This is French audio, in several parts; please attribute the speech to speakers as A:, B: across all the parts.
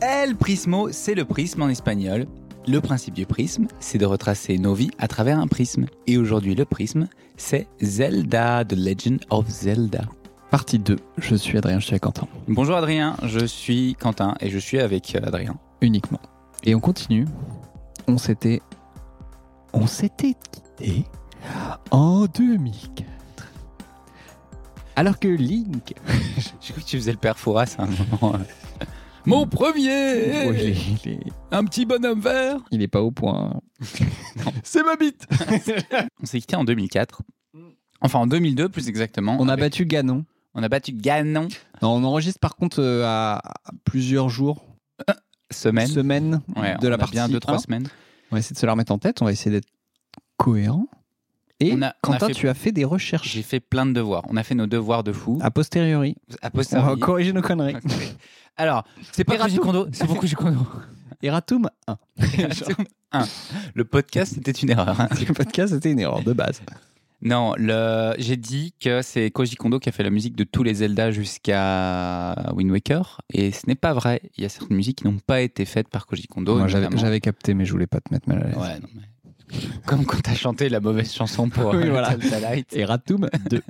A: El Prismo, c'est le prisme en espagnol. Le principe du prisme, c'est de retracer nos vies à travers un prisme. Et aujourd'hui, le prisme, c'est Zelda, The Legend of Zelda.
B: Partie 2, je suis Adrien, je suis avec Quentin.
A: Bonjour Adrien, je suis Quentin et je suis avec euh, Adrien.
B: Uniquement. Et on continue. On s'était. On s'était quitté en 2004. Alors que Link.
A: J'ai cru que tu faisais le père Fouras à un moment. euh. Mon premier
B: Oh, il, est, il est-
A: Un petit bonhomme vert
B: il est pas au point. C'est ma bite
A: On s'est quitté en 2004. Enfin, en 2002 plus exactement.
B: Mm. On a
A: Avec-
B: battu Ganon.
A: on a battu Ganon
B: Non, on enregistre par contre euh, à, à plusieurs jours,
A: semaine.
B: semaines
A: Ouais,
B: de
A: on
B: la
A: a
B: partie
A: bien 2-3
B: un.
A: semaines.
B: On va essayer de se la remettre en tête, on va essayer d'être cohérent. Et
A: On a- on a
B: Quentin,
A: fait-
B: tu as fait des recherches
A: J'ai fait plein de devoirs. On a fait nos devoirs de fou.
B: a posteriori.
A: A
B: Ah, On va
A: posteriori.
B: corriger nos conneries.
A: Alors, c'est pas que j'ai condo, c'est pourquoi j'ai condo.
B: Eratum 1.
A: Un, Le podcast était une erreur. hein.
B: Le podcast, c'était une erreur de base.
A: Non, le... j'ai dit que c'est Koji Kondo qui a fait la musique de tous les Zelda jusqu'à Wind Waker, et ce n'est pas vrai. Il y a certaines musiques qui n'ont pas été faites par Koji Kondo.
B: Moi, j'avais
A: notamment-
B: j'avais capté, mais je voulais pas te mettre mal à l'aise.
A: Ouais, non, mais- Comme quand t'as chanté la mauvaise chanson pour
B: Oui,
A: euh,
B: voilà.
A: Delta Light.
B: Eratum 2.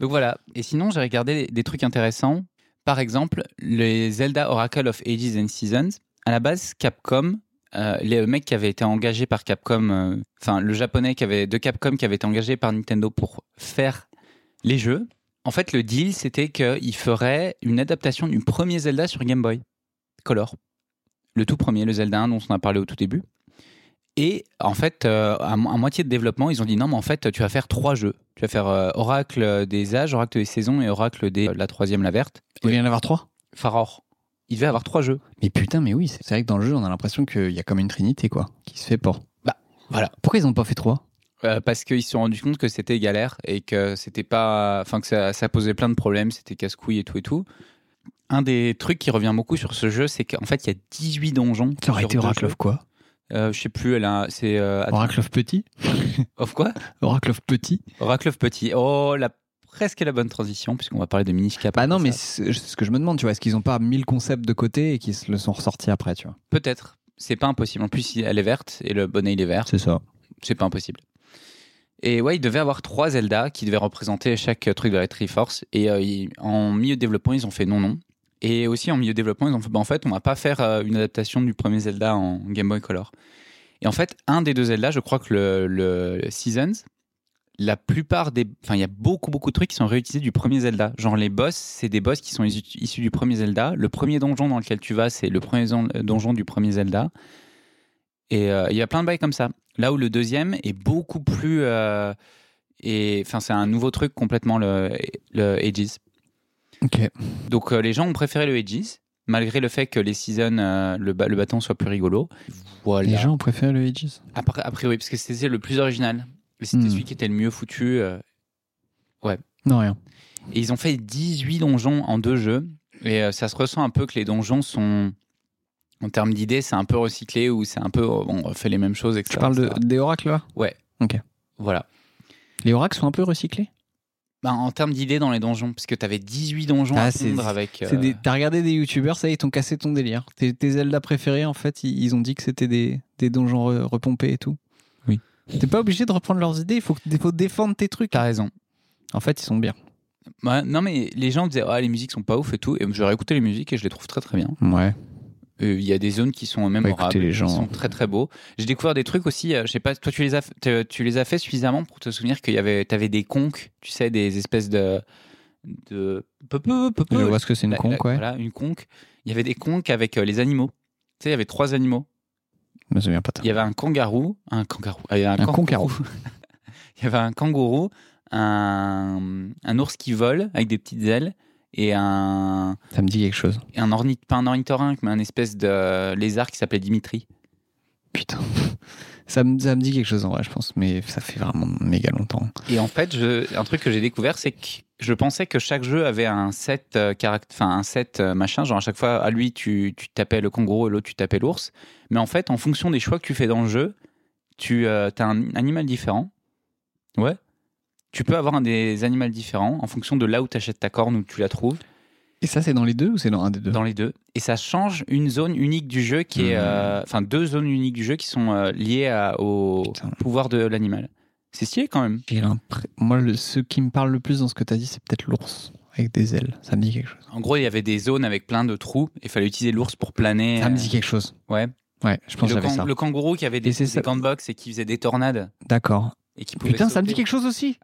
A: Donc voilà. Et sinon, j'ai regardé des trucs intéressants. Par exemple, les Zelda Oracle of Ages and Seasons. À la base, Capcom, euh, les mecs qui avaient été engagés par Capcom, euh, enfin le japonais qui avait, de Capcom qui avait été engagé par Nintendo pour faire les jeux, en fait, le deal, c'était qu'ils feraient une adaptation du premier Zelda sur Game Boy Color. Le tout premier, le Zelda 1 dont on a parlé au tout début. Et en fait, euh, à, mo- à moitié de développement, ils ont dit non, mais en fait, tu vas faire trois jeux. Tu vas faire euh, Oracle des âges, Oracle des saisons et Oracle des euh, la troisième, la verte.
B: Il vient d'en avoir 3.
A: Faror. Il devait avoir trois jeux.
B: Mais putain, mais oui, c'est c'est vrai que dans le jeu, on a l'impression qu'il y a comme une trinité, quoi, qui se fait pour.
A: Bah, voilà.
B: Pourquoi ils ont pas fait 3
A: Euh, parce qu'ils se sont rendus compte que c'était galère et que c'était pas, enfin que ça, ça posait plein de problèmes, c'était casse-couille et tout et tout. Un des trucs qui revient beaucoup sur ce jeu, c'est qu'en fait il y a 18 donjons.
B: Ça aurait
A: sur
B: été
A: deux
B: Oracle
A: jeux.
B: Oh. of quoi
A: Euh, je sais plus, elle a, c'est euh, attends,
B: Oracle of Petit
A: of quoi
B: Oracle of Petit
A: Oracle of Petit. Oh, la presque la bonne transition puisqu'on va parler de Minish
B: Bah non, mais c'est c'est ce que je me demande, tu vois, est-ce qu'ils ont pas mis le concept de côté et qu'ils se le sont ressortis après, tu vois
A: peut-être. C'est pas impossible. En plus, elle est verte et le bonnet il est vert.
B: C'est ça.
A: c'est pas impossible. Et ouais, il devait avoir trois Zelda qui devaient représenter chaque euh, truc de la Triforce. Et euh, ils- en milieu de développement, ils ont fait non, non. Et aussi en milieu de développement, ils ont fait bah, en fait, on va pas faire euh, une adaptation du premier Zelda en Game Boy Color. Et en fait, un des deux Zelda, je crois que le, le Seasons, la plupart des. Enfin, il y a beaucoup, beaucoup de trucs qui sont réutilisés du premier Zelda. Genre les boss, c'est des boss qui sont isu- issus du premier Zelda. Le premier donjon dans lequel tu vas, c'est le premier zon- donjon du premier Zelda. Et euh, il y a plein de bails comme ça. Là où le deuxième est beaucoup plus. euh, et enfin, c'est un nouveau truc complètement le, le Aegis.
B: Ok.
A: Donc euh, les gens ont préféré le Aegis, malgré le fait que les seasons, euh, le, ba- le bâton soit plus rigolo. Voilà.
B: Les gens ont préféré le Aegis.
A: A pri- a priori, parce que c'était le plus original. Et C'était
B: Hmm.
A: celui qui était le mieux foutu. euh,
B: Non, rien.
A: Et ils ont fait 18 donjons en deux jeux. Et euh, ça se ressent un peu que les donjons sont. En termes d'idées, c'est un peu recyclé ou c'est un peu. euh, On refait les mêmes choses, etc.
B: Tu parles de,
A: etc.
B: des oracles là
A: Voilà.
B: Les oracles sont un peu recyclés
A: Bah, en termes d'idées dans les donjons, parce que t'avais 18 donjons
B: Ah,
A: à
B: c'est-
A: fondre avec. euh,
B: C'est des- T'as regardé des youtubeurs, ça y est, ils t'ont cassé ton délire. Tes, tes Zelda préférés, en fait, ils, ils ont dit que c'était des, des donjons re- repompés et tout.
A: Oui.
B: T'es pas obligé de reprendre leurs idées, il faut, que- faut défendre tes trucs.
A: T'as raison.
B: En fait, ils sont bien.
A: Ouais, non, mais les gens disaient, ah, les musiques sont pas ouf et tout. Et j'ai réécouté les musiques et je les trouve très très bien.
B: Ouais.
A: Euh, Il y a des zones qui sont
B: Bah,
A: mémorables.
B: écoutez les gens.
A: Qui sont très très beaux. J'ai découvert des trucs aussi. euh, je sais pas, toi, tu les as, f- te- tu les as fait suffisamment pour te souvenir qu'il y avait, t'avais des conques, tu sais, des espèces de. de... peu, peu, peu, peu.
B: Je vois ce que c'est une
A: La-
B: con,
A: la-
B: quoi.
A: Bah, Voilà, une conque. Il y avait des conques avec euh, les animaux. Tu sais, il y avait trois animaux.
B: Je me souviens pas. tant.
A: Il y avait un kangaroo, un kangaroo, ah, il y avait
B: Un
A: un
B: kangaroo.
A: kangourou. il y avait un kangourou, un, un ours qui vole avec des petites ailes et un,
B: Ça me dit quelque chose.
A: et un ornith, pas un ornithorynque, mais un espèce de lézard qui s'appelait Dimitri.
B: Putain. Ça me, ça me dit quelque chose en vrai, je pense, mais ça fait vraiment méga longtemps.
A: Et en fait, je- un truc que j'ai découvert, c'est que je pensais que chaque jeu avait un set, euh, caract- enfin un set euh, machin, genre à chaque fois, à lui tu, tu tapais le kangourou et l'autre tu tapais l'ours. Mais en fait, en fonction des choix que tu fais dans le jeu, tu as un animal différent. Ouais. Tu peux avoir un des animaux différents en fonction de là où tu achètes ta corne, où tu la trouves.
B: Et ça, c'est dans les deux ou c'est dans un des deux
A: dans les deux. Et ça change une zone unique du jeu qui est.
B: Mhm.
A: euh, Enfin, deux zones uniques du jeu qui sont euh, liées à- au
B: Putain.
A: pouvoir de l'animal. C'est stylé quand même.
B: J'ai l'impré- Moi, le- ce qui me parle le plus dans ce que tu as dit, c'est peut-être l'ours avec des ailes. Ça me dit quelque chose.
A: En gros, il y avait des zones avec plein de trous et il fallait utiliser l'ours pour planer.
B: Ça me
A: euh,
B: dit quelque chose.
A: Ouais.
B: Ouais, je pense que
A: le,
B: j'avais
A: kang-
B: ça.
A: le kangourou qui avait des,
B: Et c'est
A: des
B: ça.
A: gants de boxe et qui faisait des tornades
B: D'accord.
A: et qui pouvait
B: Putain, ça me dit
A: sauter.
B: quelque chose aussi.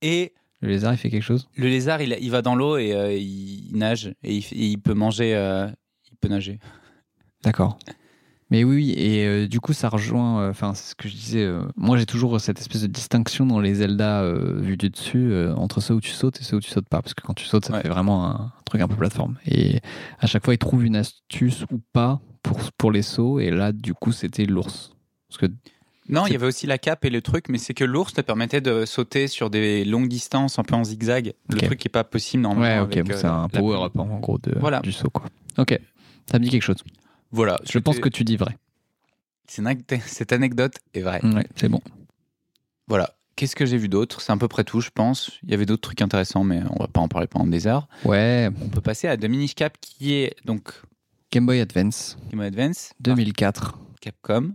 A: Et
B: Le lézard, il fait quelque chose.
A: le lézard, il, il va dans l'eau et euh, il nage et il, f- et il peut manger. euh, il peut nager.
B: D'accord. Mais oui, oui, et euh, du coup, ça rejoint. Enfin, c'est ce que je disais. euh, moi, j'ai toujours cette espèce de distinction dans les Zelda euh, vus du dessus euh, entre ceux où tu sautes et ceux où tu sautes pas. Parce que quand tu sautes, ça
A: Ouais.
B: fait vraiment un, un truc un peu plateforme. Et à chaque fois, ils trouvent une astuce ou pas pour, pour les sauts. Et là, du coup, c'était l'ours. Parce que
A: Non, il
B: C'est-
A: y avait aussi la cape et le truc, mais c'est que l'ours te permettait de sauter sur des longues distances un peu en zigzag. Le
B: Ok.
A: truc qui n'est pas possible normalement.
B: Ouais, ok,
A: avec,
B: bon,
A: euh,
B: c'est un
A: la-
B: power-up en gros de,
A: Voilà.
B: du saut, quoi. Ok, ça me dit quelque chose.
A: Voilà.
B: Je pense que tu dis vrai.
A: c'est une ac- cette anecdote est vraie.
B: Ouais, c'est bon.
A: Voilà. Qu'est-ce que j'ai vu d'autre C'est à peu près tout, je pense. Il y avait d'autres trucs intéressants, mais on va pas en parler pendant des heures.
B: Ouais,
A: On peut passer à Dominique Cap, qui est donc
B: Game Boy Advance
A: Game Boy Advance,
B: 2004.
A: par Capcom.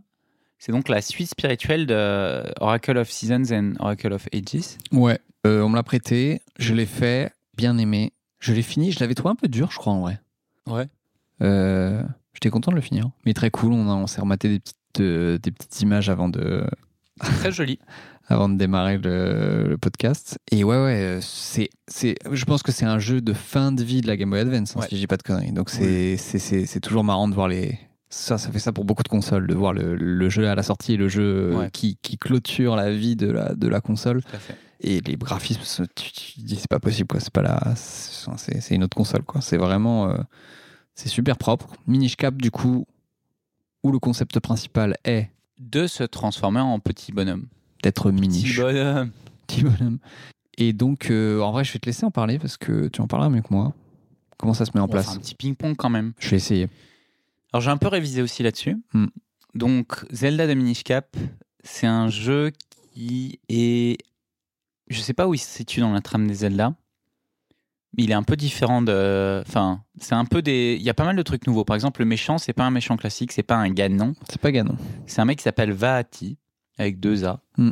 A: C'est donc la suite spirituelle de Oracle of Seasons and Oracle of Ages.
B: Ouais. Euh, on me l'a prêté, je l'ai fait, bien aimé. Je l'ai fini, je l'avais trouvé un peu dur, je crois, en vrai.
A: Ouais.
B: Euh, J'étais content de le finir. Mais très cool, on, a- on s'est rematé des petites, euh, des petites images avant de,
A: Très joli.
B: avant de démarrer le, le podcast. Et ouais, ouais, euh, c'est, c'est, je pense que c'est un jeu de fin de vie de la Game Boy Advance, hein,
A: Ouais.
B: si je dis pas de conneries. Donc c'est, c'est, c'est, c'est toujours marrant de voir les. Ça, ça fait ça pour beaucoup de consoles, de voir le, le jeu à la sortie et le jeu euh,
A: Ouais.
B: qui, qui clôture la vie de la, de la console.
A: Tout à fait.
B: Et les graphismes, ça, tu, tu te dis, c'est pas possible, quoi. C'est pas la. C'est, c'est une autre console, quoi. C'est vraiment. euh, c'est super propre. Minish Cap, du coup, où le concept principal est
A: De se transformer en petit bonhomme.
B: d'être
A: Petit
B: minish.
A: bonhomme.
B: Petit bonhomme. Et donc, euh, en vrai, je vais te laisser en parler parce que tu en parleras mieux que moi. Comment ça se met en
A: On va
B: place
A: faire un petit ping-pong quand même.
B: Je vais essayer.
A: Alors j'ai un peu révisé aussi là-dessus.
B: Hmm.
A: Donc Zelda Dominique Cap, c'est un jeu qui est... Je sais pas où il se situe dans la trame des Zelda. mais Il est un peu différent de... Enfin, c'est un peu des... Il y a pas mal de trucs nouveaux. Par exemple, le méchant, c'est pas un méchant classique, c'est pas un ganon.
B: C'est pas Ganon.
A: C'est un mec qui s'appelle Vahati, avec deux A.
B: Hmm.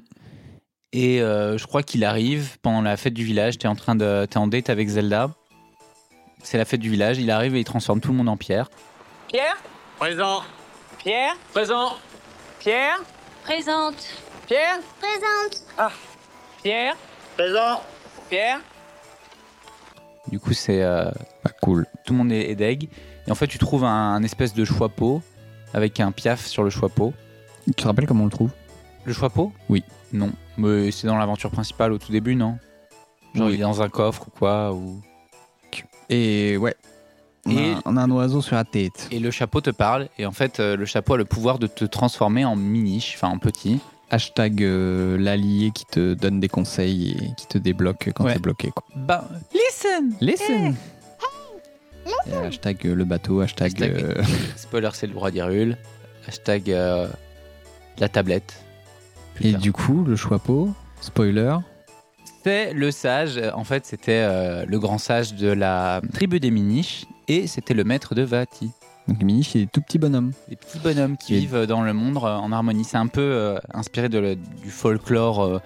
A: Et euh, je crois qu'il arrive pendant la fête du village. T'es en train de, t'es en date avec Zelda. C'est la fête du village. Il arrive et il transforme tout le monde en pierre.
C: Pierre
D: Présent.
C: Pierre
D: Présent.
C: Pierre
E: Présente.
C: Pierre Ah.
E: Présente.
C: Pierre
D: Présent.
C: Pierre
A: Du coup, c'est euh,
B: Pas Ah, cool.
A: tout le monde est, est deg. Et en fait, tu trouves un, un espèce de choix-pot avec un piaf sur le choix-pot.
B: Tu te rappelles comment on le trouve
A: Le choix-pot
B: Oui.
A: Non. Mais c'est dans l'aventure principale au tout début, non Genre, il est dans un coffre ou quoi ou...
B: Et ouais. On,
A: Et-
B: a, on a un oiseau sur la tête.
A: Et le chapeau te parle. Et en fait, euh, le chapeau a le pouvoir de te transformer en miniche, enfin en petit.
B: Hashtag euh, l'allié qui te donne des conseils et qui te débloque quand
A: Ouais.
B: t'es bloqué. Quoi.
A: Bah, listen
B: Listen Et Hashtag euh, le bateau, hashtag.
A: Hashtag-
B: euh,
A: Spoiler, c'est le droit d'Irul. Hashtag euh, la tablette.
B: Et
A: Putain.
B: du coup, le choixpeau, spoiler.
A: C'était le sage, en fait, c'était euh, le grand sage de la tribu des Miniches et c'était le maître de Vati.
B: Donc Minish, il est tout petit bonhomme.
A: Des petits bonhommes qui
B: Et-
A: vivent dans le monde euh, en harmonie. C'est un peu euh, inspiré de le- du folklore euh,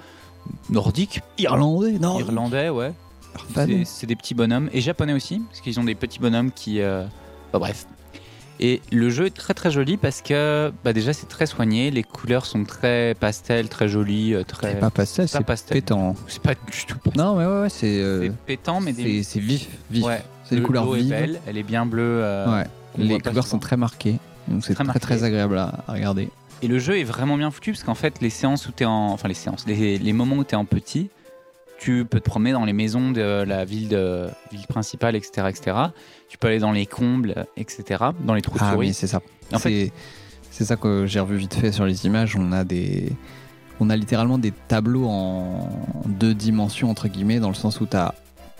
A: nordique,
B: Irlandais, non
A: irlandais, ouais. C'est- C'est des petits bonhommes et japonais aussi, parce qu'ils ont des petits bonhommes qui. euh, enfin, bref. Et le jeu est très très joli parce que bah, déjà c'est très soigné, les couleurs sont très pastel, très jolies, euh, très.
B: C'est pas pastel,
A: pas
B: c'est
A: pastel.
B: pétant.
A: C'est pas du tout pastel.
B: Non, mais ouais, ouais, c'est. euh,
A: C'est pétant, mais des.
B: C'est c'est vif, vif.
A: Ouais.
B: C'est une
A: Le-
B: couleur
A: l'eau est
B: vive.
A: belle, elle est bien bleue. euh,
B: Ouais.
A: qu'on voit
B: Les
A: pas
B: couleurs
A: souvent.
B: sont très marquées. Donc c'est
A: Très
B: très,
A: marqué.
B: très, agréable à, à regarder.
A: Et le jeu est vraiment bien foutu parce qu'en fait, les séances où t'es en. Enfin, les séances, les, les moments où t'es en petit, tu peux te promener dans les maisons de la ville, de, ville principale, etc., etc. Tu peux aller dans les combles, etc., dans les trous de
B: Ah, mais
A: souris.
B: c'est ça.
A: Et en fait-
B: C'est c'est ça que j'ai revu vite fait sur les images. On a des. On a littéralement des tableaux en deux dimensions, entre guillemets, dans le sens où tu as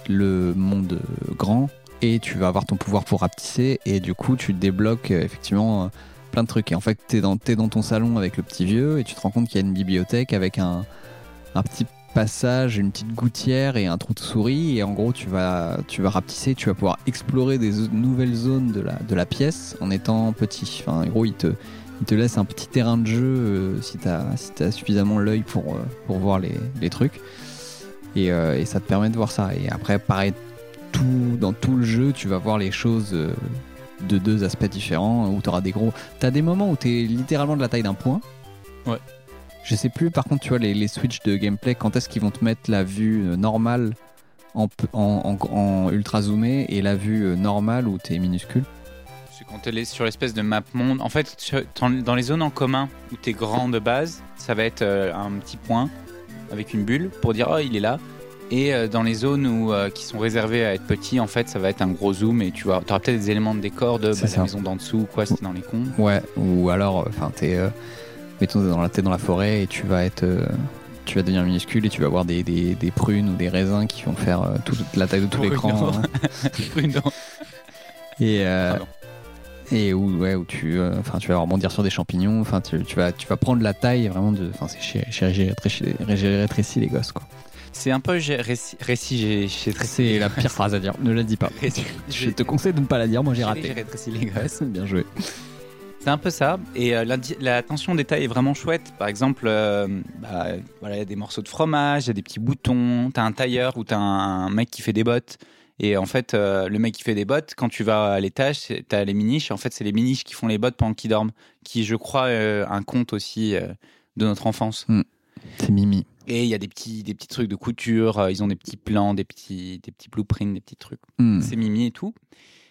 B: le monde euh, grand et tu vas avoir ton pouvoir pour rapetisser et du coup tu débloques euh, effectivement euh, plein de trucs. Et en fait, t'es dans, t'es dans ton salon avec le petit vieux et tu te rends compte qu'il y a une bibliothèque avec un, un petit passage, une petite gouttière et un trou de souris. Et en gros, tu vas, tu vas rapetisser, tu vas pouvoir explorer des zo- nouvelles zones de la, de la pièce en étant petit. Enfin, en gros, il te, il te laisse un petit terrain de jeu euh, si tu as, suffisamment l'œil pour, euh, pour voir les, les trucs. Et, euh, et ça te permet de voir ça. Et après, pareil, tout, dans tout le jeu, tu vas voir les choses euh, de deux aspects différents où tu auras des gros. Tu as des moments où tu es littéralement de la taille d'un point.
A: Ouais.
B: Je sais plus, par contre, tu vois, les, les switches de gameplay, quand est-ce qu'ils vont te mettre la vue euh, normale en, p- en- en- en ultra zoomé et la vue euh, normale où tu es minuscule
A: C'est quand t'es sur l'espèce de map monde. En fait, sur- dans- dans les zones en commun où t'es grand de base, ça va être euh, un petit point avec une bulle pour dire oh il est là. Et euh, dans les zones où, euh, qui sont réservées à être petits, en fait, ça va être un gros zoom et tu vois, auras peut-être des éléments de décor de bah,
B: C'est
A: la
B: ça.
A: maison d'en dessous ou quoi, c'était dans les cons.
B: Ouais, ou alors, enfin, t'es. euh, mettons, t'es dans la, t'es dans la forêt et tu vas être. euh, tu vas devenir minuscule et tu vas avoir des, des- des prunes ou des raisins qui vont faire euh, toute la taille de tout
A: Prunes,
B: l'écran.
A: non.
B: hein.
A: Prudent.
B: Et, euh,
A: Pardon.
B: et où, ouais, où tu, euh, enfin, tu vas rebondir sur des champignons. Enfin, tu, tu vas, tu vas prendre la taille vraiment de. Enfin, c'est chez, chez, chez, les gosses, quoi.
A: C'est un peu gé- réci- réci- j'ai- j'ai
B: C'est la pire phrase à dire. Ne la dis pas.
A: Réci-
B: Je te conseille de ne pas la dire. Moi, j'ai raté.
A: J'ai rétréci les gosses.
B: Bien joué.
A: C'est un peu ça. Et euh, l'indi- la tension détail est vraiment chouette. Par exemple, euh, bah, voilà, il y a des morceaux de fromage, il y a des petits boutons. T'as un tailleur ou t'as un mec qui fait des bottes. Et en fait, euh, le mec qui fait des bottes, quand tu vas à l'étage, c'est- t'as les miniches. En fait, c'est les miniches qui font les bottes pendant qu'ils dorment. Qui, je crois, euh, un conte aussi euh, de notre enfance.
B: C'est Mimi.
A: Et il y a des petits, des petits trucs de couture. euh, ils ont des petits plans, des petits, des petits blueprints, des petits trucs.
B: Hmm.
A: C'est mimi et tout.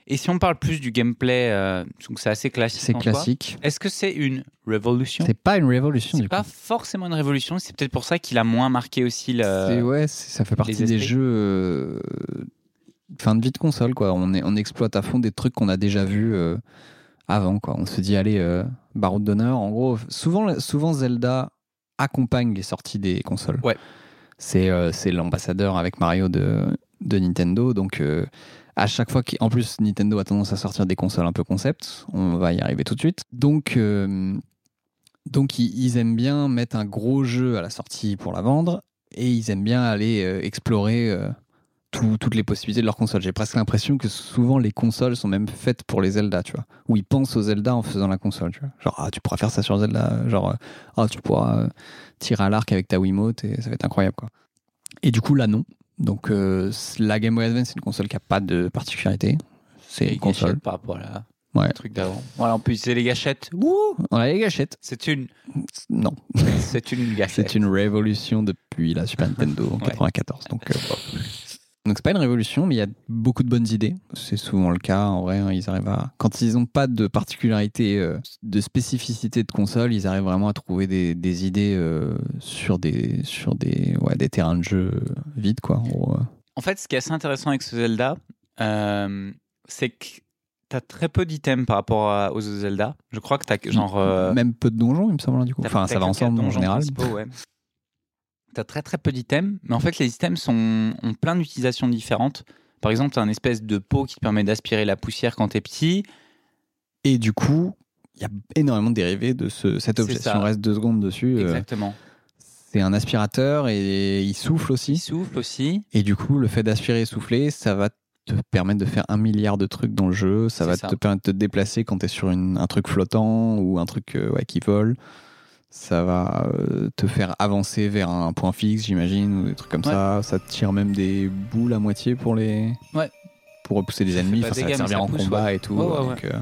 A: Et si on parle plus du gameplay, euh, donc c'est assez classique.
B: C'est
A: en soi.
B: classique.
A: Est-ce que c'est une révolution
B: C'est pas une révolution,
A: C'est
B: du coup.
A: pas forcément une révolution, c'est peut-être pour ça qu'il a moins marqué aussi
B: C'est-
A: le.
B: ouais, c'est- ça fait partie des
A: euh, esprits.
B: jeux euh, fin de vie de console quoi. On, est, on exploite à fond des trucs qu'on a déjà vus euh, avant quoi. On se dit allez euh, Baroud d'honneur. En gros, souvent souvent Zelda accompagne les sorties des consoles.
A: Ouais.
B: C'est euh, c'est l'ambassadeur avec Mario de de Nintendo donc. euh, à chaque fois qu'en plus Nintendo a tendance à sortir des consoles un peu concept, on va y arriver tout de suite. Donc euh, donc ils, ils aiment bien mettre un gros jeu à la sortie pour la vendre et ils aiment bien aller euh, explorer euh, tout- toutes les possibilités de leur console. J'ai presque l'impression que souvent les consoles sont même faites pour les Zelda, tu vois. Ou ils pensent aux Zelda en faisant la console, tu vois. Genre ah tu pourras faire ça sur Zelda, genre euh, ah tu pourras euh, tirer à l'arc avec ta Wiimote et ça va être incroyable quoi. Et du coup là non. Donc euh, la Game Boy Advance c'est une console qui a pas de particularité. C'est
A: les
B: une console.
A: gâchettes par rapport à la...
B: Ouais.
A: le truc d'avant. Voilà, en plus, c'est les gâchettes. Ouh
B: On a les gâchettes.
A: C'est une,
B: Non.
A: c'est une gâchette.
B: C'est une révolution depuis la Super Nintendo en 94. Donc, euh, bon. donc c'est pas une révolution, mais il y a beaucoup de bonnes idées. C'est souvent le cas. En vrai, hein, ils arrivent à quand ils n'ont pas de particularité, euh, de spécificité de console, ils arrivent vraiment à trouver des, des idées euh, sur des sur des ouais, des terrains de jeu euh, vides quoi. en gros, euh.
A: En fait, ce qui est assez intéressant avec ce Zelda, euh, c'est que t'as très peu d'items par rapport à- aux autres Zelda. Je crois que t'as
B: Mm.
A: que- genre. euh,
B: Même peu de donjons, il me semble. hein, Du coup,
A: T'as-
B: enfin,
A: t'as
B: ça va
A: que quatre
B: ensemble en
A: donjons
B: général.
A: principaux, ouais. T'as très très peu d'items, mais en fait les items sont, ont plein d'utilisations différentes. Par exemple, t'as un espèce de pot qui te permet d'aspirer la poussière quand t'es petit.
B: Et du coup, il y a énormément de dérivés de ce, cet
A: C'est
B: objet. Si
A: ça.
B: on reste deux secondes dessus, euh,
A: Exactement.
B: c'est un aspirateur et il souffle
A: Il
B: aussi.
A: souffle aussi.
B: Et du coup, le fait d'aspirer et souffler, ça va te permettre de faire un milliard de trucs dans le jeu. Ça
A: C'est
B: va
A: ça.
B: te permettre de te déplacer quand tu es sur une- un truc flottant ou un truc euh, ouais, qui vole. Ça va euh, te faire avancer vers un point fixe, j'imagine, ou des trucs comme
A: Ouais.
B: ça. Ça te tire même des boules à moitié pour les.
A: Ouais.
B: Pour repousser des
A: Ça fait
B: ennemis.
A: pas
B: Enfin,
A: de
B: ça va te
A: dégâts, mais
B: servir
A: ça
B: en
A: pousse,
B: combat et tout.
A: Ouais, ouais,
B: donc, euh,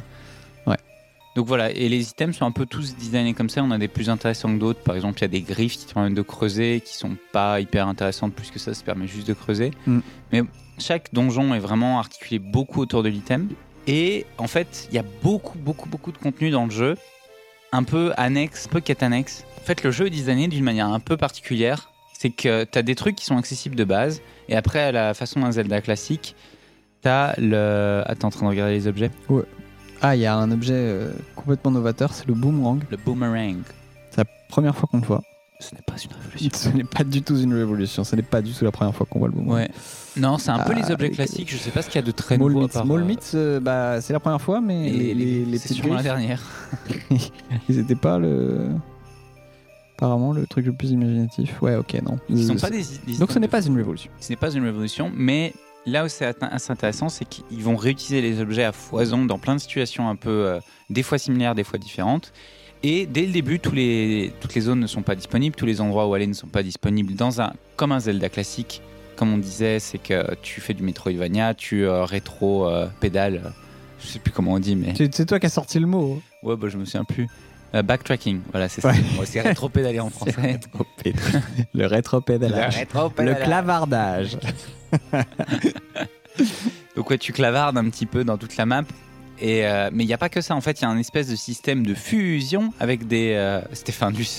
A: Donc voilà, et les items sont un peu tous designés comme ça. On a des plus intéressants que d'autres. Par exemple, il y a des griffes qui te permettent de creuser, qui sont pas hyper intéressantes plus que ça, ça permet juste de creuser.
B: Mm.
A: Mais chaque donjon est vraiment articulé beaucoup autour de l'item. Et en fait, il y a beaucoup, beaucoup, beaucoup de contenu dans le jeu, un peu annexe, un peu quête annexe. En fait, le jeu est designé d'une manière un peu particulière. C'est que tu as des trucs qui sont accessibles de base, et après, à la façon d'un Zelda classique, t'as le. Attends, en train de regarder les objets.
B: Ah, il y a un objet euh, complètement novateur, c'est le boomerang.
A: Le boomerang.
B: C'est la première fois qu'on le voit.
A: Ce n'est pas une révolution.
B: Ce n'est pas du tout une révolution. Ce n'est pas du tout la première fois qu'on voit le boomerang.
A: Ouais. Non, c'est un peu
B: Ah,
A: les objets
B: les-
A: classiques. Je sais pas ce qu'il y a de très
B: Mole
A: nouveau. à
B: Meat,
A: part,
B: Mole
A: euh,
B: Meat, euh, bah, c'est la première fois, mais
A: et
B: les, les, les
A: c'est
B: petites
A: sûrement la
B: griffes,
A: dernière.
B: ils étaient pas le. apparemment le truc le plus imaginatif. Ouais, ok, non.
A: Ils sont
B: Euh,
A: pas
B: c'est-
A: des, des-
B: Donc ce n'est pas une révolution.
A: ce n'est pas une révolution, mais là où c'est atteint- assez intéressant, c'est qu'ils vont réutiliser les objets à foison dans plein de situations un peu, euh, des fois similaires, des fois différentes. Et dès le début, tous les, toutes les zones ne sont pas disponibles, tous les endroits où aller ne sont pas disponibles. Dans un, comme un Zelda classique, comme on disait, c'est que tu fais du Metroidvania, tu euh, rétro-pédales, je sais plus comment on dit, mais...
B: C'est c'est toi qui as sorti le mot.
A: Ouais, bah, je me souviens plus. Euh, backtracking, voilà, c'est ça.
B: Ouais.
A: Ouais, c'est rétro-pédaler en
B: C'est
A: français.
B: rétropédalage. le rétropédalage. Le
A: rétro-pédalage.
B: clavardage.
A: Donc ouais, tu clavardes un petit peu dans toute la map. Et euh, mais il n'y a pas que ça, en fait, il y a un espèce de système de fusion avec des... euh, c'était Findus.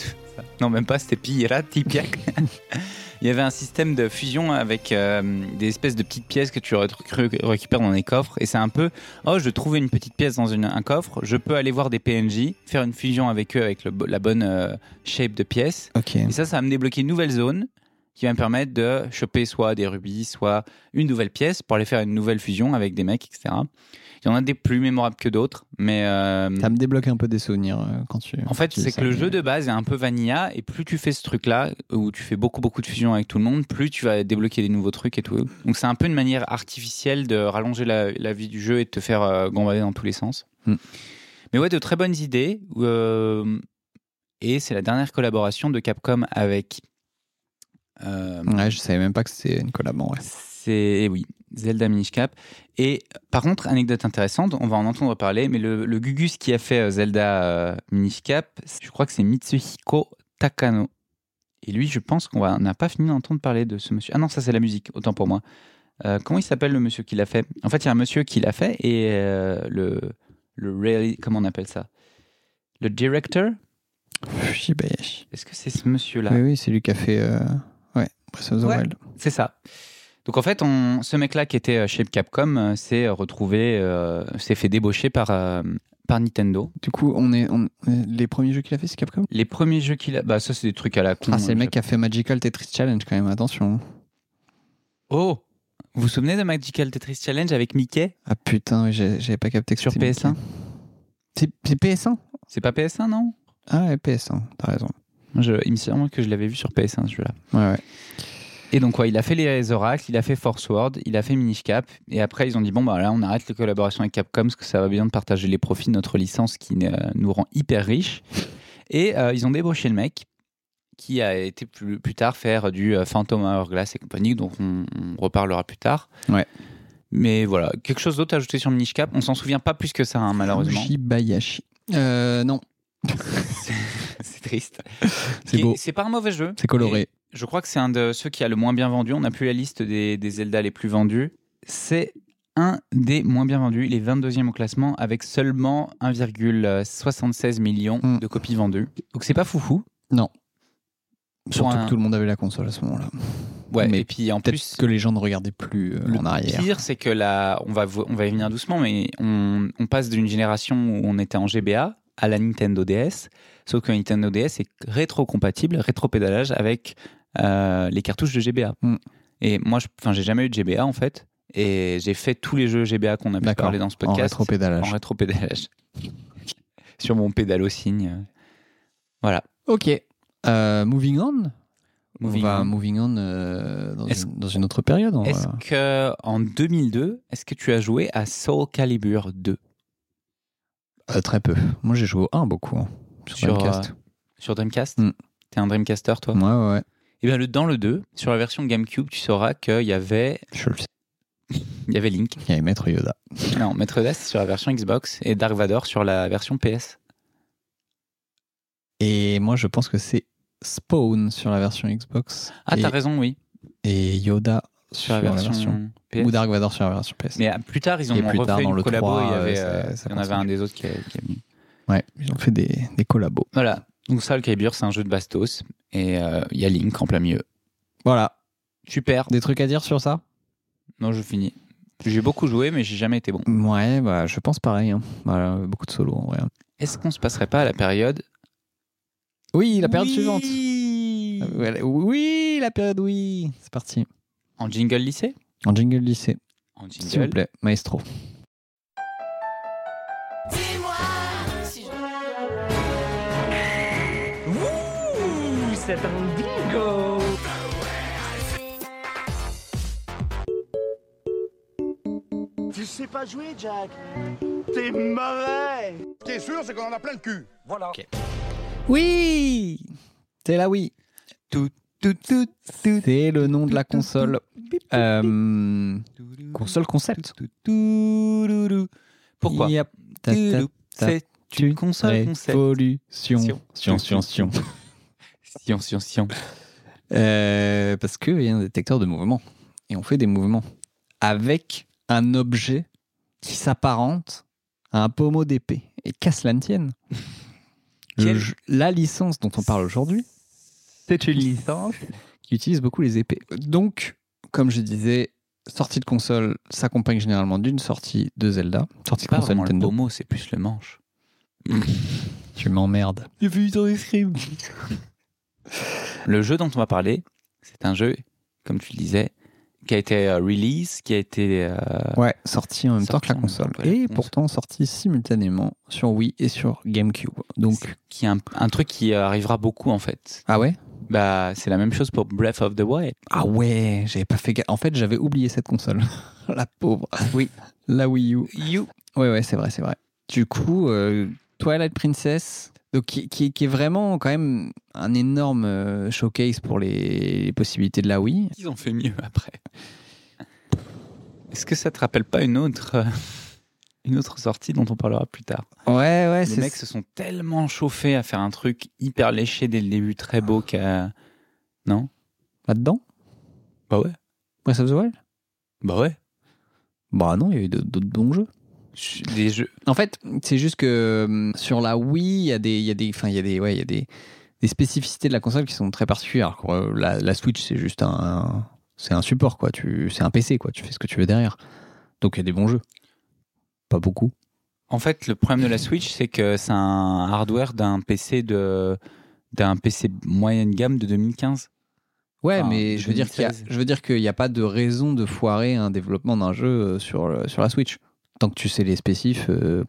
A: Non, même pas, c'était Pirati Piak. Il y avait un système de fusion avec euh, des espèces de petites pièces que tu ré- ré- récupères dans des coffres. Et c'est un peu, oh, je trouvais une petite pièce dans une- un coffre, je peux aller voir des PNJ, faire une fusion avec eux avec le bo- la bonne euh, shape de pièce.
B: Ok.
A: Et ça, ça va me débloquer une nouvelle zone qui va me permettre de choper soit des rubis, soit une nouvelle pièce pour aller faire une nouvelle fusion avec des mecs, etc. Il y en a des plus mémorables que d'autres, mais euh,
B: Ça me débloque un peu des souvenirs euh, quand tu.
A: en fait,
B: tu dis
A: c'est
B: ça.
A: que le jeu de base est un peu vanilla, et plus tu fais ce truc-là, où tu fais beaucoup, beaucoup de fusion avec tout le monde, plus tu vas débloquer des nouveaux trucs et tout. Donc c'est un peu une manière artificielle de rallonger la, la vie du jeu et de te faire euh, gambader dans tous les sens.
B: Hmm.
A: Mais ouais, de très bonnes idées. euh, et c'est la dernière collaboration de Capcom avec... euh,
B: Ouais, je savais même pas que c'était une collab. en vrai.
A: c'est eh oui, Zelda Minish Cap. Et par contre, anecdote intéressante, on va en entendre parler, mais le, le Gugus qui a fait euh, Zelda euh, Minish Cap, je crois que c'est Mitsuhiko Takano. Et lui, je pense qu'on va- on n'a pas fini d'entendre parler de ce monsieur. Ah non, ça c'est la musique, autant pour moi. Euh, comment il s'appelle le monsieur qui l'a fait En fait, il y a un monsieur qui l'a fait et euh, le le réali- comment on appelle ça Le director
B: Fujibayashi.
A: Est-ce que c'est ce monsieur-là
B: Oui, oui, c'est lui qui a fait. euh, Ouais, Breath of the
A: Ouais.
B: Wild.
A: C'est ça. Donc en fait, on, ce mec-là qui était euh, chez Capcom euh, s'est euh, retrouvé, euh, s'est fait débaucher par, euh, par Nintendo.
B: Du coup, on est, on- les premiers jeux qu'il a fait, c'est Capcom.
A: Les premiers jeux qu'il a... Bah ça c'est des trucs à la con.
B: Ah, c'est
A: euh,
B: le mec qui a fait Magical Tetris Challenge quand même. Attention. hein.
A: je- Oh Vous vous souvenez de Magical Tetris Challenge avec Mickey
B: Ah putain, oui, j'ai- j'avais pas capté que
A: Sur
B: c'était
A: PS1.
B: Mickey. C'est c'est PS1
A: C'est pas PS1 non
B: Ah ouais, PS1. T'as raison.
A: je, Il me semble que je l'avais vu sur PS1 celui-là.
B: Ouais, ouais.
A: Et donc ouais, il a fait les oracles, il a fait Force World, il a fait Minish Cap. Et après ils ont dit bon bah là on arrête la collaboration avec Capcom parce que ça va bien de partager les profits de notre licence qui euh, nous rend hyper riches. Et euh, ils ont débauché le mec qui a été plus, plus tard faire du euh, Phantom Hourglass et compagnie, dont on, on reparlera plus tard.
B: Ouais.
A: Mais voilà, quelque chose d'autre à ajouter sur Minish Cap, on s'en souvient pas plus que ça hein, malheureusement.
B: Fujibayashi. Euh, non,
A: C'est triste.
B: c'est
A: Et
B: beau.
A: C'est pas un mauvais jeu.
B: C'est coloré.
A: Je crois que c'est un de ceux qui a le moins bien vendu. On n'a plus la liste des, des Zelda les plus vendus. C'est un des moins bien vendus. Il est 22e au classement avec seulement 1,76 million
B: Mm.
A: de copies vendues. Donc c'est pas foufou.
B: Surtout
A: un-
B: que tout le monde avait la console à ce moment-là.
A: Ouais,
B: Mais
A: et puis en plus,
B: Peut-être que les gens ne regardaient plus euh,
A: le
B: en arrière.
A: pire, c'est que là, on va, vo- on va y venir doucement, mais on, on passe d'une génération où on était en GBA à la Nintendo DS. Sauf que la Nintendo DS est rétro-compatible, rétro-pédalage avec euh, les cartouches de GBA.
B: Mm.
A: Et moi, je- enfin, j'ai jamais eu de GBA en fait. Et j'ai fait tous les jeux GBA qu'on a pu
B: D'accord.
A: parler dans ce
B: en
A: podcast en
B: rétropédalage.
A: rétro-pédalage. Sur mon euh, pédalo-signe. Voilà.
B: Ok. Euh, moving on.
A: Moving
B: on va
A: on.
B: moving on euh, dans,
A: Est-ce-
B: une, dans une autre période. on
A: Est-ce
B: va-
A: que en 2002, est-ce que tu as joué à Soul Calibur 2
B: Euh, très peu. Moi, j'ai joué au 1 beaucoup. hein, sur,
A: Sur,
B: Dreamcast.
A: sur Dreamcast
B: Mm.
A: T'es un Dreamcaster toi
B: Ouais, ouais, ouais.
A: Et Eh bien, le, dans le 2, sur la version GameCube, tu sauras qu'il y avait,
B: Je le sais.
A: il y avait Link.
B: Il y avait Maître Yoda.
A: Non, Maître Das sur la version Xbox et Dark Vador sur la version PS.
B: Et moi, je pense que c'est Spawn sur la version Xbox.
A: Ah,
B: et,
A: t'as raison, oui.
B: et Yoda sur, la version.
A: PS.
B: Ou Dark Vador sur la version PS.
A: Mais ah, plus tard, ils ont
B: Et plus
A: refait
B: tard, dans
A: une
B: le
A: collabo. il
B: 3,
A: y, avait,
B: euh, ça-
A: euh,
B: ça
A: il y en avait
B: continue.
A: un des autres qui est, qui est venu.
B: Ouais, ils ont fait des, des collabos.
A: Voilà. Donc, ça, le Calibur, c'est un jeu de Bastos. Et euh, il y a Link en plein milieu.
B: Voilà.
A: Super.
B: Des trucs à dire sur ça
A: Non, je finis. J'ai beaucoup joué, mais j'ai jamais été bon.
B: Ouais, bah, je pense pareil. hein. Voilà, beaucoup de solos en vrai.
A: Est-ce qu'on se passerait pas à la période
B: Oui, la période
A: Oui
B: suivante. Euh, voilà. Oui, la période oui. C'est parti.
A: En jingle lycée
B: En jingle lycée,
A: En
B: s'il vous
A: jingle.
B: plaît, maestro.
D: Dis-moi si je...
C: Ouh c'est un bingo
D: Tu sais pas jouer, Jack T'es mauvais
E: Ce qui est sûr, c'est qu'on en a plein le cul. Voilà.
B: Oui C'est là oui
A: Tout,
B: C'est le nom de la console. Euh, console concept.
A: Pourquoi
B: Yep. Ta, ta, ta,
A: C'est une console concept.
B: Révolution.
A: Sion.
B: Sion, sion, sion.
A: Sion, sion, sion.
B: Euh, parce qu'il y a un détecteur de mouvement. Et on fait des mouvements avec un objet qui s'apparente à un pommeau d'épée. Et qu'à cela ne tienne. le
A: Quel-
B: jeu- la licence dont on parle aujourd'hui, c'est une licence qui utilise beaucoup les épées. Donc, comme je disais, sortie de console s'accompagne généralement d'une sortie de Zelda. Sortie
A: C'est
B: de
A: pas
B: console
A: vraiment le
B: Nintendo.
A: beau mot, c'est plus le manche.
B: Tu m'emmerdes.
A: J'ai vu ton escrime. le jeu dont on va parler, c'est un jeu, comme tu le disais, qui a été euh, release, qui a été. euh,
B: Ouais, sorti en même temps
A: Sorti
B: que la
A: en même temps
B: console.
A: que la
B: Et
A: console.
B: pourtant sorti simultanément sur Wii et sur GameCube. Donc,
A: qui est un, un truc qui arrivera beaucoup en fait.
B: ah ouais
A: Bah, c'est la même chose pour Breath of the Wild.
B: Ah ouais, j'avais pas fait gaffe. En fait, j'avais oublié cette console. la pauvre.
A: Oui.
B: La Wii U. Ouais, ouais, c'est vrai, c'est vrai. Du coup, euh, Twilight Princess, donc qui, qui- qui est vraiment quand même un énorme euh, showcase pour les, les possibilités de la Wii.
A: Ils ont fait mieux après. Est-ce que ça te rappelle pas une autre, euh, une autre sortie dont on parlera plus tard
B: Ouais, ouais,
A: Les
B: c'est
A: mecs se sont tellement chauffés à faire un truc hyper léché dès le début, très beau
B: Ah.
A: qu'à. Non
B: là-dedans.
A: Bah ouais.
B: Breath of the Wild
A: Bah ouais.
B: Bah non, il y a eu d'autres d'autres bons jeux.
A: Des jeux.
B: En fait, c'est juste que hum, sur la Wii, il y a des, il y a des, enfin, il y a des, ouais, il y a des, des spécificités de la console qui sont très particulières. quoi. La, la Switch, c'est juste un, un- c'est un support quoi. Tu, c'est un PC quoi. Tu fais ce que tu veux derrière. Donc il y a des bons jeux. Pas beaucoup.
A: En fait, le problème de la Switch, c'est que c'est un hardware d'un PC de d'un PC moyenne gamme de 2015.
B: Ouais,
A: Enfin,
B: mais je veux dire qu'il y a,
A: 2016.
B: je veux dire qu'il n'y a pas de raison de foirer un développement d'un jeu euh, sur le- sur la Switch. Tant que tu sais les spécifs, euh,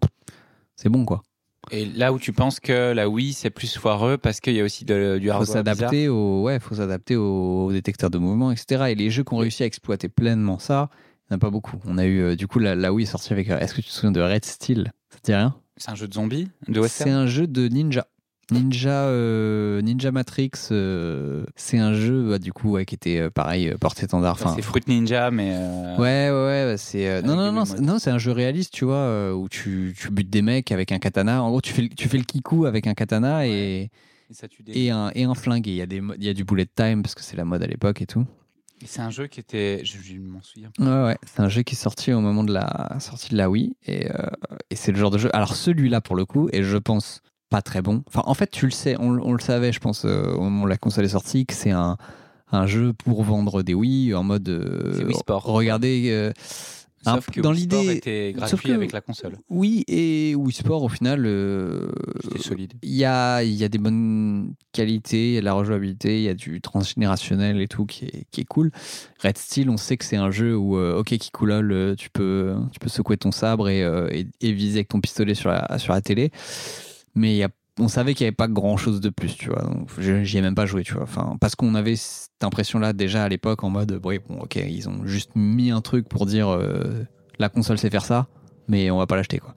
B: c'est bon quoi.
A: Et là où tu penses que la Wii, c'est plus foireux parce qu'il y a aussi de- du
B: faut
A: hardware bizarre.
B: s'adapter au ouais faut s'adapter au détecteur de mouvement etc et les jeux qui ont réussi à exploiter pleinement ça il n'y en a pas beaucoup on a eu euh, du coup la, la Wii est sortie avec euh, est-ce que tu te souviens de Red Steel ça te dit rien
A: C'est un jeu de zombies, de
B: c'est
A: western.
B: un jeu de ninja Ninja euh, Ninja Matrix euh, c'est un jeu bah, du coup ouais, qui était euh, pareil euh, porte-étendard
A: Enfin,
B: enfin
A: Ah, c'est Ah, Fruit Ninja, mais euh,
B: Ouais, ouais, ouais, bah, c'est. euh, non,
A: Avec
B: non,
A: des
B: non,
A: Wiimotes.
B: c'est- non, c'est un jeu réaliste, tu vois, euh, où tu, tu butes des mecs avec un katana. En gros, tu fais, le- tu fais le kiku avec un katana et,
A: ça tue des-
B: et un, et un flingue. Et il y, a des mo- il y a du bullet time parce que c'est la mode à l'époque et tout.
A: Et C'est un jeu qui était, je, je m'en souviens.
B: Ouais, ouais. C'est un jeu qui est sorti au moment de la sortie de la Wii. Et, euh, et c'est le genre de jeu. Alors, celui-là, pour le coup, et je pense pas très bon. Enfin, en fait, tu le sais, on, on le savait, je pense, euh, au moment où la console est sortie, que c'est un, un jeu pour vendre des Wii en mode. euh,
A: C'est Wii Sport.
B: Regardez. euh, un-
A: Sauf que
B: dans
A: Wii Sport
B: l'idée.
A: était
B: sauf
A: gratuit
B: que-
A: avec la console.
B: Oui, et Wii Sport, au final. euh,
A: C'était solide.
B: il y a, il y a des bonnes qualités, il y a de la rejouabilité, il y a du transgénérationnel et tout qui est, qui est cool. Red Steel, on sait que c'est un jeu où, euh, ok, qui coulole, euh, tu peux, tu peux secouer ton sabre et, euh, et- et viser avec ton pistolet sur la, sur la télé. Mais il y a- on savait qu'il n'y avait pas grand chose de plus, tu vois. Donc, je- j'y ai même pas joué, tu vois. Enfin, parce qu'on avait cette impression-là déjà à l'époque en mode, oui, bon, ok, ils ont juste mis un truc pour dire euh, la console sait faire ça, mais on va pas l'acheter, quoi.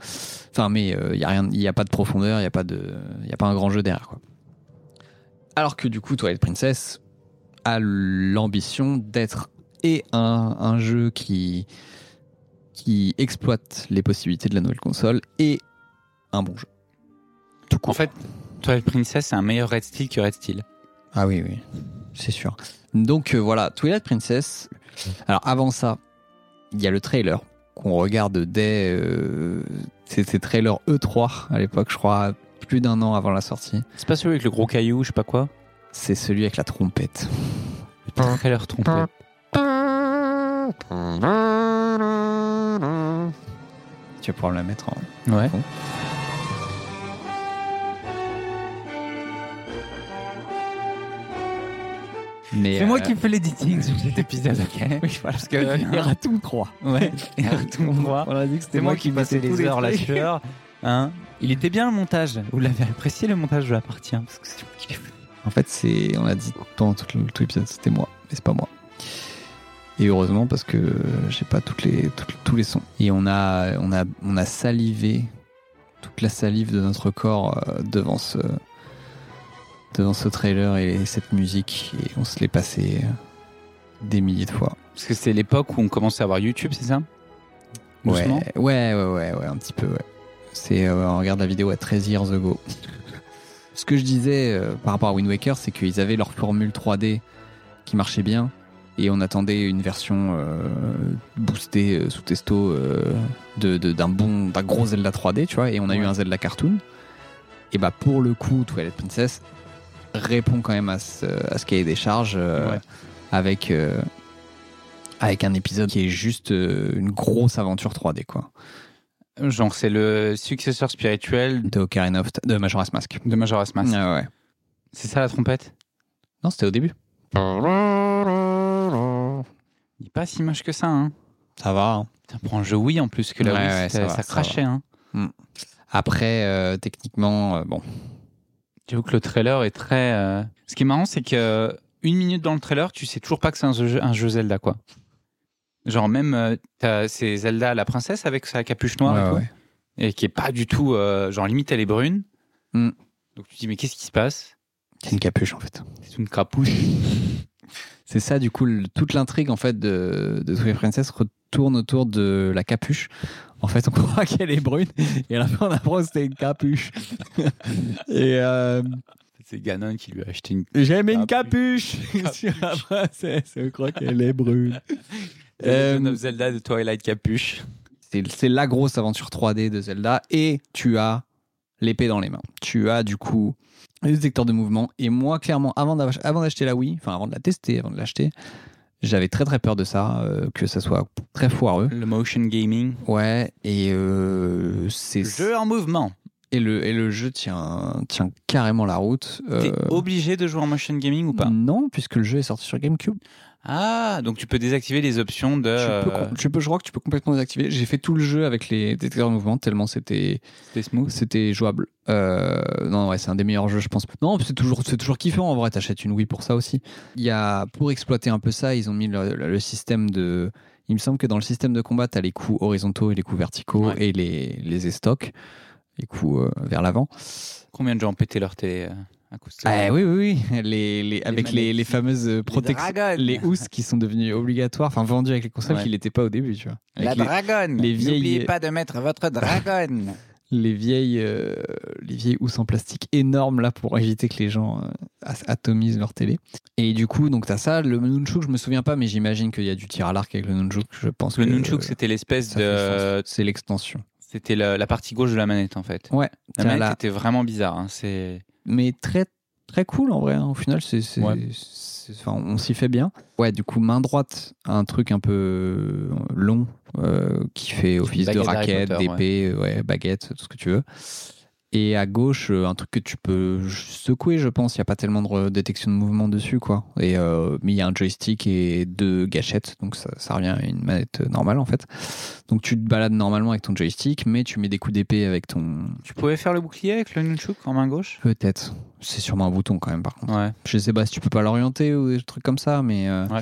B: Enfin, mais il n'y a, rien- y a pas de profondeur, il n'y a, pas de- y a pas un grand jeu derrière. Quoi. Alors que du coup, Twilight Princess a l'ambition d'être et un, un jeu qui, qui exploite les possibilités de la nouvelle console et un bon jeu. Tout
A: En fait, Twilight Princess, c'est un meilleur Red Steel que Red Steel.
B: Ah oui, oui, c'est sûr. Donc euh, voilà, Twilight Princess. Alors avant ça, il y a le trailer qu'on regarde dès. euh, C'était trailer E3 à l'époque, je crois, plus d'un an avant la sortie.
A: C'est pas celui avec le gros caillou, je sais pas quoi.
B: C'est celui avec la trompette.
A: Le trailer trompé.
B: Tu vas pouvoir me la mettre en.
A: Ouais.
B: Mais, euh,
A: fais l'editing sur cet épisode, ok
B: Oui, voilà, parce que
A: Euh,
B: il y aura tout le 3.
A: Ouais, et à tout droit.
B: On a dit que
A: C'est moi, qui passais
B: tous
A: les
B: les
A: heures la
B: trucs.
A: sueur. Hein Il était bien le montage. Vous l'avez apprécié le montage, je l'appartiens. Parce hein, que c'est moi qui l'ai fait.
B: En fait, c'est, on a dit pendant tout, le- tout l'épisode, c'était moi, mais c'est pas moi. Et heureusement parce que euh, j'ai pas toutes les, toutes- tous les sons. Et on a, on a, on a salivé toute la salive de notre corps euh, devant ce, devant ce trailer et cette musique. Et on se l'est passé euh, des milliers de fois.
A: Parce que c'est l'époque où on commençait à avoir YouTube, c'est ça
B: Ouais,
A: Doucement.
B: ouais, ouais, ouais, ouais, un petit peu, ouais. C'est, euh, on regarde la vidéo à 13 years ago. Ce que je disais euh, par rapport à Wind Waker, c'est qu'ils avaient leur formule 3D qui marchait bien, et on attendait une version euh, boostée euh, sous testo euh, de, de- d'un bon, d'un gros Zelda 3D, tu vois, et on a eu
A: Ouais.
B: un Zelda cartoon. Et bah pour le coup, Twilight Princess répond quand même à ce, à ce cahier des charges euh,
A: Ouais.
B: avec euh, avec un épisode qui est juste euh, une grosse aventure 3D quoi.
A: Genre, c'est le successeur spirituel
B: De Ocarina of Ti- de Majora's Mask.
A: de Majora's Mask.
B: Ah ouais.
A: C'est ça la trompette
B: Non, c'était au début.
A: Il est pas si moche que ça, hein.
B: Ça va. hein.
A: Putain, pour un jeu Wii en plus que la
B: Ouais,
A: Wii,
B: ouais,
A: c'était-
B: ça
A: ça,
B: va, ça
A: crachait, hein.
B: Après euh, techniquement euh, bon,
A: J'avoue que le trailer est très. euh, Ce qui est marrant, c'est que euh, une minute dans le trailer, tu sais toujours pas que c'est un jeu, un jeu Zelda, quoi. Genre même, euh, t'as- c'est Zelda la princesse avec sa capuche noire et,
B: Ouais,
A: tout,
B: ouais.
A: et qui est pas du tout, euh, genre limite elle est brune.
B: Hmm.
A: Donc tu te dis mais qu'est-ce qui se passe
B: c'est une capuche en fait.
A: C'est une crapouche.
B: C'est ça, du coup, le- toute l'intrigue en fait de, de Twilight Princess retourne autour de la capuche. En fait, on croit qu'elle est brune et à la fin, on apprend que c'était une capuche. et euh,
A: c'est Ganon qui lui a acheté une.
B: j'aime une
A: Capuche.
B: capuche sur la princesse. On croit qu'elle est brune. Euh,
A: Legend of Zelda de Twilight Capuche.
B: c'est c'est la grosse aventure 3D de Zelda et tu as l'épée dans les mains. Tu as du coup le détecteur de mouvement et moi clairement avant d'ach- avant d'acheter la Wii, enfin avant de la tester, avant de l'acheter, j'avais très très peur de ça, euh, que ça soit très foireux.
A: Le motion gaming.
B: Ouais, et euh, c'est
A: Jeu en mouvement.
B: et le et le jeu tient tient carrément la route. Euh, Mm.
A: T'es obligé de jouer en motion gaming ou pas
B: Non, puisque le jeu est sorti sur GameCube.
A: Ah, donc tu peux désactiver les options de. euh,
B: Tu, peux, com- tu peux, je crois que tu peux complètement désactiver. J'ai fait tout le jeu avec les détecteurs de mouvement tellement c'était
A: C'était smooth.
B: c'était jouable. Euh, non, ouais, c'est un des meilleurs jeux, je pense. Non, c'est toujours, c'est toujours kiffant. En vrai, t'achètes une Wii pour ça aussi. Il y a, pour exploiter un peu ça, ils ont mis le, le- le système de. Il me semble que dans le système de combat, t'as les coups horizontaux et les coups verticaux
A: Ouais.
B: et les, les estocs, les coups euh, vers l'avant.
A: Combien de gens ont pété leur télé euh, à cause de ça
B: Ah, oui, oui, oui. Les, les- avec les,
A: manettes
B: les
A: qui-
B: fameuses protections.
A: dragonnes.
B: Les housses qui sont devenues obligatoires, enfin vendues avec les consoles
A: Ouais.
B: qui n'étaient pas au début, tu vois.
A: La
B: Avec les-
A: dragonne
B: les vieilles-
A: N'oubliez pas de mettre votre dragonne
B: les vieilles, euh, les vieilles housses en plastique énormes là pour éviter que les gens euh, as- atomisent leur télé. Et du coup, donc t'as ça, le nunchuk, je me souviens pas, mais j'imagine qu'il y a du tir à l'arc avec le nunchuk. Je pense
A: Le
B: que,
A: nunchuk,
B: euh,
A: c'était l'espèce
B: ça fait
A: de.
B: sens. c'est l'extension.
A: C'était la, la partie gauche de la manette, en fait.
B: Ouais,
A: La
B: t'as
A: manette
B: la-
A: était vraiment bizarre. hein, C'est.
B: mais très très cool en vrai. hein. Au final, c'est, c'est-
A: Ouais.
B: c'est- enfin, on s'y fait bien. Ouais, du coup, main droite, un truc un peu long euh, qui fait office de
A: baguette d'Harry
B: raquette,
A: Potter,
B: d'épée, ouais, baguette, tout ce que tu veux. Et à gauche, euh, un truc que tu peux secouer, je pense. Il n'y a pas tellement de re- détection de mouvement dessus, quoi. Et, euh, mais il y a un joystick et deux gâchettes, donc ça, ça revient à une manette normale, en fait. Donc tu te balades normalement avec ton joystick, mais tu mets des coups d'épée avec ton...
A: Tu pouvais faire le bouclier avec le nunchuk en main gauche
B: Peut-être. C'est sûrement un bouton, quand même, par contre.
A: Ouais.
B: Je sais pas si tu peux pas l'orienter ou des trucs comme ça, mais. euh,
A: Ouais.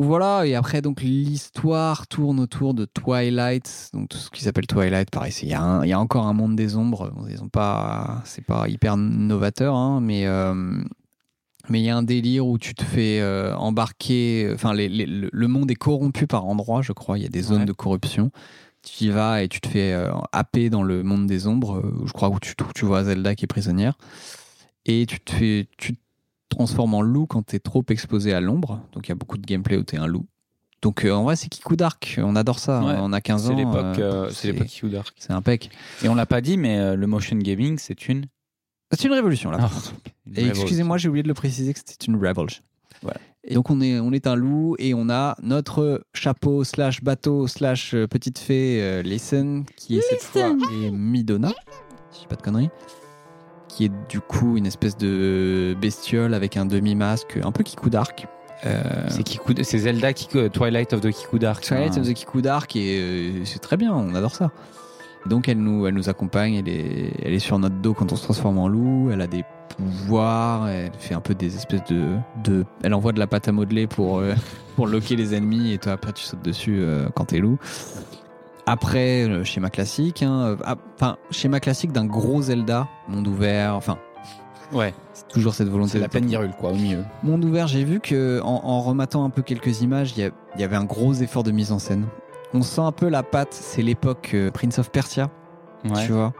B: Voilà, et après, donc, l'histoire tourne autour de Twilight. Donc, tout ce qui s'appelle Twilight, pareil, c'est- il y, a un- il y a encore un monde des ombres. Bon, ils ont pas. C'est pas hyper novateur, hein, mais. euh, Mais il y a un délire où tu te fais euh, embarquer. Enfin, les- les- le le monde est corrompu par endroits, je crois. Il y a des zones
A: Ouais.
B: de corruption. Tu y vas et tu te fais euh, happer dans le monde des ombres, euh, je crois, où tu, où tu vois Zelda qui est prisonnière. Et tu te, fais, tu te transformes en loup quand t'es trop exposé à l'ombre. Donc il y a beaucoup de gameplay où t'es un loup. Donc euh, en vrai, c'est Kikou Dark. On adore ça.
A: Ouais,
B: on a 15
A: C'est
B: ans.
A: l'époque.
B: euh,
A: euh, C'est l'époque Hugh Dark.
B: C'est impec.
A: Et on l'a pas dit, mais euh, le motion gaming, c'est une.
B: C'est une révolution
A: Ah.
B: là. Et excusez-moi, j'ai oublié de le préciser que c'était une Revolge.
A: Voilà.
B: Et donc on est, on est un loup et on a notre chapeau slash bateau slash euh, petite fée euh, Listen qui est cette fois et Midona, si je dis pas de conneries, qui est du coup une espèce de bestiole avec un demi-masque un peu Kikou Dark. Euh,
A: C'est Kikou- c'est Zelda Kikou- Twilight of the Kikou Dark.
B: Twilight
A: hein.
B: of the Kikou Dark et euh, c'est très bien, on adore ça. Donc elle nous, elle nous accompagne, elle est, elle est sur notre dos quand on se transforme en loup, elle a des pouvoir, elle fait un peu des espèces de, de- elle envoie de la pâte à modeler pour euh, pour loquer les ennemis et toi après tu sautes dessus euh, quand t'es loup. Après le schéma classique, hein, euh, ah, enfin schéma classique d'un gros Zelda, monde ouvert, enfin
A: Ouais,
B: c'est toujours cette volonté
A: c'est la
B: de-
A: plaine d'Hyrule, quoi, au milieu.
B: Monde ouvert, j'ai vu que en, en rematant un peu quelques images, il y a- il y, avait un gros effort de mise en scène. On sent un peu la patte, c'est l'époque euh, Prince of Persia,
A: Ouais.
B: tu vois.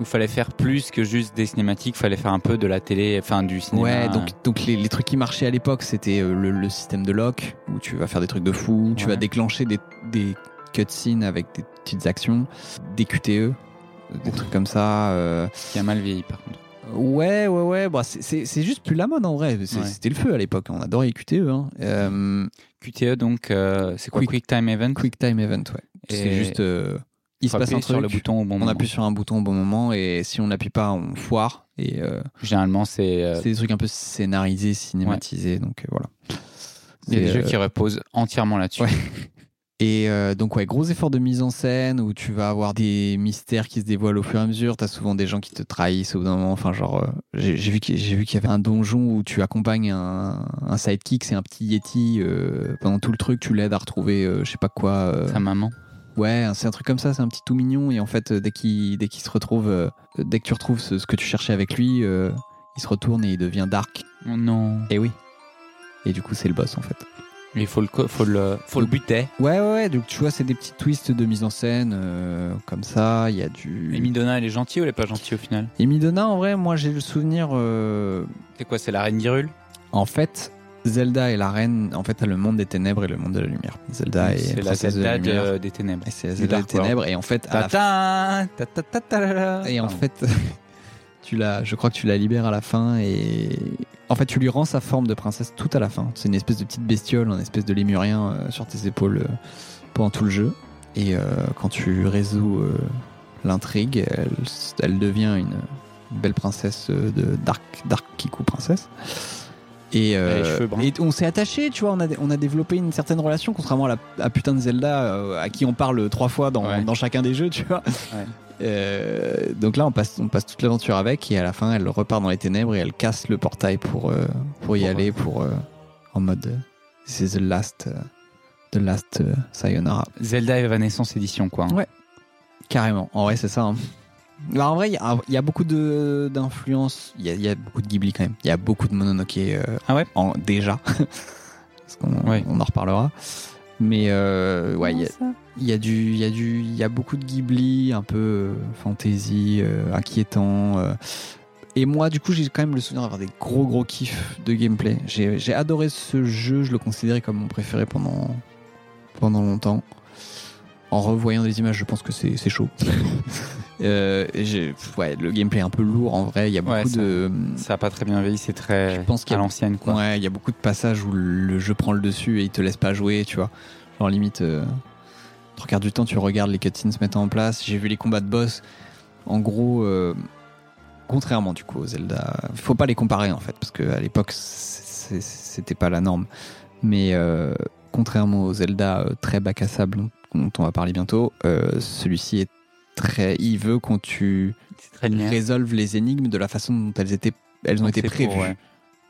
A: Où fallait faire plus que juste des cinématiques, fallait faire un peu de la télé, enfin du cinéma.
B: Ouais, donc, donc les, les trucs qui marchaient à l'époque, c'était euh, le, le système de lock, où tu vas faire des trucs de fou, tu
A: Ouais.
B: vas déclencher des, des cutscenes avec des petites actions, des QTE, des trucs comme ça. euh.
A: qui a mal vieilli par contre.
B: Ouais, ouais, ouais, bah, c'est- c'est c'est juste plus la mode en vrai. C'est-
A: Ouais.
B: C'était le feu à l'époque, on adorait les QTE. Hein. Euh,
A: QTE, donc, euh, c'est quoi
B: Quick-
A: Quick, Time Event
B: quick Time Event, ouais.
A: Et-
B: C'est juste, euh, il se
A: Faut
B: passe un
A: appuyer
B: truc,
A: sur le bouton au bon
B: on
A: moment.
B: appuie sur un bouton au bon moment, et si on n'appuie pas, on foire. Et euh,
A: Généralement, c'est. euh,
B: c'est des trucs un peu scénarisés, cinématisés, donc euh, voilà.
A: Il y a des
B: C'est,
A: jeux
B: euh,
A: qui reposent entièrement là-dessus.
B: Ouais. Et euh, donc, ouais, gros effort de mise en scène où tu vas avoir des mystères qui se dévoilent au fur et à mesure. T'as souvent des gens qui te trahissent au bout d'un moment. Enfin, genre, euh, j'ai j'ai vu qu'il j'ai vu qu'il y avait un donjon où tu accompagnes un, un sidekick, c'est un petit Yeti. euh, pendant tout le truc, tu l'aides à retrouver, euh, je sais pas quoi. euh,
A: Sa maman.
B: Ouais, c'est un truc comme ça, c'est un petit tout mignon. Et en fait, euh, dès qu'il dès qu'il se retrouve, euh, dès que tu retrouves ce, ce que tu cherchais avec lui, euh, il se retourne et il devient dark.
A: Oh non.
B: Et oui. Et du coup, c'est le boss en fait.
A: Il faut le, co- faut le, faut le buter.
B: Ouais, ouais, ouais. Donc tu vois, c'est des petits twists de mise en scène euh, comme ça. Il y a
A: Et
B: du.
A: Midona, elle est gentille ou elle est pas gentille au final
B: Et Midona, en vrai, moi j'ai le souvenir. euh,
A: C'est quoi C'est la reine d'Hyrule
B: En fait, Zelda et la reine, en fait, t'as le monde des ténèbres et le monde de la lumière. Zelda est
A: C'est la
B: princesse
A: Zelda
B: de la lumière.
A: de- des ténèbres.
B: Et c'est la Zelda des
A: Dark World.
B: ténèbres. Et en fait, à la
A: Ta-ta, ta-ta-ta-ta-la-la.
B: Et en
A: Pardon.
B: fait, tu la, je crois que tu la libères à la fin et en fait tu lui rends sa forme de princesse tout à la fin. C'est une espèce de petite bestiole, un espèce de lémurien euh, sur tes épaules euh, pendant tout le jeu. Et euh, quand tu résous euh, l'intrigue, elle, s- elle devient une une belle princesse euh, de Dark Dark Kiku princesse. Et, euh,
A: les cheveux bruns.
B: et on s'est attaché, tu vois, on a, on a développé une certaine relation, contrairement à la à putain de Zelda euh, à qui on parle trois fois dans,
A: Ouais.
B: dans chacun des jeux, tu vois.
A: Ouais.
B: Euh, donc là, on passe, on passe toute l'aventure avec, et à la fin, elle repart dans les ténèbres et elle casse le portail pour, euh, pour y
A: Pour,
B: aller, pour euh, en mode euh, This is the last, euh, the last euh, sayonara.
A: Zelda Evanescence édition quoi.
B: Ouais. Carrément. En vrai, c'est ça. hein. Bah, en vrai, il y a- il y, a beaucoup de- d'influences. Il y, a- il y a beaucoup de Ghibli quand même. Il y a beaucoup de Mononoke euh,
A: Ah ouais
B: en, déjà. Parce qu'on
A: Ouais.
B: on en reparlera. Mais euh, ouais, il y a- il y, a du, il y a du, il y a beaucoup de Ghibli, un peu euh, fantasy, euh, inquiétant. euh. Et moi, du coup, j'ai quand même le souvenir d'avoir des gros gros kiffs de gameplay. J'ai j'ai adoré ce jeu. Je le considérais comme mon préféré pendant pendant longtemps. En revoyant des images, je pense que c'est c'est chaud. Euh, et j'ai- pff, ouais, le gameplay est un peu lourd en vrai. Il y a beaucoup
A: Ouais, ça-
B: de. hum,
A: Ça a pas très bien vieilli, c'est très
B: Je pense qu'il y
A: à
B: a-
A: l'ancienne quoi.
B: Ouais, il y a beaucoup de passages où le jeu prend le dessus et il te laisse pas jouer, tu vois. Genre limite, euh, trois quarts du temps, tu regardes les cutscenes se mettre en place. J'ai vu les combats de boss. En gros, euh, contrairement du coup aux Zelda, faut pas les comparer en fait, parce qu'à l'époque, c'est- c'est- c'était pas la norme. Mais euh, contrairement aux Zelda euh, très bac à sable dont- dont on va parler bientôt, euh, celui-ci est très. Il veut quand tu
A: C'est très linéaire.
B: résolves les énigmes de la façon dont elles, étaient, elles ont été
A: C'est pour,
B: prévues.
A: ouais.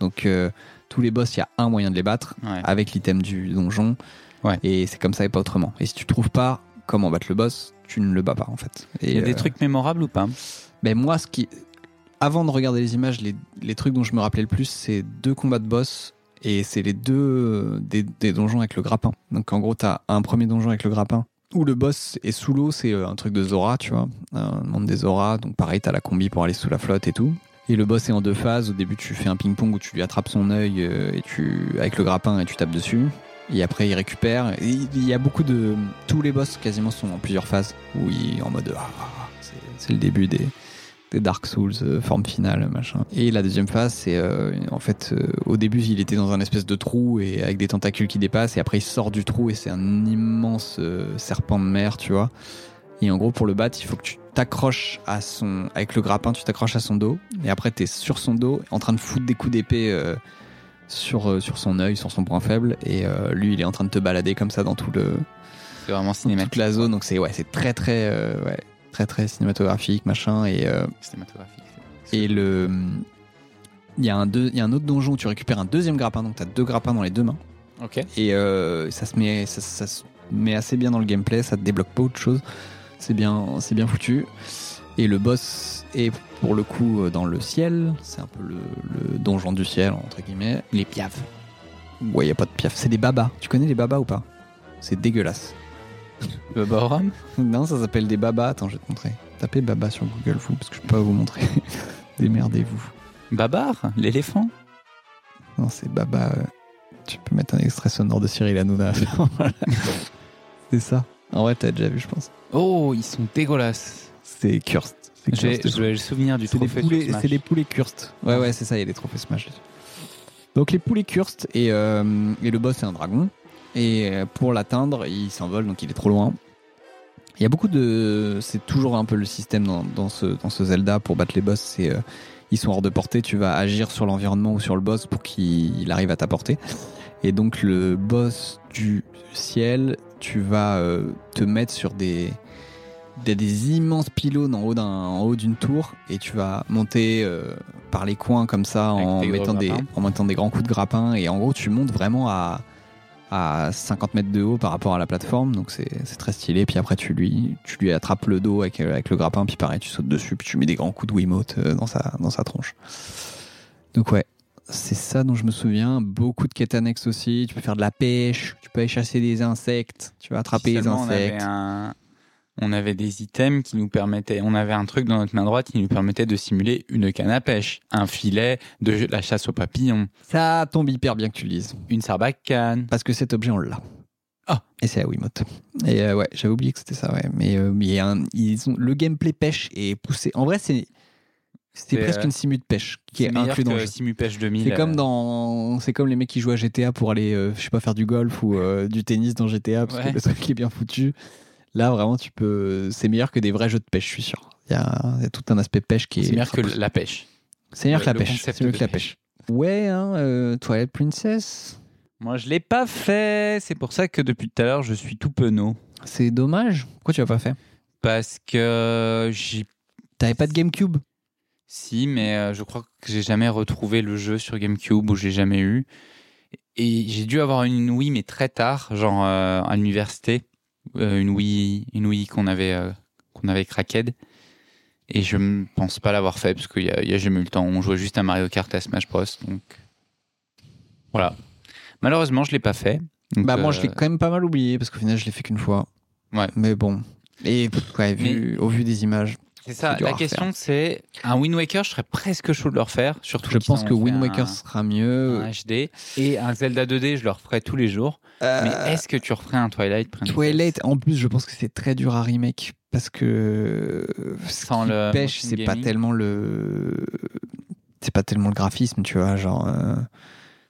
B: Donc euh, tous les boss, il y a un moyen de les battre
A: Ouais.
B: avec l'item du donjon.
A: Ouais.
B: Et c'est comme ça et pas autrement. Et si tu trouves pas comment battre le boss, tu ne le bats pas en fait. Et,
A: Il y a
B: euh,
A: des trucs mémorables ou pas
B: ben moi, ce qui, avant de regarder les images, les, les trucs dont je me rappelais le plus, c'est deux combats de boss et c'est les deux euh, des, des donjons avec le grappin. Donc en gros, t'as un premier donjon avec le grappin où le boss est sous l'eau, c'est euh, un truc de Zora, tu vois, un monde des Zora. Donc pareil, t'as la combi pour aller sous la flotte et tout. Et le boss est en deux phases. Au début, tu fais un ping-pong où tu lui attrapes son œil euh, et tu avec le grappin et tu tapes dessus. Et après, il récupère. Et Il y a beaucoup de tous les boss quasiment sont en plusieurs phases où il est en mode ah, ah, ah, c'est- c'est le début des des Dark Souls, euh, forme finale, machin. Et la deuxième phase, c'est euh, en fait, euh, au début, il était dans un espèce de trou et avec des tentacules qui dépassent, et après, il sort du trou et c'est un immense euh, serpent de mer, tu vois. Et en gros, pour le battre, il faut que tu t'accroches à son. Avec le grappin, tu t'accroches à son dos, et après, t'es sur son dos, en train de foutre des coups d'épée. euh, sur, euh, sur son œil, sur son point faible, et euh, lui il est en train de te balader comme ça dans tout le,
A: C'est vraiment cinématique.
B: toute la zone, donc c'est ouais, c'est très très, euh, ouais, très très cinématographique, machin, et euh,
A: Cinématographique.
B: Et le, il y, a un deux- il y a un autre donjon où tu récupères un deuxième grappin, donc tu as deux grappins dans les deux mains.
A: Ok.
B: Et euh, ça, se met, ça, ça se met assez bien dans le gameplay, ça te débloque pas autre chose. C'est bien, c'est bien foutu. Et le boss est pour le coup euh, dans le ciel, c'est un peu le, le donjon du ciel, entre guillemets. Les piafs. Ouais, y a pas de piaf, c'est des babas. Tu connais les babas ou pas C'est dégueulasse.
A: Le Borum
B: Non, ça s'appelle des babas. Attends, je vais te montrer. Tapez baba sur Google, vous, parce que je peux pas vous montrer. Démerdez-vous.
A: Babar L'éléphant
B: Non, c'est baba. euh, Tu peux mettre un extrait sonore de Cyril Hanouna. Voilà. c'est ça. En vrai, t'as déjà vu, je pense.
A: Oh, ils sont dégueulasses.
B: C'est Cursed. C'est
A: J'ai
B: Cursed.
A: j'ai le souvenir du
B: C'est des
A: trophée sur
B: poulets,
A: Smash.
B: c'est des poulets Cursed. Ouais, ouais, c'est ça, il y a des trophées Smash. dessus. Donc les poulets Cursed et, euh, et le boss c'est un dragon. Et euh, pour l'atteindre, il s'envole, donc il est trop loin. Il y a beaucoup de. C'est toujours un peu le système dans, dans ce, dans ce Zelda pour battre les boss. C'est euh, ils sont hors de portée. Tu vas agir sur l'environnement ou sur le boss pour qu'il il arrive à ta portée. Et donc le boss du ciel, tu vas euh, te mettre sur des il y a des immenses pylônes en haut d'un en haut d'une tour et tu vas monter euh, par les coins comme ça
A: Avec tes gros
B: en mettant des
A: grappins.
B: en mettant des grands coups de grappin et en gros tu montes vraiment à à 50 mètres de haut par rapport à la plateforme donc c'est c'est très stylé puis après tu lui tu lui attrapes le dos avec, euh, avec le grappin puis pareil tu sautes dessus puis tu mets des grands coups de Wiimote euh, dans sa dans sa tronche donc ouais c'est ça dont je me souviens. Beaucoup de quêtes annexes aussi. Tu peux faire de la pêche, tu peux aller chasser des insectes, tu vas attraper
A: Si
B: les
A: seulement
B: insectes.
A: On avait, un- on avait des items qui nous permettaient. On avait un truc dans notre main droite qui nous permettait de simuler une canne à pêche, un filet, de la chasse aux papillons,
B: Ça tombe hyper bien que tu le lises.
A: une sarbacane.
B: Parce que cet objet, on l'a.
A: Ah.
B: Et c'est la Wiimote. Et euh, ouais, j'avais oublié que c'était ça, ouais. Mais, euh, mais il y a un- ils ont, le gameplay pêche est poussé. En vrai, c'est c'est
A: C'est,
B: presque
A: euh,
B: une simu de pêche qui est,
A: meilleur
B: inclus dans le
A: que
B: jeu.
A: Simu Pêche 2000.
B: C'est
A: euh,
B: comme dans, c'est comme les mecs qui jouent à GTA pour aller, euh, je sais pas, faire du golf ou euh, du tennis dans GTA parce
A: Ouais.
B: que le truc est bien foutu. Là, vraiment, tu peux, c'est meilleur que des vrais jeux de pêche, je suis sûr. Il y a, il y a tout un aspect pêche qui est.
A: C'est meilleur que la pêche.
B: C'est meilleur
A: le-
B: que la
A: le
B: pêche.
A: concept
B: C'est mieux
A: de
B: que la
A: pêche.
B: pêche. Ouais, hein, euh, Twilight Princess,
A: Moi, je l'ai pas fait. C'est pour ça que depuis tout à l'heure, je suis tout penaud.
B: c'est dommage. Pourquoi tu l'as pas fait
A: Parce que j'ai.
B: T'avais pas de GameCube
A: Si, mais euh, je crois que j'ai jamais retrouvé le jeu sur GameCube ou j'ai jamais eu. Et j'ai dû avoir une Wii, mais très tard, genre euh, à l'université. Euh, une Wii, une Wii qu'on avait, euh, qu'on avait craquée. Et je ne pense pas l'avoir fait parce qu'il n'y a, il y a jamais eu le temps. On jouait juste à Mario Kart et à Smash Bros. Donc voilà. Malheureusement, je ne l'ai pas fait. Donc,
B: Bah moi,
A: euh,
B: je l'ai quand même pas mal oublié parce qu'au final, je l'ai fait qu'une fois.
A: Ouais.
B: Mais bon. Et pff, ouais, vu, au vu des images,
A: C'est ça,
B: C'est dur
A: la
B: à refaire.
A: question c'est un Wind Waker, je serais presque chaud de le refaire, surtout
B: je
A: qu'ils
B: pense
A: en
B: que
A: ont fait
B: Wind
A: un-
B: Waker sera mieux.
A: un HD et un Zelda 2D, je le referais tous les jours.
B: Euh,
A: Mais est-ce que tu referais un Twilight Princess
B: Twilight, en plus, je pense que c'est très dur à remake parce que euh, ce
A: Sans
B: qui
A: le
B: pêche,
A: motion
B: c'est pas
A: gaming.
B: tellement le, c'est pas tellement le graphisme, tu vois, genre. euh,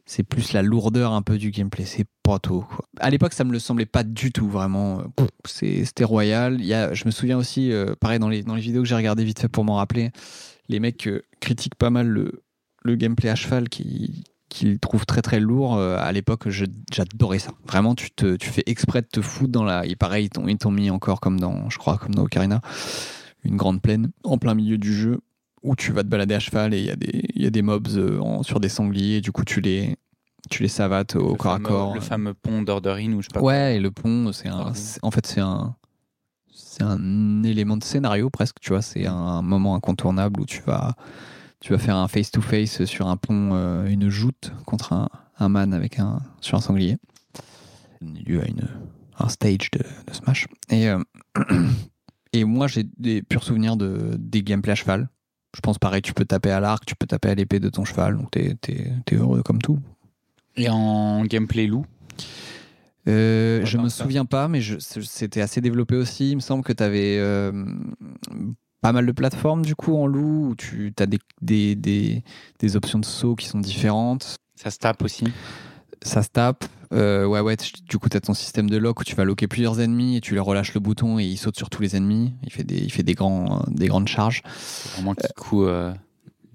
B: C'est plus la lourdeur un peu du gameplay, c'est pas tout. Quoi. À l'époque, ça me le semblait pas du tout vraiment. euh, pff, c'est- C'était royal. Il y a, je me souviens aussi, euh, pareil dans les dans les vidéos que j'ai regardées vite fait pour m'en rappeler, les mecs euh, critiquent pas mal le le gameplay à cheval qui qu'ils trouvent très très lourd. Euh, à l'époque, je- j'adorais ça. Vraiment, tu, te, tu fais exprès de te foutre dans la. Et pareil, ils t'ont- ils t'ont mis encore comme dans, je crois, comme dans Ocarina, une grande plaine en plein milieu du jeu où tu vas te balader à cheval et il y a des, il y a des mobs euh, en- sur des sangliers et du coup tu les, tu les savates au
A: Le
B: corps
A: fameux-
B: à corps.
A: Le fameux pont d'Ordorin ou je sais pas.
B: Ouais, et le pont, c'est un,
A: Pardon.
B: c'est- en fait, c'est un, c'est un élément de scénario presque, tu vois. C'est un moment incontournable où tu vas, tu vas faire un face-to-face sur un pont, euh, une joute contre un, un man avec un, sur un sanglier. Il y a une, un stage de, de Smash. Et, euh, et moi, j'ai des purs souvenirs de, des gameplays à cheval. Je pense pareil, tu peux taper à l'arc, tu peux taper à l'épée de ton cheval, donc t'es t'es- t'es heureux comme tout.
A: Et en gameplay loup,
B: Euh,
A: Pas
B: je me
A: tant que ça.
B: souviens pas, mais je- c'était assez développé aussi. Il me semble que tu avais pas mal de plateformes du coup en loup, où tu as des, des, des, des options de saut qui sont différentes.
A: ça se tape aussi.
B: Ça se tape. Euh, ouais, ouais, tu- du coup, tu as ton système de lock où tu vas locker plusieurs ennemis et tu leur relâches le bouton et il saute sur tous les ennemis. Il fait des, il fait des, grands, des grandes charges.
A: Vraiment qui coup. euh,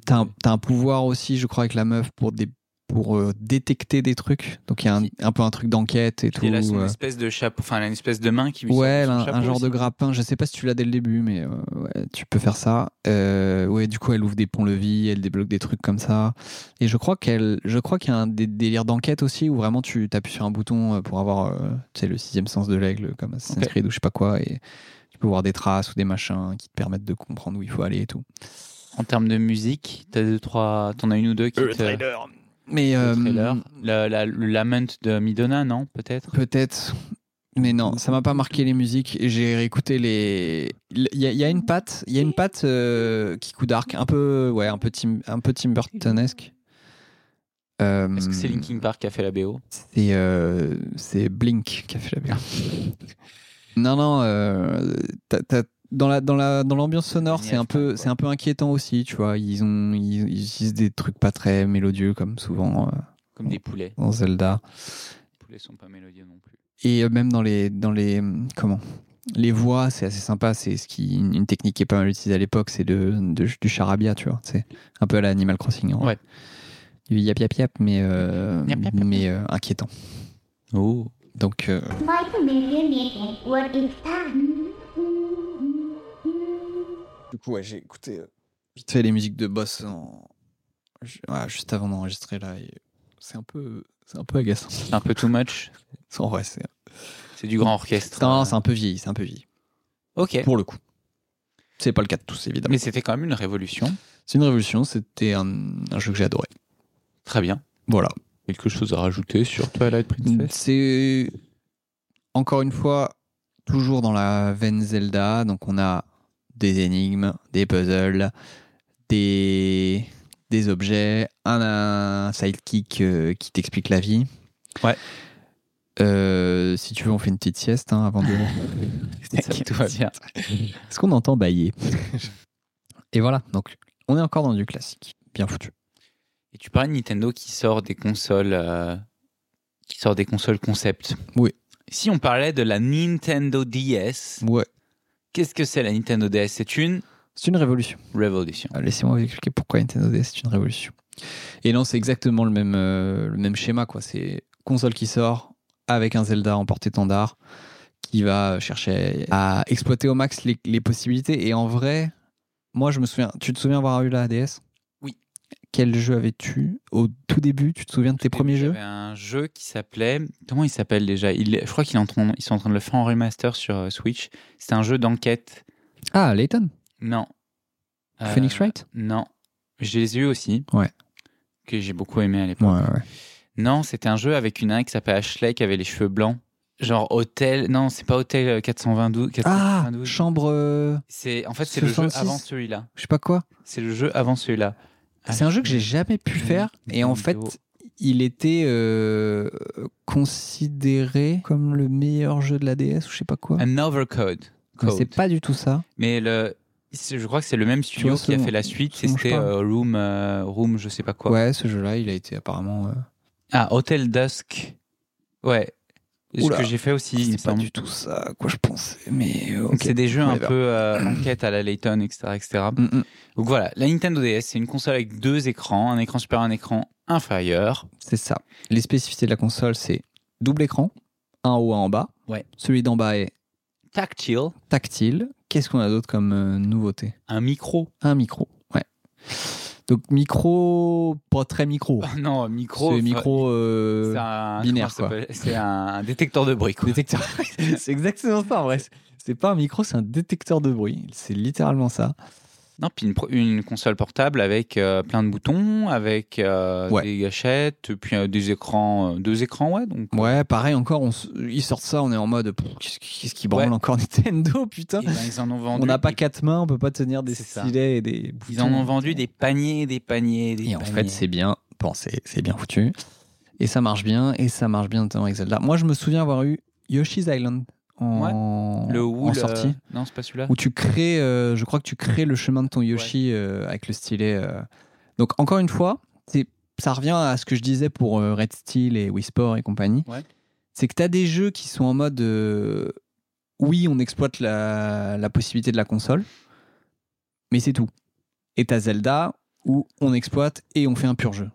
B: T'as un, t'as un pouvoir aussi, je crois, avec la meuf pour des pour euh, détecter des trucs. Donc il y a un, un peu un truc d'enquête et tout.
A: Et là, c'est une
B: euh,
A: espèce de chapeau, enfin, elle a une espèce de main qui lui sort
B: Ouais,
A: de son
B: un,
A: chapeau
B: un genre
A: aussi.
B: de grappin. Je sais pas si tu l'as dès le début, mais euh, ouais, tu peux faire ça. Euh, ouais, du coup, elle ouvre des ponts-levis, elle débloque des trucs comme ça. Et je crois qu'elle, je crois qu'il y a un des délires d'enquête aussi où vraiment tu t'appuies sur un bouton euh, pour avoir, euh, tu sais, le sixième sens de l'aigle comme Assassin's
A: Ok.
B: Creed ou je sais pas quoi. Et tu peux voir des traces ou des machins qui te permettent de comprendre où il faut aller et tout.
A: En termes de musique, t'as deux, trois, t'en as une ou deux qui te.
B: Mais
A: le
B: euh,
A: trailer. La- la- le lament de Midona, non Peut-être
B: Peut-être. Mais non, ça m'a pas marqué les musiques. Et J'ai réécouté les. Il y, a- il y a une patte, il y a une patte euh, qui coup d'arc, un peu, ouais, un peu Tim, un peu Tim Burtonesque. Euh,
A: Est-ce que c'est Linkin Park qui a fait la BO
B: C'est euh, c'est Blink qui a fait la bière. non, non. euh, t'as- t'as- dans la dans la dans l'ambiance sonore, c'est un peu c'est un peu inquiétant aussi, tu vois. Ils ont ils, ils utilisent des trucs pas très mélodieux comme souvent euh,
A: Comme des poulets.
B: dans Zelda.
A: Les poulets sont pas mélodieux non plus.
B: Et euh, même dans les, dans les hum, comment les voix, c'est assez sympa. C'est ce qui une une technique qui est pas mal utilisée à l'époque, c'est de, de- du charabia, tu vois. C'est un peu à la Animal Crossing. en
A: Ouais.
B: vrai. Du yap yap yap, mais euh,
A: Yap, yap, yap.
B: mais euh, inquiétant.
A: Oh
B: Donc euh,
F: Like a million little what is time?
B: du coup, ouais, j'ai écouté euh, vite fait les musiques de boss en- ju- ouais, juste avant d'enregistrer là. et C'est un peu c'est un peu agaçant.
A: C'est un peu too much.
B: En vrai, c'est
A: C'est du grand orchestre. euh.
B: non, c'est un peu vieilli, c'est un peu vieilli
A: Ok.
B: pour le coup. C'est pas le cas de tous évidemment.
A: Mais c'était quand même une révolution.
B: C'est une révolution. C'était un- un jeu que j'ai adoré.
A: Très bien.
B: Voilà.
A: Quelque chose à rajouter sur Twilight Princess
B: C'est encore une fois toujours dans la veine Zelda. Donc on a des énigmes, des puzzles, des, des objets, un, un sidekick euh, qui t'explique la vie.
A: Ouais.
B: Euh, si tu veux, on fait une petite sieste hein, avant de.
A: Tout va bien.
B: Est-ce qu'on entend bailler Et voilà. Donc on est encore dans du classique. Bien foutu.
A: Et tu parlais de Nintendo qui sort des consoles, euh, qui sort des consoles concept.
B: Oui.
A: Si on parlait de la Nintendo DS,
B: Ouais.
A: qu'est-ce que c'est la Nintendo DS C'est une
B: C'est une révolution.
A: révolution.
B: Euh, Laissez-moi vous expliquer pourquoi Nintendo DS c'est une révolution. Et non, c'est exactement le même, euh, le même schéma. quoi. C'est console qui sort avec un Zelda en porte-étendard qui va chercher à exploiter au max les, les possibilités. Et en vrai, moi je me souviens, tu te souviens avoir eu la DS
A: Oui.
B: Quel jeu avais-tu au tout début Tu te souviens de tes premiers jeux
A: J'avais un jeu qui s'appelait. Comment il s'appelle déjà il, est- Je crois qu'ils sont en train- ils sont en train de le faire en remaster sur euh, Switch. C'est un jeu d'enquête.
B: Ah, Layton
A: Non. Euh,
B: Phoenix Wright
A: Non. Je les ai eu aussi.
B: Ouais.
A: Que j'ai beaucoup aimé à l'époque.
B: Ouais, ouais. ouais.
A: Non, c'était un jeu avec une nain qui s'appelle Ashley qui avait les cheveux blancs. Genre Hôtel. Non, c'est pas Hôtel euh, 422.
B: Ah,
A: 492.
B: chambre. euh,
A: c'est en fait c'est le jeu
B: 66.
A: avant celui-là.
B: je sais pas quoi.
A: C'est le jeu avant celui-là.
B: C'est
A: Ah,
B: un jeu que j'ai jamais pu
A: Mmh,
B: faire et en fait, il était euh, considéré comme le meilleur jeu de la DS ou je sais pas quoi.
A: Another Code.
B: Mais
A: Code.
B: c'est pas du tout ça.
A: Mais le, c'est- je crois que c'est le même studio
B: vois
A: qui
B: ce
A: a
B: dont-
A: fait la suite.
B: ce dont je
A: C'était
B: parle.
A: euh, Room, euh, Room, je sais pas quoi.
B: Ouais, ce jeu-là, il a été apparemment. euh,
A: Ah, Hotel Dusk. Ouais.
B: Oula.
A: Ce que j'ai fait aussi. il me
B: c'est pas
A: semble.
B: du tout ça à quoi je pensais, mais euh,
A: Donc,
B: ok.
A: C'est des jeux un
B: Whatever.
A: peu euh, enquête à la Layton, etc., etc.
B: Mm, mm.
A: Donc voilà, la Nintendo DS, c'est une console avec deux écrans, un écran supérieur, un écran inférieur.
B: C'est ça. Les spécificités de la console, c'est double écran, un en haut, un en bas.
A: Ouais.
B: Celui d'en bas est
A: Tactile,
B: tactile. Qu'est-ce qu'on a d'autre comme euh, nouveauté
A: un micro.
B: Un micro. Ouais. Donc micro, pas très micro.
A: non, Ah, micro.
B: C'est
A: enfin,
B: micro. euh,
A: c'est un,
B: binaire,
A: comment ça s'appelle C'est un détecteur de bruit. quoi.
B: Détecteur. c'est exactement ça en vrai. C'est pas un micro, c'est un détecteur de bruit. C'est littéralement ça.
A: Non, puis une, pro- une console portable avec euh, plein de boutons, avec euh,
B: Ouais.
A: des gâchettes, puis euh, des écrans, euh, deux écrans, ouais. Donc
B: Ouais, pareil encore, on s- ils sortent ça, on est en mode pff, qu'est-ce qui- qu'est-ce qui branle
A: Ouais.
B: encore Nintendo, putain.
A: eh ben, ils en ont vendu.
B: On n'a pas
A: des-
B: quatre mains, on peut pas tenir des
A: C'est ça.
B: stylets et des.
A: Ils en ont vendu des paniers, des paniers, des
B: Et en
A: paniers.
B: fait, c'est bien pensé, c'est bien foutu. Et ça marche bien, et ça marche bien notamment avec Zelda. Moi, je me souviens avoir eu Yoshi's Island en,
A: le
B: en
A: wool.
B: sortie.
A: euh, Non, c'est pas celui-là.
B: où tu crées, euh, je crois que tu crées le chemin de ton Yoshi euh, avec le stylet. euh. Donc encore une fois, c'est- ça revient à ce que je disais pour euh, Red Steel et Wii Sport et compagnie.
A: Ouais.
B: C'est que tu as des jeux qui sont en mode, euh, oui, on exploite la, la possibilité de la console, mais c'est tout. Et t'as Zelda où on exploite et on fait un pur jeu.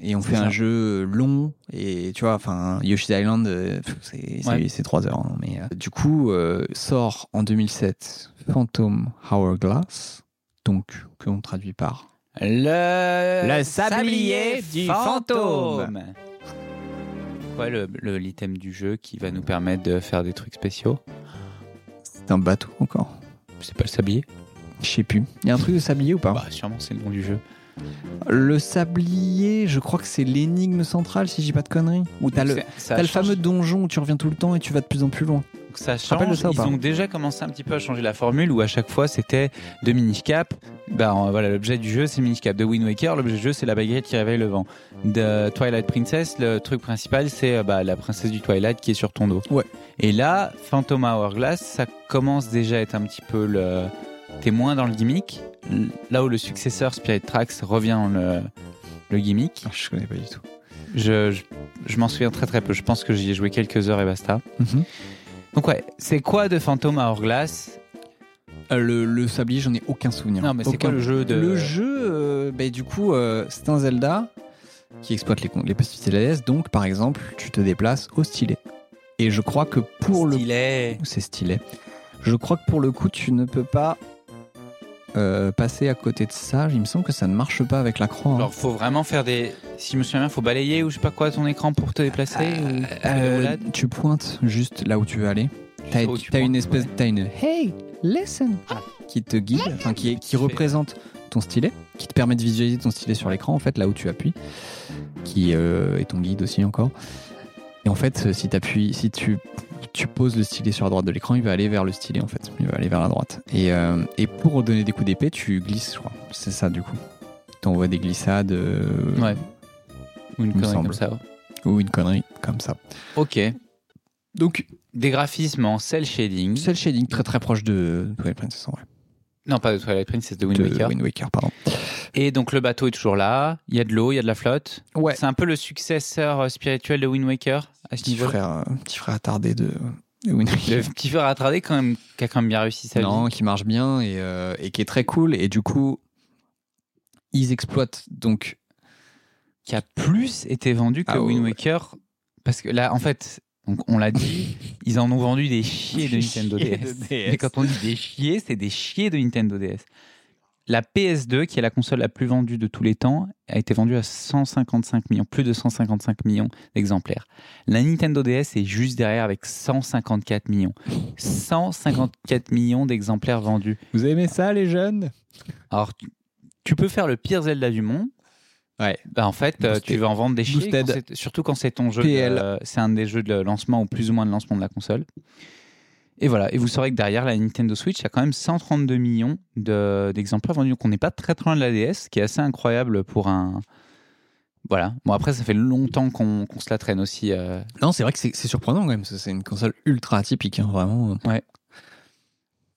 B: Et on fait
A: ça.
B: un jeu euh, long, et tu vois, enfin, Yoshi's Island, euh, pff, c'est- c'est
A: Ouais.
B: c'est trois heures. hein, mais, euh, du coup, euh, sort en 2007 Phantom Hourglass, donc, qu'on traduit par.
A: Le,
B: Le sablier du fantôme.
A: Ouais, le- le- l'item du jeu qui va nous permettre de faire des trucs spéciaux.
B: C'est un bateau encore
A: C'est pas le sablier
B: Je sais plus. Il y a un truc de sablier ou pas
A: Bah, sûrement, c'est le nom du jeu.
B: Le sablier, je crois que c'est l'énigme centrale, si j'ai pas de conneries. Ou t'as le,
A: C'est- ça
B: t'as le
A: change-
B: fameux donjon où tu reviens tout le temps et tu vas de plus en plus loin.
A: Ça
B: rappelles de
A: change.
B: ça ou
A: Ils
B: pas
A: ont déjà commencé un petit peu à changer la formule où à chaque fois c'était de minicap. Bah euh, voilà, l'objet du jeu c'est minicap. De Wind Waker, l'objet du jeu c'est la baguette qui réveille le vent. De Twilight Princess, le truc principal c'est euh, bah, la princesse du Twilight qui est sur ton dos.
B: Ouais.
A: Et là, Phantom Hourglass, ça commence déjà à être un petit peu le. T'es moins dans le gimmick. L- Là où le successeur Spirit Tracks revient dans le, le gimmick.
B: Ah, je connais pas du tout.
A: Je, je, je m'en souviens très très peu. Je pense que j'y ai joué quelques heures et basta.
B: Mhm.
A: Donc ouais, c'est quoi de fantôme à Orglass
B: Euh, le, le sablier, j'en ai aucun souvenir.
A: Non mais c'est
B: Aucun.
A: quoi le jeu de
B: Le jeu, euh, ben, du coup, euh, c'est un Zelda qui exploite les, con- les possibilités de la DS. Donc, par exemple, tu te déplaces au stylet. Et je crois que pour le
A: stylet
B: coup, c'est stylet. Je crois que pour le coup, tu ne peux pas euh, passer à côté de ça. Il me semble que ça ne marche pas avec la croix. hein.
A: Alors faut vraiment faire des si je me souviens bien, faut balayer ou je sais pas quoi ton écran pour te déplacer ou-
B: Euh,
A: ou la-
B: tu pointes juste là où tu veux aller. T'as
A: sais où tu
B: t'as une
A: pointes,
B: espèce, t'as une Hey, listen qui te guide, enfin qui, qui
A: Fait.
B: représente ton stylet, qui te permet de visualiser ton stylet sur l'écran en fait là où tu appuies, qui euh, est ton guide aussi encore. Et en fait, euh, si t'appuies, si tu tu poses le stylet sur la droite de l'écran, il va aller vers le stylet en fait, il va aller vers la droite. Et, euh, et pour donner des coups d'épée, tu glisses, je crois. C'est ça du coup. T'envoies des glissades euh,
A: Ouais. ou une
B: me
A: connerie
B: semble.
A: comme ça. ouais.
B: ou une connerie comme ça.
A: OK.
B: Donc
A: Des graphismes en cel shading.
B: C'est le shading très très proche de Twilight Princess en vrai.
A: Non, pas de Twilight Princess, de Wind
B: de
A: Waker.
B: Wind Waker, pardon.
A: Et donc le bateau est toujours là, il y a de l'eau, il y a de la flotte.
B: Ouais.
A: C'est un peu le successeur euh, spirituel de Wind Waker à ce
B: Petit
A: niveau.
B: frère, euh, petit frère attardé de, de Wind
A: Le
B: Waker.
A: petit frère attardé quand même qui a quand même bien réussi sa vie.
B: Non, qui marche bien et, euh, et qui est très cool. Et du coup, ils exploitent donc.
A: qui a plus été vendu que
B: Ah ouais,
A: Wind
B: ouais.
A: Waker. Parce que là, en fait, donc on l'a dit, ils en ont vendu des chiers de Nintendo
B: Chiers
A: DS.
B: de DS.
A: Mais quand on dit des chiers, c'est des chiers de Nintendo DS. La PS2, qui est la console la plus vendue de tous les temps, a été vendue à 155 millions, plus de 155 millions d'exemplaires. La Nintendo DS est juste derrière avec 154 millions. 154 millions d'exemplaires vendus.
B: Vous aimez ça, les jeunes
A: Alors, tu, tu peux faire le pire Zelda du monde.
B: Ouais.
A: Bah, en fait, euh,
B: Boosted.
A: tu vas en vendre des chiffres.
B: Boosted.
A: surtout quand c'est ton jeu. de-
B: PL.
A: euh, c'est un des jeux de lancement ou plus ou moins de lancement de la console. Et voilà. Et vous saurez que derrière la Nintendo Switch, il y a quand même 132 millions de- d'exemplaires vendus. Donc, on n'est pas très très loin de la DS, ce qui est assez incroyable pour un. Voilà. Bon, après, ça fait longtemps qu'on qu'on se la traîne aussi. euh.
B: Non, c'est vrai que c'est c'est surprenant quand même. parce que C'est une console ultra atypique, hein, vraiment.
A: Ouais.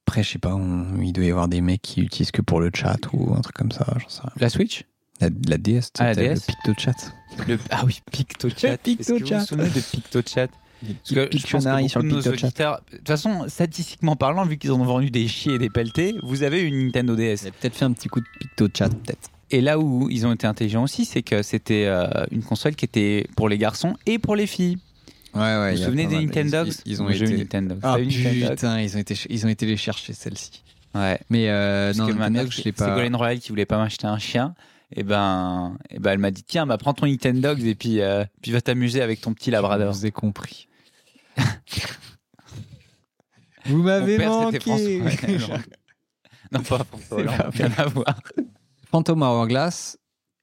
B: Après, je sais pas, on- il doit y avoir des mecs qui utilisent que pour le chat ou un truc comme ça, j'en sais rien.
A: La Switch
B: La, la DS,
A: Ah, la
B: t'as le
A: DS.
B: picto chat.
A: Le- Ah oui, PictoChat.
B: Le PictoChat.
A: Est-ce que vous vous souvenez de PictoChat Parce que je pense que
B: Pictionary
A: beaucoup
B: sur
A: de
B: le
A: nos
B: PictoChat.
A: auditeurs, de toute façon, statistiquement parlant, vu qu'ils en ont vendu des chiers et des pelletés, vous avez une Nintendo DS.
B: Vous avez peut-être fait un petit coup de picto chat, peut-être.
A: Et là où ils ont été intelligents aussi, c'est que c'était euh, une console qui était pour les garçons et pour les filles.
B: Ouais, ouais.
A: vous
B: il y
A: vous
B: a
A: souvenez
B: pas
A: des
B: mal.
A: Nintendogs
B: Ils, ils ont
A: Moi, j'ai eu
B: été.
A: une Nintendo.
B: Ah
A: T'as eu une Nintendo
B: putain, ils ont été, ch- ils ont été les chercher celle-ci.
A: Ouais.
B: Mais euh,
A: Parce
B: non,
A: que ma mère,
B: Nintendo, je
A: qui-
B: l'ai pas.
A: Ségolène Royal, qui voulait pas m'acheter un chien, et ben, et ben elle m'a dit tiens, bah, prends ton Nintendo et puis, euh, puis va t'amuser avec ton petit Labrador.
B: Je vous ai compris. vous m'avez
A: Mon père,
B: manqué.
A: c'était François Hollande. non, pas François
B: C'est pas
A: Hollande,
B: vrai.
A: rien à voir.
B: Phantom Hourglass.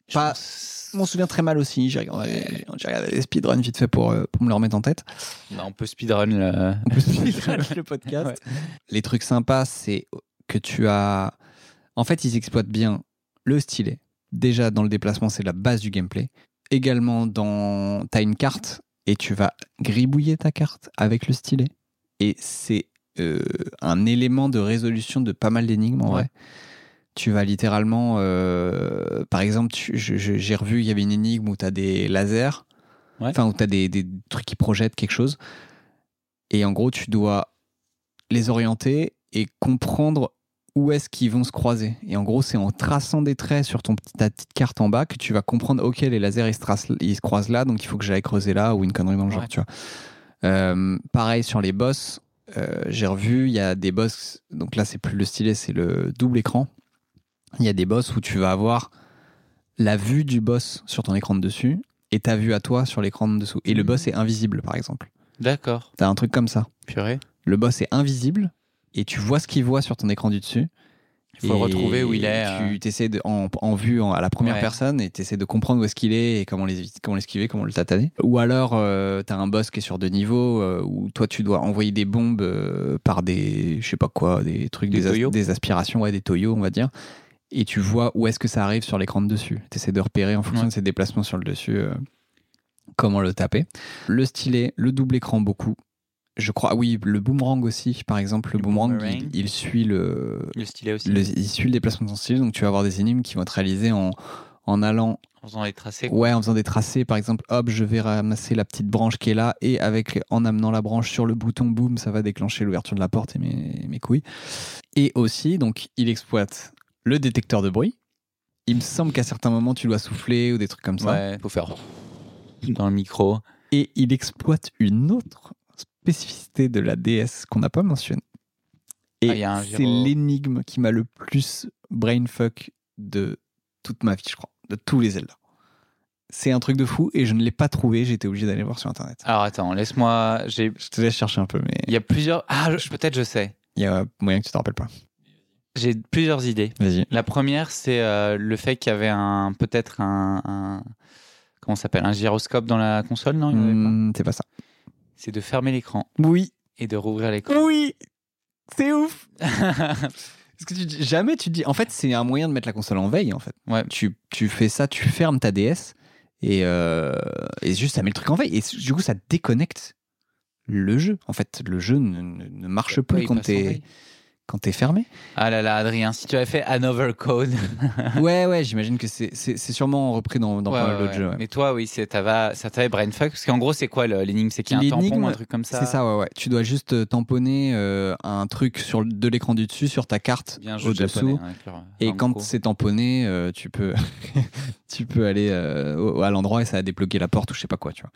A: Je
B: Pas.
A: pense-
B: Je m'en souviens très mal aussi. J'ai regardé, j'ai regardé les speedruns vite fait pour, euh, pour me le remettre en tête.
A: Bah, on peut speedrun le...
B: On peut speedrun le podcast. Les trucs sympas, c'est que tu as. En fait, ils exploitent bien le stylet. Déjà, dans le déplacement, c'est la base du gameplay. Également, dans... tu as une carte et tu vas gribouiller ta carte avec le stylet. Et c'est euh, un élément de résolution de pas mal d'énigmes en
A: Ouais.
B: vrai. Tu vas littéralement. euh, par exemple, tu- je- je- j'ai revu, il y avait une énigme où tu as des lasers.
A: Ouais.
B: Enfin, où tu as des, des trucs qui projettent quelque chose. Et en gros, tu dois les orienter et comprendre où est-ce qu'ils vont se croiser. Et en gros, c'est en traçant des traits sur ton, petit- ta petite carte en bas que tu vas comprendre, ok, les lasers, ils se, tracent- ils se croisent là, donc il faut que j'aille creuser là, ou une connerie dans le genre,
A: Ouais.
B: tu vois. Euh, pareil sur les boss, euh, j'ai revu, il y a des boss, donc là, c'est plus le stylet, c'est le double écran. Il y a des boss où tu vas avoir la vue du boss sur ton écran de dessus et ta vue à toi sur l'écran de dessous. Et le boss est invisible, par exemple.
A: D'accord.
B: T'as un truc comme ça.
A: Purée.
B: Le boss est invisible et tu vois ce qu'il voit sur ton écran du dessus.
A: Il faut
B: Et
A: le retrouver où il est. euh,
B: Tu t'essaies de- en, en vue en- à la première
A: Ouais.
B: personne et tu essaies de comprendre où est-ce qu'il est et comment l'éviter, comment l'esquiver, comment le tataner. Ou alors euh, t'as un boss qui est sur deux niveaux euh, où toi tu dois envoyer des bombes euh, par des je sais pas quoi, des trucs,
A: Des
B: des, as-
A: toyos.
B: des aspirations, ouais, des toyos on va dire. Et tu vois où est-ce que ça arrive sur l'écran de dessus. T'essaies de repérer en fonction
A: Ouais.
B: de ses déplacements sur le dessus euh, comment le taper. Le stylet, le double écran beaucoup. Je crois, oui, le boomerang aussi, par exemple, le,
A: Le
B: boomerang,
A: boomerang.
B: Il, il suit le,
A: Le stylet aussi.
B: le- il suit le déplacement de ton stylet, donc tu vas avoir des énigmes qui vont être réalisées en, en allant,
A: En faisant les tracés.
B: ouais, en faisant des tracés, par exemple, hop, je vais ramasser la petite branche qui est là, et avec, en amenant la branche sur le bouton, boum, ça va déclencher l'ouverture de la porte et mes, mes couilles. Et aussi, donc, il exploite le détecteur de bruit. Il me semble qu'à certains moments, tu dois souffler ou des trucs comme ça.
A: Ouais, faut faire dans le micro.
B: Et il exploite une autre spécificité de la DS qu'on n'a pas mentionnée.
A: Ah, il
B: Et
A: y a un
B: c'est
A: gyro.
B: l'énigme qui m'a le plus brainfuck de toute ma vie, je crois, de tous les Zelda. C'est un truc de fou et je ne l'ai pas trouvé, j'étais obligé d'aller voir sur internet.
A: Alors attends, laisse-moi. J'ai.
B: Je te laisse chercher un peu,
A: Il
B: mais
A: y a plusieurs. Ah, je- peut-être je sais.
B: il y a moyen que tu te rappelles pas.
A: J'ai plusieurs idées.
B: Vas-y.
A: La première, c'est euh, le fait qu'il y avait un peut-être un, un- comment ça s'appelle un gyroscope dans la console, non Il y en avait pas
B: Hmm, c'est pas ça.
A: C'est de fermer l'écran
B: Oui,
A: et de rouvrir l'écran.
B: oui, c'est ouf. Parce que tu dis- jamais tu dis. En fait, c'est un moyen de mettre la console en veille, en fait.
A: Ouais.
B: Tu, tu fais ça, tu fermes ta DS et, euh, et juste ça met le truc en veille. Et du coup, ça déconnecte le jeu. En fait, le jeu ne, ne- ne marche plus
A: Ouais, il
B: quand
A: passe en
B: t'es
A: veille.
B: quand t'es fermé.
A: Ah là là, Adrien, si tu avais fait Another Code.
B: ouais, ouais, j'imagine que c'est c'est- c'est sûrement repris dans, dans
A: Ouais,
B: pas mal
A: ouais,
B: d'autres
A: ouais.
B: jeux. ouais.
A: Mais toi, oui, c'est ça va- ça t'avait brainfuck parce qu'en gros, c'est quoi le- l'énigme C'est qu'il y a un
B: L'énigme,
A: tampon, un truc comme ça.
B: C'est ça, ouais, ouais. Tu dois juste euh, tamponner euh, un truc sur, le- de l'écran du dessus sur ta carte
A: Bien joué, japonais.
B: au-dessous.
A: hein, avec leur-
B: Et
A: leur
B: quand
A: micro.
B: c'est tamponné, euh, tu peux tu peux aller euh, au- à l'endroit et ça a débloqué la porte ou je sais pas quoi, tu vois.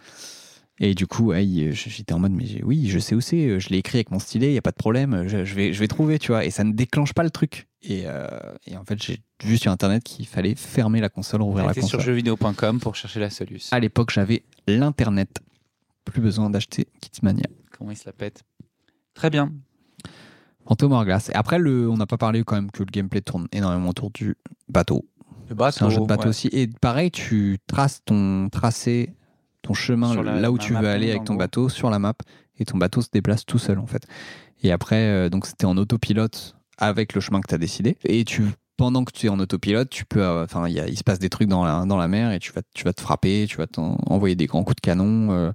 B: Et du coup, ouais, il- je- j'étais en mode mais j'ai- oui, je sais où c'est, euh, je l'ai écrit avec mon stylet, il y a pas de problème, je, je vais je vais trouver, tu vois. Et ça ne déclenche pas le truc. Et, euh, et en fait, j'ai vu sur internet qu'il fallait fermer la console, rouvrir la
A: Allez Ah, sur
B: console.
A: jeuxvideo.com pour chercher la solution.
B: À l'époque, j'avais l'internet, plus besoin d'acheter Kitmania.
A: Comment il se la pète Très bien.
B: Fantôme hors glace. Et après, le, on n'a pas parlé quand même que le gameplay tourne énormément autour du bateau.
A: Le bateau.
B: C'est un jeu de bateau
A: ouais.
B: aussi. Et pareil, tu traces ton tracé, ton chemin,
A: Sur la-
B: là où
A: la
B: tu
A: map,
B: veux aller
A: en
B: avec ton
A: gros.
B: bateau, sur la map. Et ton bateau se déplace tout seul, en fait. Et après, euh, donc c'était en autopilote avec le chemin que tu as décidé. Et tu, pendant que tu es en autopilote, tu peux, euh, enfin, il y a- il se passe des trucs dans la, dans la mer et tu vas, tu vas te frapper, tu vas t'en- envoyer des grands coups de canon. euh,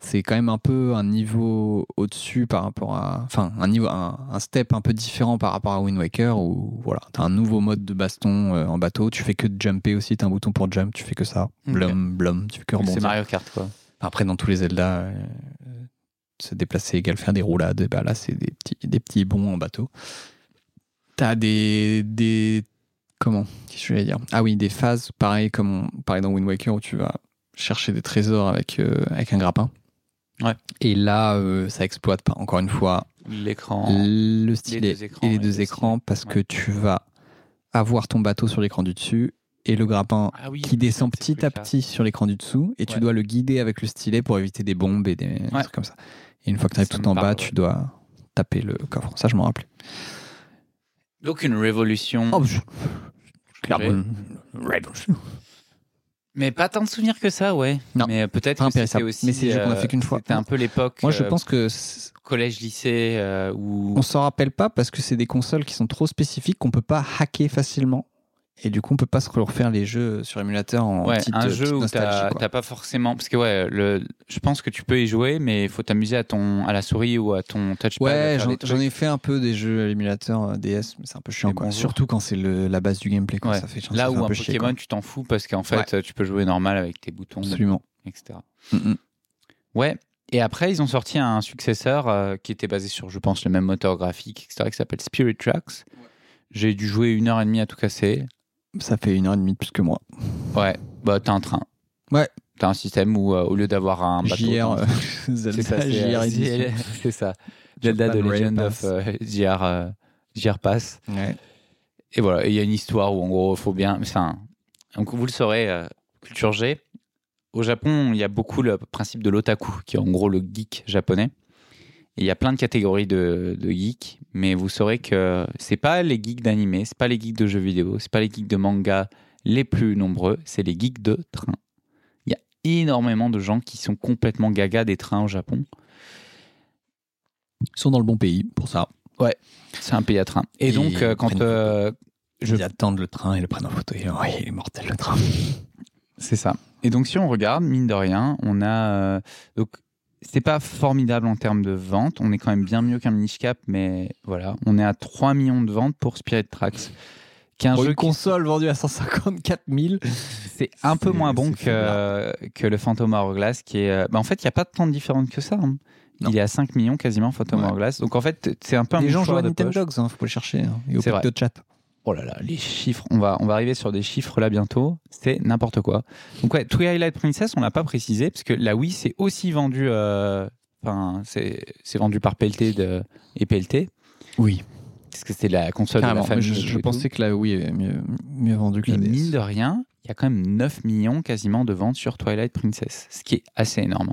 B: c'est quand même un peu un niveau au-dessus par rapport à, enfin, un niveau, un, un step un peu différent par rapport à Wind Waker où voilà, t'as un nouveau mode de baston euh, en bateau. Tu fais que de jumper aussi, t'as un bouton pour jump, tu fais que ça,
A: Ok.
B: blum blum, tu fais que
A: C'est
B: rebondir.
A: Mario Kart, quoi.
B: Après, dans tous les Zelda, euh, euh, se déplacer égale faire des roulades. Et ben là, c'est des petits, des petits bons en bateau. T'as des, des. Comment Qu'est-ce que je voulais dire Ah oui, des phases, pareil comme on, pareil dans Wind Waker, où tu vas chercher des trésors avec, euh, avec un grappin.
A: Ouais.
B: Et là, euh, ça exploite pas, encore une fois,
A: L'écran.
B: le stylet
A: deux écrans,
B: et les
A: ouais,
B: deux
A: le
B: écrans,
A: stylet.
B: parce
A: Ouais.
B: que tu vas avoir ton bateau sur l'écran du dessus et le grappin
A: Ah oui,
B: qui descend
A: ces
B: petit à
A: trucs-là.
B: petit sur l'écran du dessous et
A: Ouais.
B: tu dois le guider avec le stylet pour éviter des bombes et des
A: Ouais.
B: trucs comme ça. Et une fois que tu arrives
A: Ça
B: tout
A: me
B: en bas,
A: parle, ouais.
B: tu dois taper le coffre. Ça, je m'en rappelle.
A: Donc une révolution.
B: Oh, clairement.
A: Mais pas tant de souvenirs que ça, ouais.
B: Non.
A: Mais euh, peut-être
B: Pas
A: que c'était
B: impérissable.
A: aussi. euh,
B: Mais c'est des jeux qu'on a fait qu'une fois.
A: C'était un peu l'époque.
B: Moi, je
A: euh,
B: pense que c'est-
A: collège-lycée euh, où.
B: on s'en rappelle pas parce que c'est des consoles qui sont trop spécifiques qu'on peut pas hacker facilement. Et du coup, on peut pas se refaire les jeux sur émulateur en
A: Ouais,
B: petite, euh,
A: un
B: petite
A: jeu où
B: nostalgie,
A: t'as
B: quoi.
A: t'as pas forcément parce que ouais, le, je pense que tu peux y jouer, mais il faut t'amuser à ton à la souris ou à ton touchpad.
B: Ouais,
A: à faire
B: j'en
A: des trucs.
B: j'en ai fait un peu des jeux à l'émulateur euh, DS, mais c'est un peu chiant
A: Mais
B: quoi.
A: bonjour.
B: Surtout quand c'est le- la base du gameplay, quoi.
A: Ouais.
B: Ça fait ça
A: Là
B: fait
A: où un
B: peu chier,
A: Pokémon,
B: quoi.
A: tu t'en fous parce qu'en fait, euh, tu peux jouer normal avec tes boutons,
B: Absolument.
A: etc.
B: Mm, mm.
A: Ouais. Et après, ils ont sorti un successeur euh, qui était basé sur, je pense, le même moteur graphique, etc., qui s'appelle Spirit Tracks. J'ai dû jouer une heure et demie à tout casser.
B: Ça fait une heure et demie de plus que moi.
A: Ouais, bah t'as un train.
B: Ouais.
A: T'as un système où euh, au lieu d'avoir un bateau.
B: JR,
A: t'as un-
B: euh, Zelda,
A: C'est ça, c'est
B: JR
A: euh,
B: édition.
A: c'est ça. Zelda de
B: Japan Rail
A: Legend of
B: Pass.
A: euh, JR, euh, JR Pass.
B: Ouais.
A: Et voilà, et il y a une histoire où en gros, il faut bien. Enfin, donc vous le saurez, euh, Culture G. Au Japon, il y a beaucoup le principe de l'otaku, qui est en gros le geek japonais. Et il y a plein de catégories de, de geeks, mais vous saurez que c'est pas les geeks d'animé, c'est pas les geeks de jeux vidéo, c'est pas les geeks de manga les plus nombreux, c'est les geeks de train. Il y a énormément de gens qui sont complètement gaga des trains au Japon.
B: Ils sont dans le bon pays pour ça.
A: C'est un pays à train. Et,
B: Et
A: donc, euh,
B: ils
A: quand
B: prennent
A: euh, je
B: Ils attendent le train et le prennent en photo. Et, ouais, il est mortel le train.
A: C'est ça. Et donc, si on regarde, mine de rien, on a. euh, donc, c'est pas formidable en termes de vente. On est quand même bien mieux qu'un Minish Cap, mais voilà. On est à 3 millions de ventes pour Spirit Tracks, qui est un
B: Pour
A: jeu
B: une
A: qui
B: console vendue à 154 000.
A: c'est un peu
B: c'est-
A: moins bon
B: c'est
A: que, que le Phantom Hourglass, qui est. euh, bah, en fait, il n'y a pas tant de différence que ça. hein.
B: Non.
A: Il est à 5 millions quasiment, Phantom
B: Ouais.
A: Hourglass. Donc, en fait, c'est un peu un
B: Les gens
A: mouchoir
B: jouent à
A: de
B: Nintendo
A: poche.
B: Dogs, hein, faut pas le chercher. hein, et au
A: C'est
B: pack
A: vrai.
B: de chat.
A: Oh là là, les chiffres. On va, on va arriver sur des chiffres là bientôt. C'est n'importe quoi. Donc ouais, Twilight Princess, on l'a pas précisé parce que la Wii c'est aussi vendu. euh, Enfin, c'est c'est vendu par PLT de, et PLT
B: Oui,
A: parce que c'est la console
B: carrément.
A: de la famille.
B: je je
A: et tout.
B: pensais que la Wii est mieux, mieux vendue que
A: Mais
B: la E
A: mine
B: DS.
A: de rien, il y a quand même 9 millions quasiment de ventes sur Twilight Princess, ce qui est assez énorme.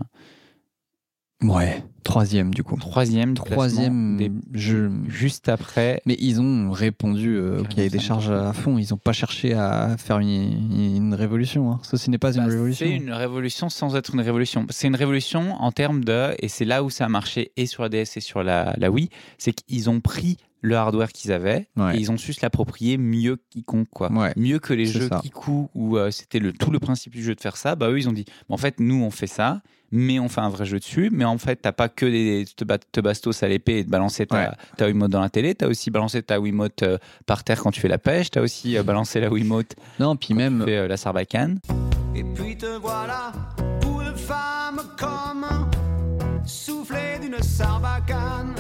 B: Ouais, troisième du coup.
A: Troisième, du classement
B: Troisième
A: des-
B: jeu.
A: juste après.
B: Mais ils ont répondu euh, au
A: Carrément,
B: cahier des
A: ça me
B: charges à fond. Ils n'ont pas cherché à faire une, une révolution. hein. Ceci n'est pas
A: Bah,
B: une révolution.
A: C'est une révolution sans être une révolution. C'est une révolution en termes de, et c'est là où ça a marché et sur la DS et sur la, la Wii, c'est qu'ils ont pris le hardware qu'ils avaient
B: Ouais.
A: et ils ont su se l'approprier mieux que quiconque. Quoi.
B: Ouais.
A: Mieux que les
B: C'est
A: jeux
B: ça.
A: Kiku où euh, c'était le, tout le principe du jeu de faire ça, bah eux ils ont dit Bon, en fait nous on fait ça, mais on fait un vrai jeu dessus, mais en fait t'as pas que des, te, ba- te bastos à l'épée et de balancer ta,
B: Ouais.
A: ta Wiimote dans la télé, t'as aussi balancé ta Wiimote euh, par terre quand tu fais la pêche, t'as aussi euh, balancé la Wiimote
B: Non, puis
A: quand
B: même,
A: tu fais euh, la sarbacane.
G: Et puis te voilà pour une femme comme soufflé d'une sarbacane.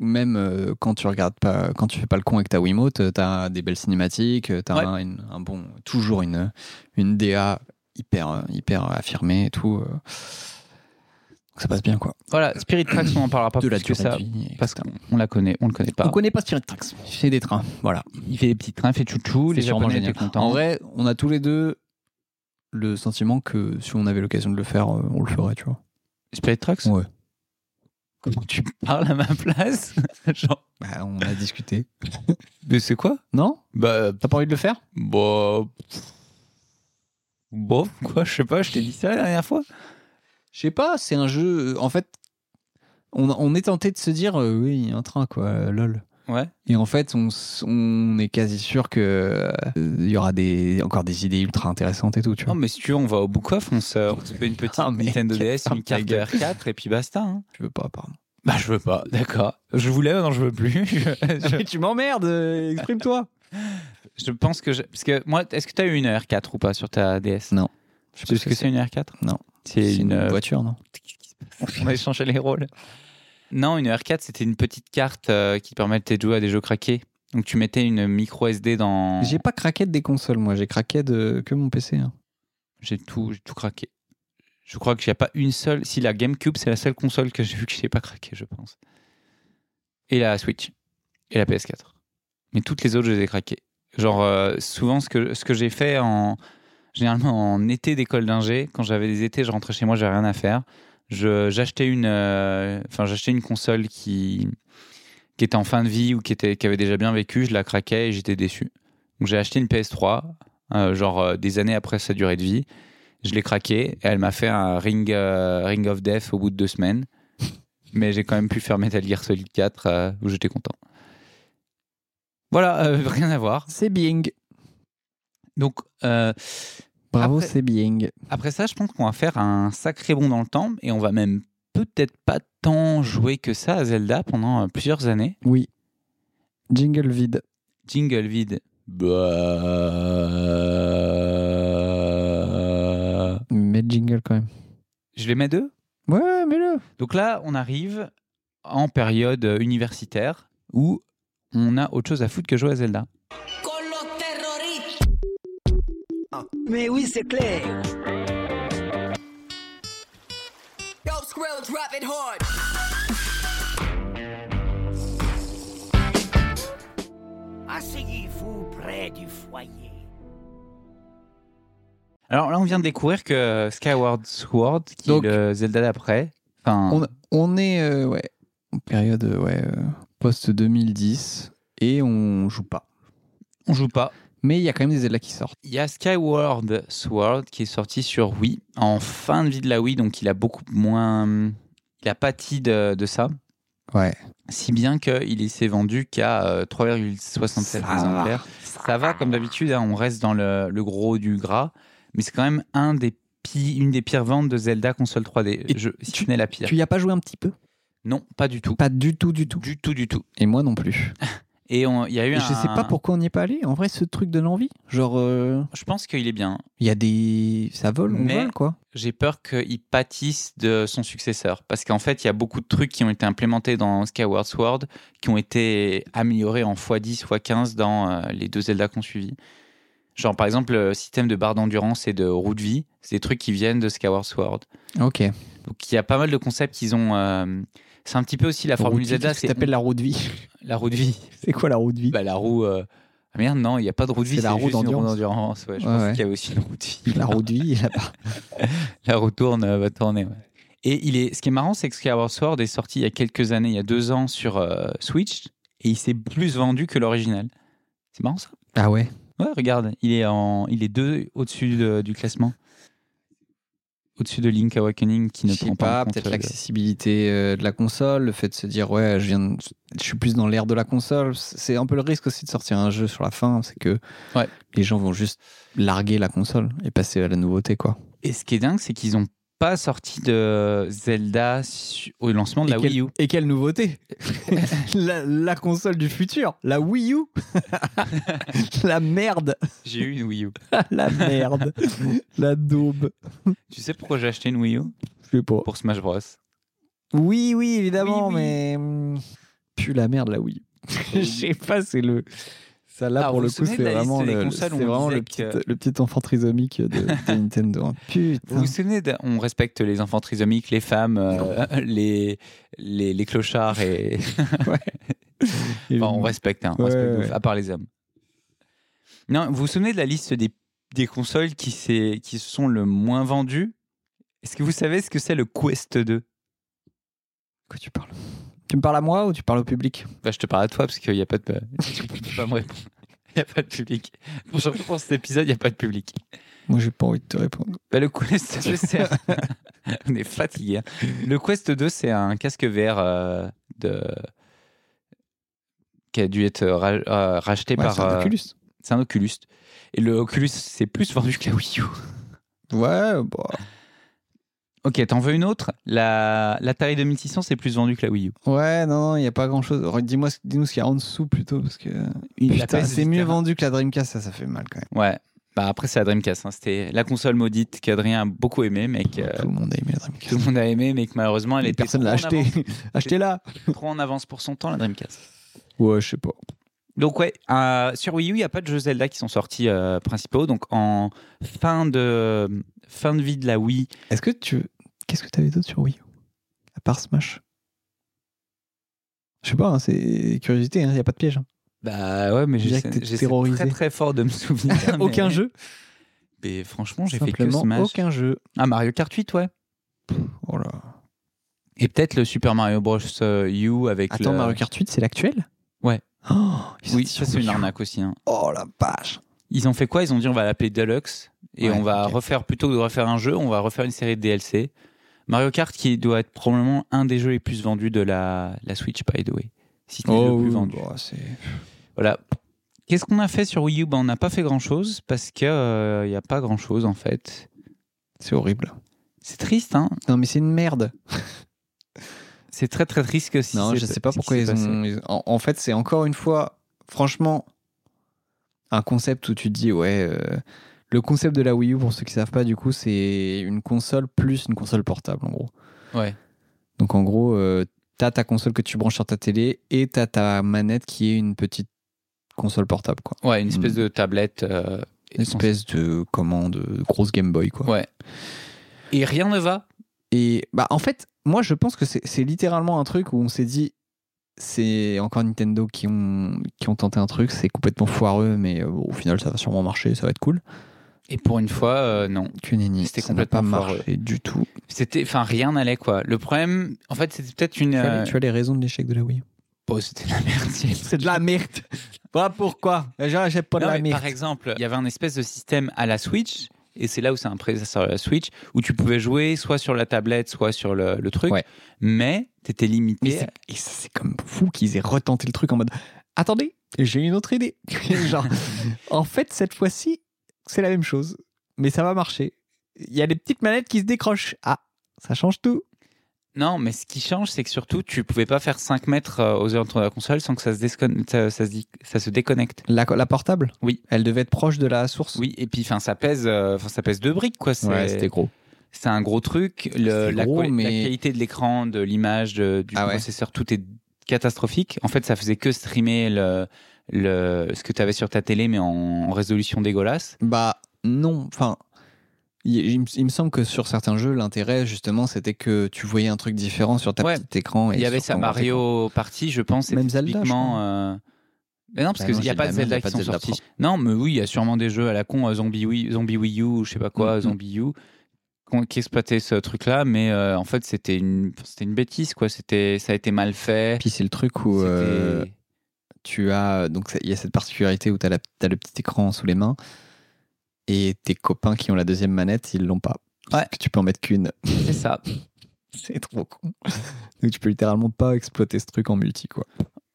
B: même euh, quand tu regardes pas, quand tu fais pas le con avec ta Wiimote, euh, t'as des belles cinématiques, euh, t'as
A: Ouais.
B: un, une- un bon, toujours une une DA hyper euh, hyper affirmée et tout. euh. Donc ça passe bien quoi.
A: Voilà, Spirit Tracks, on en parlera pas
B: de
A: plus
B: la
A: que
B: durée
A: ça.
B: de vie.
A: Parce
B: etc.
A: qu'on on la connaît, on le connaît pas.
B: on connaît pas Spirit Tracks. C'est des trains, voilà.
A: Il fait des petits trains, il fait chouchou, les
B: C'est sûrement
A: Japonais
B: génial.
A: étaient contents.
B: En vrai, on a tous les deux le sentiment que si on avait l'occasion de le faire, euh, on le ferait, tu vois.
A: Spirit Tracks
B: Ouais.
A: Comment tu parles à ma place Genre,
B: Bah, on a discuté.
A: mais c'est quoi
B: Non
A: Bah,
B: T'as pas envie de le faire
A: bah. pff. Bon, quoi, je sais pas, je t'ai dit ça la dernière fois.
B: Je sais pas, c'est un jeu. euh, En fait, on, on est tenté de se dire, euh, oui, il y a un train, quoi, euh, lol.
A: Ouais.
B: Et en fait, on, s- on est quasi sûr que euh, il y aura des, encore des idées ultra intéressantes et tout, tu
A: Non,
B: vois.
A: mais si tu veux, on va au book-off, on se on se fait une petite
B: Ah, mec.
A: Nintendo DS,
B: Ah,
A: une carte
B: ta gueule.
A: R4 et puis basta. hein.
B: Je veux pas, pardon.
A: Bah, je veux pas, d'accord. Je voulais, non, je veux plus. Je- je-
B: tu m'emmerdes, euh, exprime-toi.
A: Je pense que. je- Parce que moi, est-ce que tu as eu une R4 ou pas sur ta DS
B: Non.
A: Tu sais ce que c'est une R4
B: Non.
A: C'est une. euh,
B: voiture, non
A: On a échangé les rôles. Non, une R4, c'était une petite carte euh, qui permettait de jouer à des jeux craqués. Donc tu mettais une micro SD dans.
B: J'ai pas craqué des consoles, moi, j'ai craqué de que mon PC. hein.
A: J'ai tout, j'ai tout craqué. Je crois qu'il n'y a pas une seule. Si la GameCube, c'est la seule console que j'ai vu que je n'ai pas craqué, je pense. Et la Switch. Et la PS4. Mais toutes les autres, je les ai craquées. Genre, euh, souvent, ce que, ce que j'ai fait en. Généralement, en été d'école d'ingé, quand j'avais des étés, je rentrais chez moi, j'avais rien à faire. Je- J'achetais une, euh, enfin, j'achetais une console qui, qui était en fin de vie ou qui, était, qui avait déjà bien vécu, je la craquais et j'étais déçu. Donc j'ai acheté une PS3, euh, genre euh, des années après sa durée de vie. Je l'ai craqué et elle m'a fait un ring, euh, ring of Death au bout de deux semaines. Mais j'ai quand même pu faire Metal Gear Solid 4 euh, où j'étais content. Voilà, euh, rien à voir.
B: C'est Bing.
A: Donc, euh,
B: Bravo,
A: Après-
B: c'est Bing.
A: après ça, je pense qu'on va faire un sacré bond dans le temps et on va même peut-être pas tant jouer que ça à Zelda pendant euh, plusieurs années.
B: Oui. Jingle vide.
A: Jingle vide.
B: Mais jingle quand même.
A: Je les mets deux. Hein.
B: Ouais, mais le
A: Donc là, on arrive en période euh, universitaire où on a autre chose à foutre que jouer à Zelda.
H: Mais oui, c'est clair.
G: Asseyez-vous près du foyer.
A: Alors là, on vient de découvrir que euh, Skyward Sword, qui
B: Donc-
A: est le Zelda d'après, enfin,
B: On, on est euh, ouais, en période euh, ouais, euh, post-2010 et on joue pas.
A: on joue pas.
B: Mais il y a quand même des Zelda qui sortent.
A: Il y a Skyward Sword qui est sorti sur Wii en fin de vie de la Wii, donc il a beaucoup moins. Il a pâti de, de ça,
B: Ouais.
A: si bien qu'il s'est vendu qu'à euh, 3,67
B: Ça va.
A: exemplaires. Ça va, comme d'habitude, hein, on reste dans le, le gros du gras, mais c'est quand même un des pi- une des pires ventes de Zelda console 3D,
B: Et
A: Je- si tu n'es la pire.
B: Tu y as pas joué un petit peu
A: Non, pas du tout.
B: Pas du tout, du tout.
A: Du tout, du tout.
B: Et moi non plus.
A: Et on- il y a eu
B: Et
A: un.
B: je sais pas pourquoi on n'y est pas allé. En vrai, ce truc de l'envie, genre, euh,
A: Je pense qu'il est bien.
B: il y a des, ça vole, on
A: Mais-
B: vole quoi.
A: j'ai peur qu'il pâtisse de son successeur. Parce qu'en fait, il y a beaucoup de trucs qui ont été implémentés dans Skyward Sword, qui ont été améliorés en x10, x15 dans euh, les deux Zelda qu'on suivi. Genre, par exemple, le système de barre d'endurance et de roue de vie, c'est des trucs qui viennent de Skyward Sword.
B: Ok.
A: Donc, il y a pas mal de concepts qu'ils ont. euh, C'est un petit peu aussi la formule Zelda,
B: c'est
A: c'est
B: t'appelles la roue de vie.
A: la roue de vie.
B: c'est quoi la roue de vie
A: Bah, la roue. euh, ah merde, non, il n'y a pas de roue de vie,
B: C'est
A: c'est
B: la
A: la
B: roue
A: roue
B: d'endurance.
A: d'endurance. Ouais, je
B: Ouais,
A: pense
B: ouais.
A: qu'il y avait aussi une roue de vie.
B: La roue de vie, là-bas.
A: La roue tourne, euh, va tourner. ouais. Et il est, ce qui est marrant, c'est que Skyward Sword est sorti il y a quelques années, il y a deux ans sur euh, Switch, et il s'est plus vendu que l'original. C'est marrant ça.
B: Ah ouais.
A: Ouais, regarde, il est en, il est deux au-dessus de- du classement, au-dessus de Link Awakening qui ne
B: Je sais
A: prend
B: pas,
A: en compte,
B: peut-être
A: euh,
B: l'accessibilité euh, de la console, le fait de se dire ouais, je viens, de- je suis plus dans l'ère de la console. C'est un peu le risque aussi de sortir un jeu sur la fin, c'est que
A: Ouais.
B: les gens vont juste larguer la console et passer à la nouveauté quoi.
A: Et ce qui est dingue, c'est qu'ils n'ont pas sorti de Zelda su- au lancement de la Wii U.
B: et quelle nouveauté la, la console du futur, la Wii U, la merde,
A: J'ai eu une Wii U.
B: la merde, la daube.
A: Tu sais pourquoi j'ai acheté une Wii U
B: Je sais pas.
A: Pour Smash Bros.
B: Oui, oui, évidemment,
A: Oui, oui.
B: mais hum, pue la merde là, oui. Je sais pas, c'est le. Ça là
A: Ah,
B: pour
A: vous
B: le
A: vous
B: coup,
A: souvenez
B: c'est
A: de la
B: vraiment
A: liste des
B: le, c'est
A: consoles où on
B: vraiment
A: disait
B: le petit,
A: que-
B: le petit enfant trisomique de, de Nintendo. hein.
A: Vous
B: Putain.
A: vous souvenez, d'un- on respecte les enfants trisomiques, les femmes, euh, les, les, les clochards et. Enfin, on respecte, hein, on
B: Ouais,
A: respecte de
B: ouais.
A: ouf, à part les hommes. Non, vous vous souvenez de la liste des, des consoles qui, s'est- qui se sont le moins vendues Est-ce que vous savez ce que c'est le Quest 2
B: Quoi tu parles Tu me parles à moi ou tu parles au public
A: bah, Je te parle à toi parce qu'il n'y a pas de. Tu peux pas me répondre. Il n'y a pas de public. Bonjour, pour cet épisode, il n'y a pas de public.
B: Moi, j'ai pas envie de te répondre.
A: Bah, le Quest 2, c'est. un- On est fatigué. hein. Le Quest 2, c'est un casque VR euh, de... qui a dû être ra- euh, racheté
B: Ouais,
A: par.
B: c'est un
A: euh,
B: Oculus.
A: C'est un Oculus. Et le Oculus, c'est plus vendu que la Wii U.
B: Ouais, bah,
A: Ok, t'en veux une autre La L'Atari 2600, c'est plus vendu que la Wii U.
B: ouais, non, il n'y a pas grand chose. Dis-moi, ce- dis-nous ce qu'il y a en dessous plutôt, parce que
A: la
B: Putain,
A: PS
B: c'est
A: Vita.
B: mieux vendu que la Dreamcast, ça, ça fait mal quand même.
A: Ouais. Bah après, c'est la Dreamcast. hein. C'était la console maudite qu'Adrien a beaucoup aimé, mais que
B: Tout le monde a aimé la
A: Euh, tout
B: Dreamcast.
A: le monde a aimé, mais que malheureusement, elle était
B: Personne
A: trop
B: l'a
A: en
B: acheté.
A: avance-
B: Achetez-la.
A: trop en avance pour son temps, la Dreamcast.
B: Ouais, je sais pas.
A: Donc ouais, euh, sur Wii U, il n'y a pas de jeux Zelda qui sont sortis euh, principaux. Donc en fin de, fin de vie de la Wii,
B: Est-ce que tu. Qu'est-ce que t'avais d'autre sur Wii U À part Smash Je sais pas, hein, c'est curiosité, il n'y a pas de piège. hein.
A: bah ouais, mais
B: Je dirais
A: j'essaie
B: que t'es
A: j'essaie
B: terrorisé.
A: très très fort de me souvenir. mais-
B: aucun jeu
A: Mais franchement, j'ai fait que
B: Simplement
A: Smash.
B: aucun jeu.
A: Ah, Mario Kart 8, ouais.
B: Oh là.
A: Et peut-être le Super Mario Bros. euh, U avec
B: Attends,
A: le-
B: Mario Kart 8, c'est l'actuel
A: Ouais.
B: Oh, ils
A: Oui,
B: sont
A: ça c'est
B: sur
A: une
B: Wii U.
A: arnaque aussi. hein.
B: Oh la vache
A: Ils ont fait quoi Ils ont dit on va l'appeler Deluxe et
B: Ouais,
A: on va
B: ok.
A: refaire, plutôt que de refaire un jeu, on va refaire une série de DLC. Mario Kart qui doit être probablement un des jeux les plus vendus de la, la Switch, by the way. Si ce n'est le plus
B: oui,
A: vendu.
B: bah, c'est-
A: Voilà. Qu'est-ce qu'on a fait sur Wii U Ben, On n'a pas fait grand-chose parce qu'il n'y a pas grand-chose en fait.
B: c'est horrible.
A: C'est triste, hein
B: Non, mais c'est une merde.
A: C'est très très triste que si
B: Non,
A: c'est-
B: je sais pas
A: ce qui
B: pourquoi
A: s'est
B: ils
A: passé.
B: ont. ils- En, en fait, c'est encore une fois, franchement, un concept où tu te dis, ouais. euh, le concept de la Wii U, pour ceux qui savent pas, du coup, c'est une console plus une console portable, en gros.
A: Ouais.
B: Donc, en gros, euh, T'as ta console que tu branches sur ta télé et t'as ta manette qui est une petite console portable, quoi.
A: Ouais, une espèce
B: Mm.
A: de tablette. euh,
B: Une espèce de commande de grosse Game Boy, quoi.
A: Ouais. Et rien ne va.
B: Et bah en fait, moi je pense que c'est c'est littéralement un truc où on s'est dit c'est encore Nintendo qui ont, qui ont tenté un truc, c'est complètement foireux, mais euh, bon, au final ça va sûrement marcher, ça va être cool.
A: Et pour une fois, euh, non.
B: Que nenni,
A: C'était
B: ça n'a pas
A: complètement
B: marché du tout.
A: C'était, enfin, rien n'allait quoi. Le problème, en fait, c'était peut-être une.
B: Tu,
A: euh,
B: as, tu as les raisons de l'échec de la Wii.
A: oh, c'était de la merde.
B: C'est de la merde. Voilà pourquoi. J'achète pas
A: Non, mais par exemple, il y avait un espèce de système à la Switch, et c'est là où c'est un prédécesseur de la Switch, où tu pouvais jouer soit sur la tablette, soit sur le, le truc,
B: Ouais.
A: mais t'étais
B: Mais
A: limité.
B: c'est- et ça, c'est comme fou qu'ils aient retenté le truc en mode Attendez, j'ai une autre idée. Genre, en fait, cette fois-ci, c'est la même chose, mais ça va marcher. Il y a des petites manettes qui se décrochent. Ah, ça change tout.
A: Non, mais ce qui change, c'est que surtout, tu pouvais pas faire 5 mètres euh, aux heures de la console sans que ça se, décon- ça, ça se dit- ça se déconnecte.
B: La, la portable
A: Oui.
B: Elle devait être proche de la source.
A: Oui, et puis enfin, ça pèse, euh, enfin, ça pèse deux briques quoi. C'est,
B: Ouais, c'était gros.
A: c'est un gros truc. Le,
B: C'était
A: la,
B: gros,
A: quali- la
B: mais-
A: qualité de l'écran, de l'image, de- du
B: Ah ouais.
A: processeur, tout est catastrophique. En fait, ça faisait que streamer le, le, ce que tu avais sur ta télé, mais en, en résolution dégueulasse.
B: Bah, non. Enfin, il, il me- il me semble que sur certains jeux, l'intérêt, justement, c'était que tu voyais un truc différent sur ta
A: Ouais.
B: petite écran. et
A: Il y avait
B: sur
A: ça
B: ton grand écran.
A: Mario Party, je pense.
B: Même
A: c'était
B: Zelda, je
A: typiquement,
B: crois.
A: euh, Mais non, parce
B: Bah non,
A: qu'il n'y a
B: j'ai de
A: pas
B: la
A: de
B: merde,
A: Zelda
B: y a
A: qui
B: pas de
A: sont
B: Zelda
A: sortis. Non, mais oui, il y a sûrement des jeux à la con, euh, Zombie, Wii, Zombie Wii U, ou je sais pas quoi,
B: Mhm.
A: Zombie U, qu'on- qui exploitaient ce truc-là, mais euh, en fait, c'était une, c'était une bêtise, quoi. C'était, ça a été mal fait.
B: Puis c'est le truc où.
A: C'était-
B: euh, tu as donc c'est- il y a cette particularité où tu as, le petit écran sous les mains et tes copains qui ont la deuxième manette ils l'ont pas
A: Ouais.
B: Parce que tu peux en mettre qu'une
A: C'est ça.
B: c'est trop con donc tu peux littéralement pas exploiter ce truc en multi quoi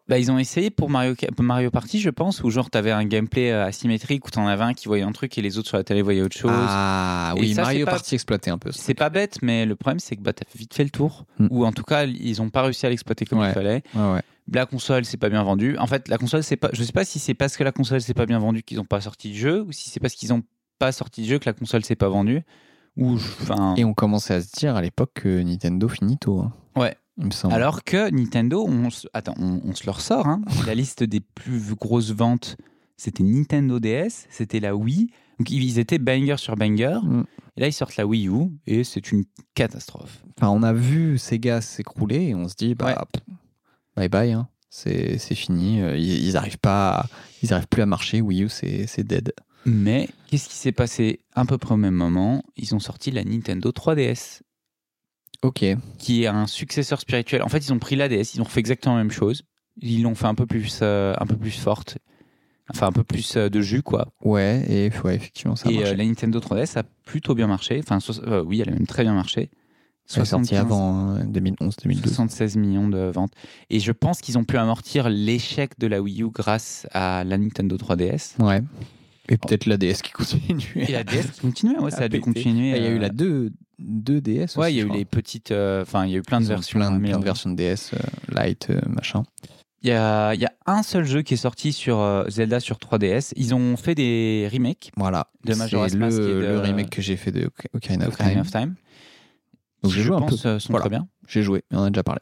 A: Bah, ils ont essayé pour Mario, Ka- pour Mario Party, je pense, où genre t'avais un gameplay euh, asymétrique où t'en avais un qui voyait un truc et les autres sur la télé voyaient autre chose.
B: ah
A: Et
B: oui
A: ça, c'est
B: Mario
A: pas-
B: Party exploité un peu ça.
A: C'est pas bête, mais le problème c'est que bah, t'as vite fait le tour.
B: Mm.
A: Ou en tout cas, ils ont pas réussi à l'exploiter comme
B: Ouais.
A: il fallait.
B: Ouais, ouais.
A: La console, c'est pas bien vendu. En fait, la console, c'est pas. Je sais pas si c'est parce que la console, c'est pas bien vendue qu'ils ont pas sorti de jeu, ou si c'est parce qu'ils ont pas sorti de jeu que la console, s'est pas vendue. Ou je- enfin.
B: et on commençait à se dire à l'époque que Nintendo finito hein.
A: Ouais.
B: il me semble
A: Alors que Nintendo, on se, attends, on, on se le ressort. hein. La liste des plus grosses ventes, c'était Nintendo DS, c'était la Wii. Donc ils étaient banger sur banger.
B: Mm.
A: Et là, ils sortent la Wii U et c'est une catastrophe.
B: Enfin, on a vu Sega s'écrouler et on se dit, bah,
A: Ouais.
B: pff, bye bye, hein. c'est c'est fini. Euh, Ils, ils arrivent pas, à- ils arrivent plus à marcher. Wii U, c'est c'est dead.
A: Mais qu'est-ce qui s'est passé à peu près au même moment Ils ont sorti la Nintendo 3DS,
B: Ok.
A: qui est un successeur spirituel. En fait, ils ont pris la DS, ils ont fait exactement la même chose. Ils l'ont fait un peu plus, euh, un peu plus forte, enfin un peu plus euh, de jus, quoi.
B: Ouais, et ouais, effectivement, ça a
A: et
B: marché.
A: euh, la Nintendo 3DS a plutôt bien marché. Enfin, so- euh, oui, elle a même très bien marché.
B: Elle est sortie
A: 75,
B: avant hein, 2011-2012.
A: 76 millions de ventes. Et je pense qu'ils ont pu amortir l'échec de la Wii U grâce à la Nintendo 3DS.
B: Ouais. Et peut-être la DS qui continue.
A: Et la DS qui continuait, ouais, ça a dû
B: pété.
A: continuer.
B: Ah, Il y a eu
A: euh,
B: la 2, 2 DS.
A: Ouais,
B: aussi,
A: il y a
B: je
A: eu
B: crois.
A: les petites. euh, Enfin, il y a eu plein de
B: Ils ont
A: versions.
B: Plein, de-
A: mais,
B: plein
A: euh,
B: de versions de DS, euh, Lite, euh, machin.
A: Il y a, il y a un seul jeu qui est sorti sur euh, Zelda sur 3DS. Ils ont fait des remakes.
B: Voilà.
A: De Majora's
B: C'est le,
A: Mask et de-
B: le remake que j'ai fait de Oca- Ocarina of
A: Ocarina
B: Time.
A: of Time.
B: Donc
A: qui,
B: j'ai
A: je
B: joué un peu.
A: pense, euh, sont
B: Voilà.
A: très bien.
B: J'ai joué, mais on en a déjà parlé.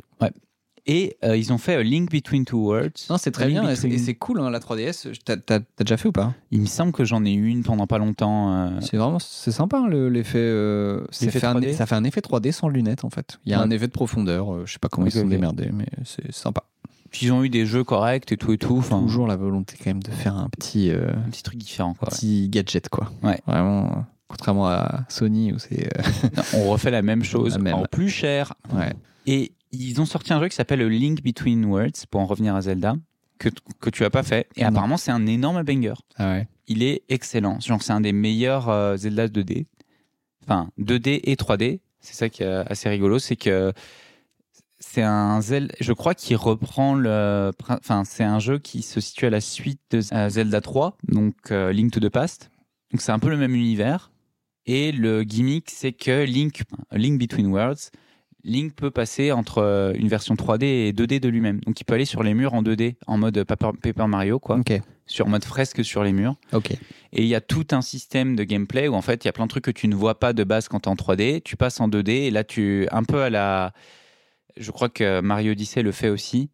A: Et euh, ils ont fait euh, Link Between Two Worlds.
B: Non, c'est très
A: Link
B: bien et c'est- et
A: Between-
B: c'est cool hein, la 3DS. T'as- T'as t'as déjà fait ou pas
A: Il me semble que j'en ai eu une pendant pas longtemps. euh,
B: C'est vraiment c'est sympa hein, le- l'effet. euh, c'est
A: L'effet
B: fait un-
A: 3D.
B: ça fait un effet 3D sans lunettes en fait. Il y a
A: Ouais.
B: un effet de profondeur. euh, je sais pas comment
A: Ok,
B: ils se sont
A: ok.
B: démerdés, mais c'est sympa.
A: Puis ils ont eu des jeux corrects et tout et tout. Enfin,
B: Toujours la volonté quand même de faire un petit euh,
A: un petit truc différent. Quoi, ouais.
B: petit gadget quoi.
A: Ouais.
B: Vraiment. euh, Contrairement à Sony où c'est euh,
A: Non, on refait la même chose
B: La même.
A: en plus cher.
B: ouais.
A: Et ils ont sorti un jeu qui s'appelle le Link Between Worlds pour en revenir à Zelda que, t- que tu as pas fait. Et
B: Non.
A: apparemment, c'est un énorme banger.
B: Ah ouais.
A: il est excellent. Genre, c'est un des meilleurs euh, Zelda 2D. Enfin, 2D et 3D. C'est ça qui est assez rigolo, c'est que c'est un Zelda, je crois qu'il reprend le, prin- enfin, c'est un jeu qui se situe à la suite de euh, Zelda 3, donc euh, Link to the Past. Donc c'est un peu le même univers. Et le gimmick, c'est que Link, Link Between Worlds, Link peut passer entre euh, une version 3D et 2D de lui-même. Donc il peut aller sur les murs en 2D, en mode Paper, Paper Mario, quoi,
B: Ok.
A: sur mode fresque sur les murs.
B: Ok.
A: Et il y a tout un système de gameplay où en fait il y a plein de trucs que tu ne vois pas de base quand t'es en 3D, tu passes en 2D et là tu un peu à la Je crois que Mario Odyssey le fait aussi,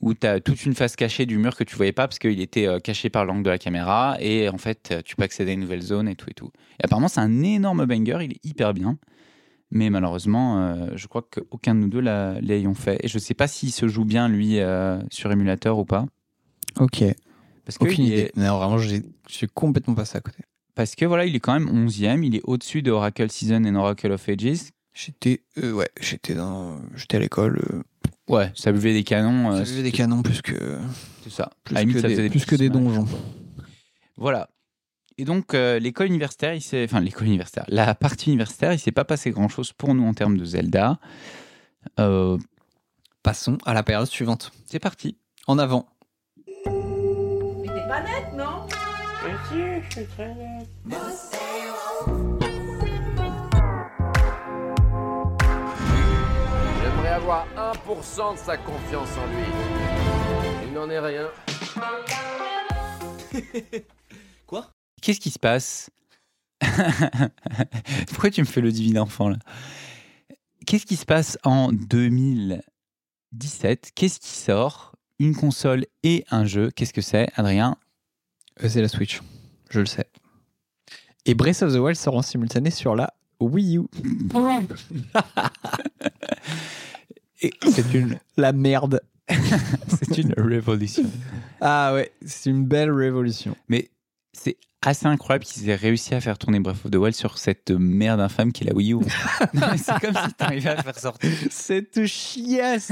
A: où tu as toute une face cachée du mur que tu voyais pas parce qu'il était euh, caché par l'angle de la caméra et en fait euh, tu peux accéder à une nouvelle zone et tout et tout. Et apparemment c'est un énorme banger, il est hyper bien. Mais malheureusement, euh, je crois qu'aucun de nous deux l'a- l'ayons fait. Et je sais pas s'il se joue bien, lui, euh, sur émulateur ou pas.
B: Ok.
A: Parce que,
B: Aucune
A: il
B: idée.
A: est,
B: Non, vraiment, j'ai- je suis complètement passé à côté.
A: parce que voilà, il est quand même 11e. Il est au-dessus de Oracle Season et Oracle of Ages.
B: J'étais, euh, ouais, j'étais dans, j'étais à l'école. euh,
A: Ouais, ça buvait des canons. euh,
B: ça faisait des canons plus que
A: Tout ça.
B: plus
A: À la limite,
B: que
A: ça
B: des,
A: faisait
B: plus que des
A: petits smiles.
B: donjons.
A: Voilà. Et donc, euh, l'école universitaire, il s'est... enfin, l'école universitaire, la partie universitaire, il s'est pas passé grand-chose pour nous en termes de Zelda. Euh,
B: Passons à la période suivante.
A: c'est parti.
B: En avant.
I: J'aimerais avoir 1% de sa confiance en lui. Il n'en est rien.
A: Qu'est-ce qui se passe Pourquoi tu me fais le divin enfant, là Qu'est-ce qui se passe en 2017 Qu'est-ce qui sort Une console et un jeu. Qu'est-ce que c'est, Adrien
B: Euh, c'est la Switch. Je le sais. Et Breath of the Wild sort en simultané sur la Wii U.
A: Et C'est une,
B: La merde.
A: c'est une révolution.
B: Ah ouais, c'est une belle révolution.
A: Mais c'est assez incroyable qu'ils aient réussi à faire tourner Breath of the Wild sur cette merde infâme qui est la Wii U. Non, mais c'est comme si t'arrivais à faire sortir.
B: C'est tout chiasse.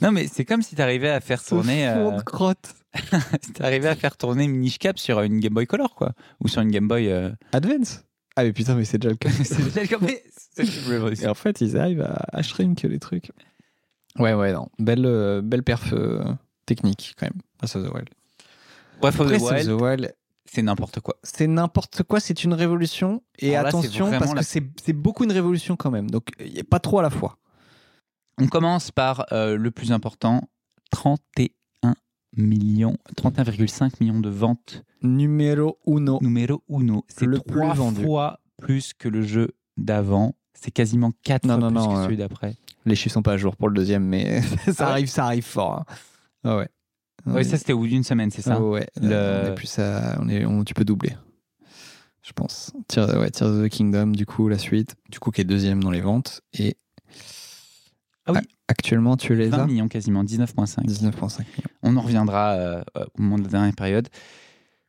A: Non, mais c'est comme si t'arrivais à faire tourner,
B: Ce fond
A: euh,
B: de crotte.
A: si t'arrivais à faire tourner Minish Cap sur une Game Boy Color, quoi, ou sur une Game Boy. euh,
B: Advance. Ah mais putain, mais c'est déjà le cas.
A: c'est déjà comme- mais c'est une
B: Et
A: révolution.
B: en fait, ils arrivent à, à shrink les trucs. Ouais, ouais, non. Belle, euh, belle perf euh, technique, quand même. Breath of the Wild.
A: Breath of the
B: Breath of
A: Wild,
B: the Wild,
A: c'est n'importe quoi.
B: c'est n'importe quoi, c'est une révolution. Et
A: Alors là, c'est
B: attention,
A: vraiment
B: parce
A: la-
B: que c'est c'est beaucoup une révolution quand même. Donc, il n'y a pas trop à la fois.
A: On commence par euh, le plus important 31 millions, 31,5 millions de ventes
B: Numéro uno.
A: numéro uno. C'est
B: Oh. Le
A: trois
B: plus vendu.
A: fois plus que le jeu d'avant. C'est quasiment quatre
B: Non,
A: fois
B: non,
A: plus
B: non,
A: que
B: euh,
A: celui d'après.
B: Les chiffres sont pas à jour pour le deuxième, mais ça
A: Ah ouais
B: arrive, ça arrive fort. hein. Ah ouais.
A: Oui, ça c'était au bout d'une semaine, c'est ça
B: Ah ouais.
A: Le-
B: On est plus à- on est- on- tu peux doubler. Je pense. Tears, ouais, Tears of the Kingdom, du coup, la suite. Du coup, qui est deuxième dans les ventes. Et.
A: Ah oui.
B: A- Actuellement, tu les
A: 20
B: as
A: millions quasiment, 19,5.
B: 19,5 millions.
A: On en reviendra euh, euh, au moment de la dernière période.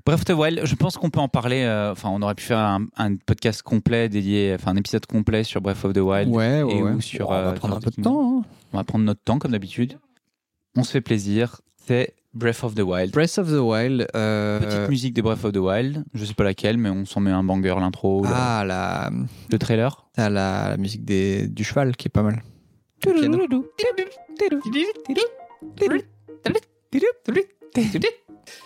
A: Bref, The Wild, je pense qu'on peut en parler. euh, Enfin, on aurait pu faire un, un podcast complet dédié, enfin un épisode complet sur Breath of the Wild.
B: Ouais,
A: et
B: ouais, ouais.
A: ou sur,
B: on va
A: euh,
B: prendre
A: sur
B: un peu de
A: Disney.
B: temps. hein.
A: On va prendre notre temps comme d'habitude. On se fait plaisir. C'est Breath of the Wild.
B: Breath of the Wild. euh,
A: Petite musique de Breath of the Wild. Je sais pas laquelle, mais on s'en met un banger, l'intro, le-
B: Ah, la,
A: le, trailer.
B: t'as la, la musique des, du cheval qui est pas mal. Le piano.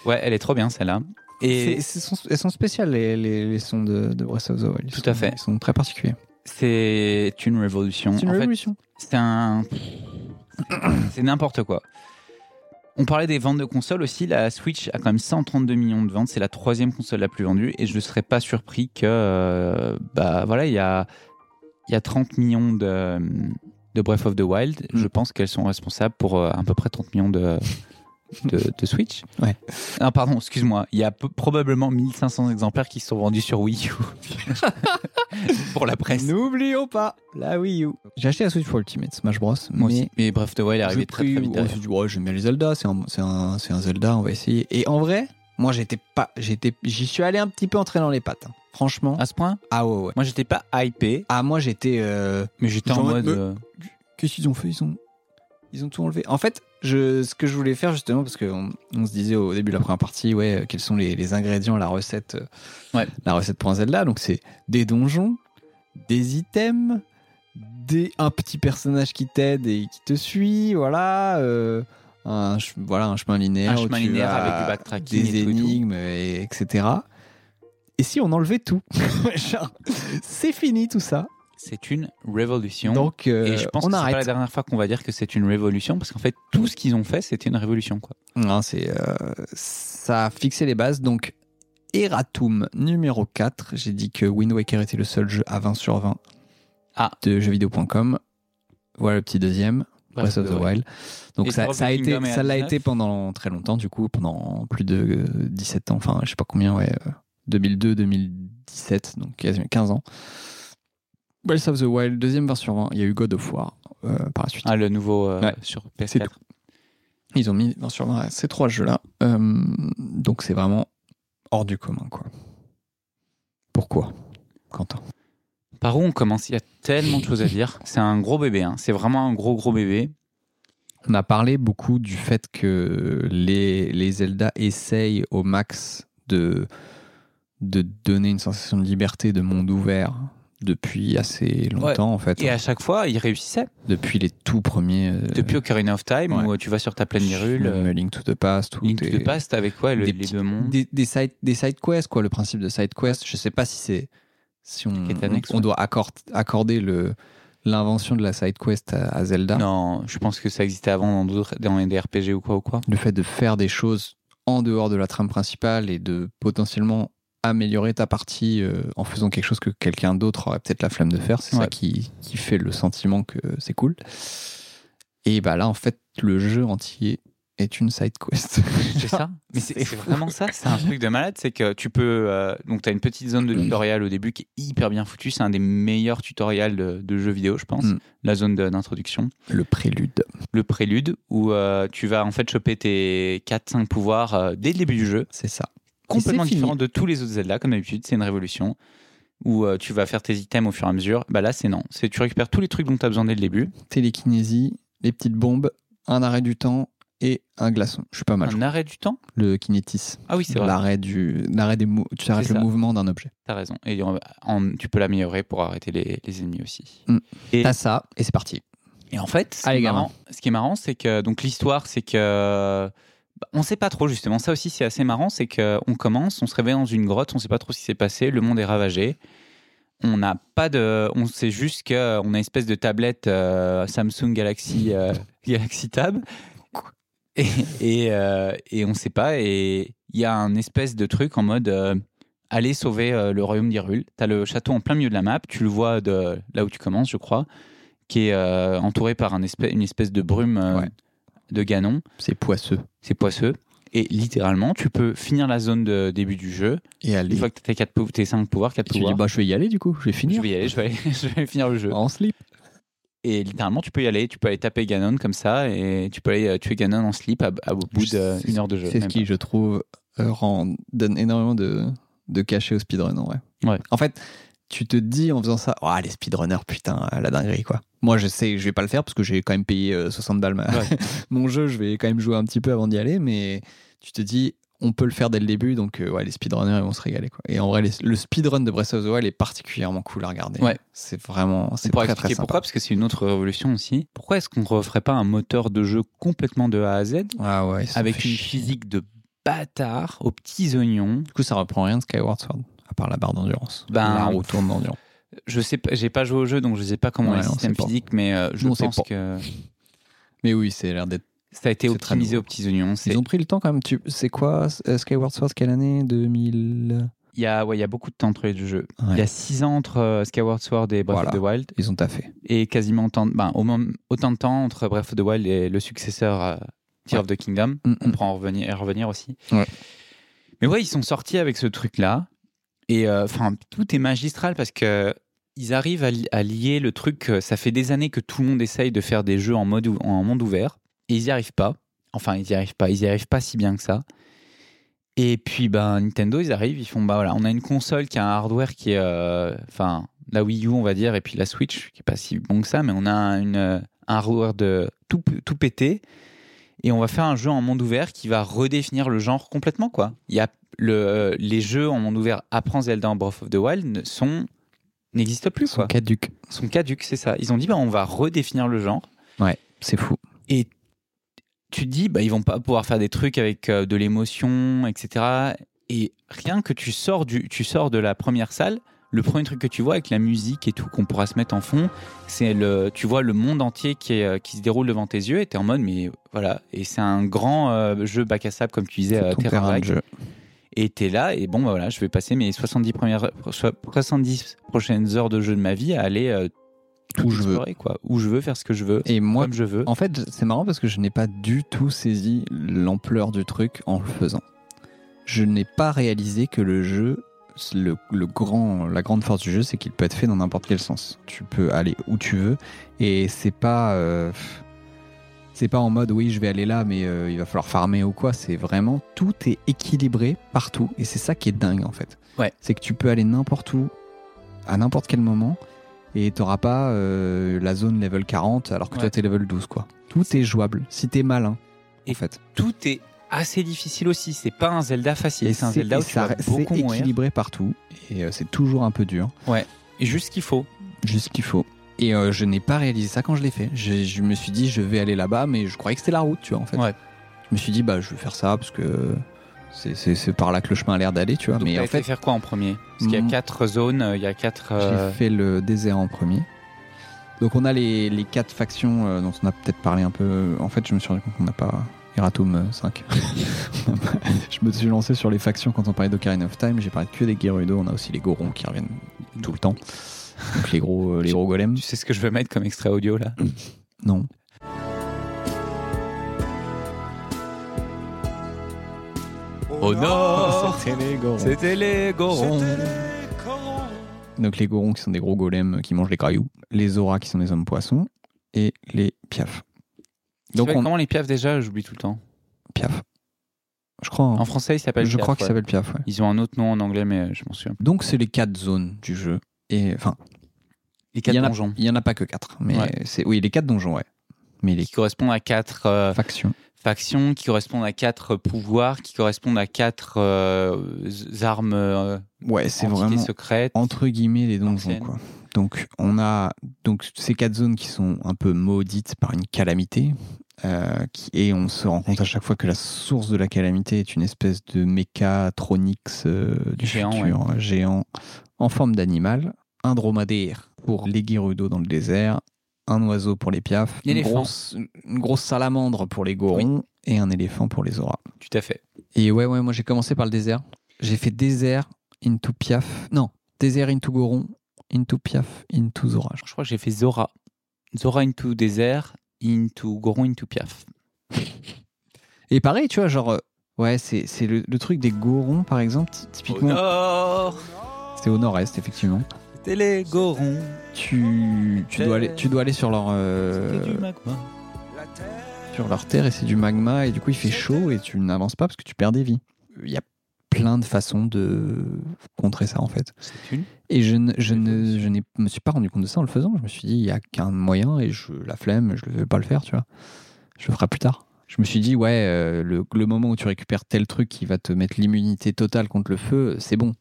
A: Ouais, elle est trop bien celle-là. Et
B: C'est- c'est son- elles sont spéciales, les, les, les sons de, de Breath of the Wild. Ils
A: Tout
B: sont-
A: à fait.
B: Ils sont très particuliers.
A: c'est une révolution.
B: C'est une
A: En fait,
B: révolution.
A: c'est un. C'est n'importe quoi. On parlait des ventes de consoles aussi. La Switch a quand même 132 millions de ventes. C'est la troisième console la plus vendue. Et je ne serais pas surpris que. euh, bah voilà, il y a, il y a 30 millions de, de Breath of the Wild.
B: Mm.
A: Je pense qu'elles sont responsables pour euh, à peu près 30 millions de. De, de Switch
B: Ouais.
A: Ah, pardon, excuse-moi. Il y a peu- probablement 1500 exemplaires qui sont vendus sur Wii U. pour la presse.
B: N'oublions pas la Wii U. J'ai acheté la Switch pour Ultimate Smash Bros.
A: Moi
B: mais
A: aussi. Mais Breath of the Wild est
B: j'ai
A: arrivé très
B: pris-
A: très vite.
B: Je me
A: derrière.
B: suis dit, ouais, Oh, j'aime bien les Zelda, c'est un, c'est un- c'est un Zelda, on va essayer. Et en vrai, moi, j'étais pas, j'étais, j'y suis allé un petit peu entraînant les pattes. hein. Franchement.
A: À ce point
B: Ah ouais, ouais.
A: Moi, j'étais pas hypé,
B: Ah, moi, j'étais. euh,
A: mais j'étais en
B: Genre,
A: mode.
B: me-
A: euh,
B: Qu'est-ce qu'ils ont fait Ils ont, ils ont tout enlevé. En fait, je, ce que je voulais faire justement, parce qu'on on se disait au début de la première partie, ouais, euh, quels sont les, les ingrédients, la recette, euh,
A: Ouais.
B: la recette pour un Zelda. Donc c'est des donjons, des items, des un petit personnage qui t'aide et qui te suit, voilà. euh, un, ch- voilà un chemin linéaire,
A: Un
B: où
A: chemin
B: tu
A: linéaire
B: as
A: avec du backtracking
B: des
A: et tout et tout.
B: énigmes, et etc. Et si on enlevait tout Genre, C'est fini tout ça.
A: c'est une révolution.
B: Donc euh,
A: et je pense
B: on
A: que c'est pas
B: arrête.
A: la dernière fois qu'on va dire que c'est une révolution, parce qu'en fait, tout ce qu'ils ont fait, c'était une révolution. Quoi.
B: Non, c'est euh, ça a fixé les bases. Donc Eratum numéro 4, j'ai dit que Wind Waker était le seul jeu à 20 sur 20
A: Ah.
B: de jeuxvideo.com. Voilà le petit deuxième, Breath of the Wild. Donc
A: Et
B: ça,
A: Tears of
B: ça a
A: the
B: été,
A: Kingdom est à
B: ça l'a
A: 19.
B: été pendant très longtemps, du coup, pendant plus de euh, 17 ans, enfin je sais pas combien, ouais, euh, 2002-2017, donc quasiment 15 ans. Breath of the Wild, deuxième version 20, il y a eu God of War euh, par la suite.
A: Ah, le nouveau euh,
B: Ouais.
A: sur
B: C'est
A: PS4.
B: Ils ont mis 20 sur 20 à ces trois jeux-là. Euh, donc c'est vraiment hors du commun, quoi. Pourquoi, Quentin
A: Par où on commence Il y a tellement de choses à dire. C'est un gros bébé. hein. C'est vraiment un gros, gros bébé.
B: On a parlé beaucoup du fait que les, les Zelda essayent au max de, de donner une sensation de liberté, de monde ouvert depuis assez longtemps en fait. hein.
A: Et à chaque fois, il réussissait.
B: Depuis les tout premiers. euh,
A: Depuis Ocarina of Time,
B: ouais.
A: où euh, tu vas sur ta plaine virule, euh,
B: même Link to the Past. ou
A: Link
B: des-
A: to the Past, avec quoi le-
B: des
A: Les
B: petits-
A: deux mondes.
B: Des, des side, des side quests, quoi, le principe de side quest. Je sais pas si c'est. Si on,
A: Qui est annexe,
B: on
A: ouais.
B: doit accord- accorder le l'invention de la side quest à, à Zelda.
A: Non, je pense que ça existait avant dans, d'autres- dans des RPG ou quoi ou quoi.
B: le fait de faire des choses en dehors de la trame principale et de potentiellement améliorer ta partie euh, en faisant quelque chose que quelqu'un d'autre aurait peut-être la flemme de faire, c'est ça
A: Ouais.
B: qui, qui fait le sentiment que c'est cool. Et bah là, en fait, le jeu entier est une side quest.
A: C'est ça Mais c'est c'est vraiment ça, c'est un truc de malade, c'est que tu peux... euh, donc tu as une petite zone de tutoriel au début qui est hyper bien foutue, c'est un des meilleurs tutoriels de, de jeux vidéo, je pense,
B: Mm.
A: la zone de- d'introduction.
B: Le prélude.
A: Le prélude, où euh, tu vas en fait choper tes 4-5 pouvoirs euh, dès le début du jeu,
B: C'est ça.
A: complètement
B: c'est fini.
A: différent de tous les autres Zelda, comme d'habitude, c'est une révolution, où euh, tu vas faire tes items au fur et à mesure. Bah là, c'est non, c'est tu récupères tous les trucs dont tu as besoin dès le début,
B: Télékinésie, les petites bombes, un arrêt du temps et un glaçon. Je suis pas mal. je
A: un arrêt du temps.
B: crois. Le kinétis.
A: Ah oui, c'est vrai.
B: L'arrêt du, l'arrêt des, mou- tu arrêtes
A: C'est
B: le
A: ça.
B: mouvement d'un objet.
A: T'as raison. Et on- en- tu peux l'améliorer pour arrêter les, les ennemis aussi.
B: Mm.
A: Et,
B: T'as ça et c'est parti.
A: et en fait, ce qui,
B: Allez,
A: est
B: gamin.
A: marrant, ce qui est marrant, c'est que donc l'histoire, c'est que bah, on sait pas trop justement. Ça aussi, c'est assez marrant, c'est que on commence, on se réveille dans une grotte, on sait pas trop ce qui s'est passé, le monde est ravagé. On n'a pas de, on sait juste que euh, on a une espèce de tablette euh, Samsung Galaxy euh, Galaxy Tab. Et, et, euh, et on sait pas. Et il y a un espèce de truc en mode euh, aller sauver euh, le royaume d'Irul. Tu as le château en plein milieu de la map, tu le vois de là où tu commences, je crois, qui est euh, entouré par un espèce, une espèce de brume euh,
B: Ouais.
A: de Ganon.
B: C'est poisseux.
A: C'est poisseux. Et littéralement, tu peux finir la zone de début du jeu.
B: Et
A: Une
B: allez.
A: fois que tu as tes 5 pouvoirs, 4
B: Et tu dis,
A: pouvoirs.
B: bah, je vais y aller du coup, je vais finir.
A: je vais y aller, je vais, aller- je vais finir le jeu.
B: En slip.
A: Et littéralement, tu peux y aller, tu peux aller taper Ganon comme ça, et tu peux aller euh, tuer Ganon en slip à, à- au bout
B: C'est-
A: d'une heure de jeu.
B: C'est ce
A: même
B: qui,
A: pas.
B: je trouve, euh, rend, donne énormément de, de cachet au speedrun en vrai.
A: Ouais.
B: En fait, tu te dis en faisant ça, oh, les speedrunners, putain, la dinguerie quoi. Moi, je sais, je vais pas le faire parce que j'ai quand même payé euh, 60 balles ma-
A: Ouais.
B: mon jeu, je vais quand même jouer un petit peu avant d'y aller, mais tu te dis, on peut le faire dès le début, donc euh, ouais, les speedrunners, ils vont se régaler quoi. Et en vrai, les- le speedrun de Breath of the Wild est particulièrement cool à regarder.
A: Ouais.
B: C'est vraiment, c'est
A: On pourra
B: très très
A: expliquer
B: sympa.
A: pourquoi, parce que c'est une autre révolution aussi. Pourquoi est-ce qu'on ne referait pas un moteur de jeu complètement de A à Z
B: Ah ouais, ça
A: avec
B: fait
A: une
B: chier.
A: physique de bâtard aux petits oignons.
B: Du coup, ça reprend rien de Skyward Sword, à part la barre d'endurance.
A: Ben,
B: la retourne d'endurance.
A: Je sais pas, j'ai pas joué au jeu donc je sais pas comment
B: Ouais,
A: est le
B: on
A: système
B: sait pas.
A: physique, mais euh, je
B: Nous, on sait
A: pense
B: pas.
A: que
B: Mais oui, c'est l'air d'être.
A: ça a été
B: C'est très
A: optimisé
B: nouveau.
A: aux petits oignons. C'est-
B: Ils ont pris le temps quand même. Tu... C'est quoi euh, Skyward Sword Quelle année 2000.
A: Il y a, ouais, il y a beaucoup de temps entre les deux jeux.
B: Ouais.
A: Il y a 6 ans entre euh, Skyward Sword et Breath of
B: Voilà.
A: the Wild
B: Ils ont taffé.
A: et quasiment autant, de- ben, au même- autant de temps entre Breath of the Wild et le successeur euh, Tears of the Kingdom.
B: Mm,
A: on
B: mm.
A: pourra en revenir, et revenir aussi.
B: Ouais.
A: Mais ouais, ils sont sortis avec ce truc-là. Et euh, enfin, tout est magistral parce que ils arrivent à, li- à lier le truc. euh, Ça fait des années que tout le monde essaye de faire des jeux en mode ou- en monde ouvert et ils n'y arrivent pas. Enfin, ils n'y arrivent pas. Ils n'y arrivent pas si bien que ça. Et puis, ben, Nintendo, ils arrivent, ils font, bah voilà, on a une console qui a un hardware qui est, euh, enfin, la Wii U, on va dire, et puis la Switch, qui est pas si bon que ça, mais on a une, euh, un hardware de tout, p- tout pété, et on va faire un jeu en monde ouvert qui va redéfinir le genre complètement, quoi. Il y a le, euh, les jeux en monde ouvert après Zelda en Breath of the Wild ne sont, n'existent plus, quoi.
B: Caduc.
A: Sont caduques, c'est ça. Ils ont dit, bah, on va redéfinir le genre.
B: C'est fou.
A: Et tu te dis, bah, ils vont pas pouvoir faire des trucs avec euh, de l'émotion, etc. Et rien que tu sors, du, tu sors de la première salle, le premier truc que tu vois avec la musique et tout qu'on pourra se mettre en fond, c'est le, tu vois le monde entier qui, est, euh, qui se déroule devant tes yeux et t'es en mode, mais voilà. Et c'est un grand euh, jeu bac à sable, comme tu disais,
B: C'est
A: euh,
B: ton
A: Terra
B: terrain
A: Vague.
B: de jeu.
A: Et t'es là, et bon, bah voilà, je vais passer mes 70, premières, 70 prochaines heures de jeu de ma vie à aller euh, tout
B: Où je veux.
A: explorer, quoi. Où je veux, faire ce que je veux,
B: Et moi,
A: comme je veux.
B: en fait, c'est marrant parce que je n'ai pas du tout saisi l'ampleur du truc en le faisant. Je n'ai pas réalisé que le jeu, le, le grand, la grande force du jeu, c'est qu'il peut être fait dans n'importe quel sens. Tu peux aller où tu veux et c'est pas, euh, c'est pas en mode oui, je vais aller là, mais euh, il va falloir farmer ou quoi. C'est vraiment tout est équilibré partout et c'est ça qui est dingue en fait.
A: Ouais.
B: C'est que tu peux aller n'importe où à n'importe quel moment et t'auras pas euh, la zone level 40 alors que
A: Ouais.
B: toi t'es level 12 quoi. Tout est jouable si t'es malin
A: Et
B: en fait.
A: Tout est assez difficile aussi. C'est pas un Zelda facile. C'est un
B: c'est-
A: Zelda où
B: et
A: tu
B: ça
A: vas
B: reste-
A: beaucoup
B: c'est
A: mourir.
B: équilibré partout et euh, c'est toujours un peu dur,
A: Et Juste ce qu'il faut.
B: juste ce qu'il faut. Et euh, je n'ai pas réalisé ça quand je l'ai fait. Je, je me suis dit je vais aller là-bas mais je croyais que c'était la route tu vois en fait.
A: Ouais.
B: Je me suis dit bah je vais faire ça parce que c'est- c'est c'est par là que le chemin a l'air d'aller tu vois.
A: Donc,
B: Ah, mais
A: t'as
B: en
A: été
B: fait
A: faire quoi en premier Parce qu'il y a
B: Mm.
A: quatre zones, euh, il y a quatre. euh,
B: J'ai fait le désert en premier. Donc on a les, les quatre factions euh, dont on a peut-être parlé un peu. En fait, je me suis rendu compte qu'on n'a pas Eratum euh, 5. On n'a pas- je me suis lancé sur les factions quand on parlait d'Ocarina of Time. J'ai parlé que des Gerudo. On a aussi les Gorons qui reviennent tout le temps. Donc les gros, euh, les gros golems.
A: Tu sais ce que je veux mettre comme extrait audio
B: Mm.
A: là
B: Non.
A: Au nord
B: les Gorons.
A: C'était les Gorons
B: Donc les Gorons qui sont des gros golems euh, qui mangent les cailloux. Les Zora qui sont des hommes poissons. Et les Piaf.
A: Donc
B: Donc on...
A: comment les piafs déjà J'oublie tout le temps.
B: Piaf. Je crois. hein.
A: En français, ils s'appellent.
B: je
A: Piaf,
B: crois qu'ils
A: ouais.
B: s'appellent Piaf, ouais.
A: Ils ont un autre nom en anglais, mais euh, je m'en souviens. plus.
B: Donc c'est les quatre zones du jeu. Et enfin,
A: Les
B: il
A: quatre
B: y en a-
A: donjons.
B: il y en a pas que quatre, mais
A: Ouais.
B: c'est oui les quatre donjons, ouais. Mais les
A: Qui correspondent à quatre euh,
B: factions.
A: factions, qui correspondent à quatre pouvoirs, qui correspondent à quatre euh, z- armes, euh,
B: Ouais, c'est
A: entités
B: vraiment
A: secrètes.
B: entre guillemets les donjons
A: Anciennes.
B: quoi. Donc on a donc ces quatre zones qui sont un peu maudites par une calamité. euh, qui, et on se rend compte à chaque fois que la source de la calamité est une espèce de mécatronix euh, du
A: Géant,
B: futur, euh, géant en forme d'animal, un dromadaire pour les Gerudo dans le désert, un oiseau pour les piafs, une
A: L'éléphant.
B: grosse, une grosse salamandre pour les gorons et un éléphant pour les auras.
A: Tout à fait.
B: Et ouais, ouais, moi j'ai commencé par le désert. J'ai fait désert into Piaf. Non, désert into Goron, into Piaf, into Zora. je
A: Je crois que j'ai fait Zora. Zora into désert, into Goron, into piaf.
B: crois. Et pareil, tu vois, genre, euh, ouais, c'est c'est le, le truc des Gorons, par exemple, ty- typiquement.
A: nord
B: c'est au nord-est, effectivement.
A: C'était les Gorons.
B: Tu, tu, dois, aller, tu dois aller sur leur, euh,
A: C'était du magma.
B: sur leur terre et c'est du magma et du coup il fait chaud et tu n'avances pas parce que tu perds des vies. Il y a plein de façons de contrer ça en fait.
A: C'est une.
B: Et je ne, je ne je n'ai- me suis pas rendu compte de ça en le faisant. Je me suis dit, il n'y a qu'un moyen et je la flemme, je ne vais pas le faire, tu vois. Je le ferai plus tard. Je me suis dit, ouais, euh, le, le moment où tu récupères tel truc qui va te mettre l'immunité totale contre le feu, c'est bon.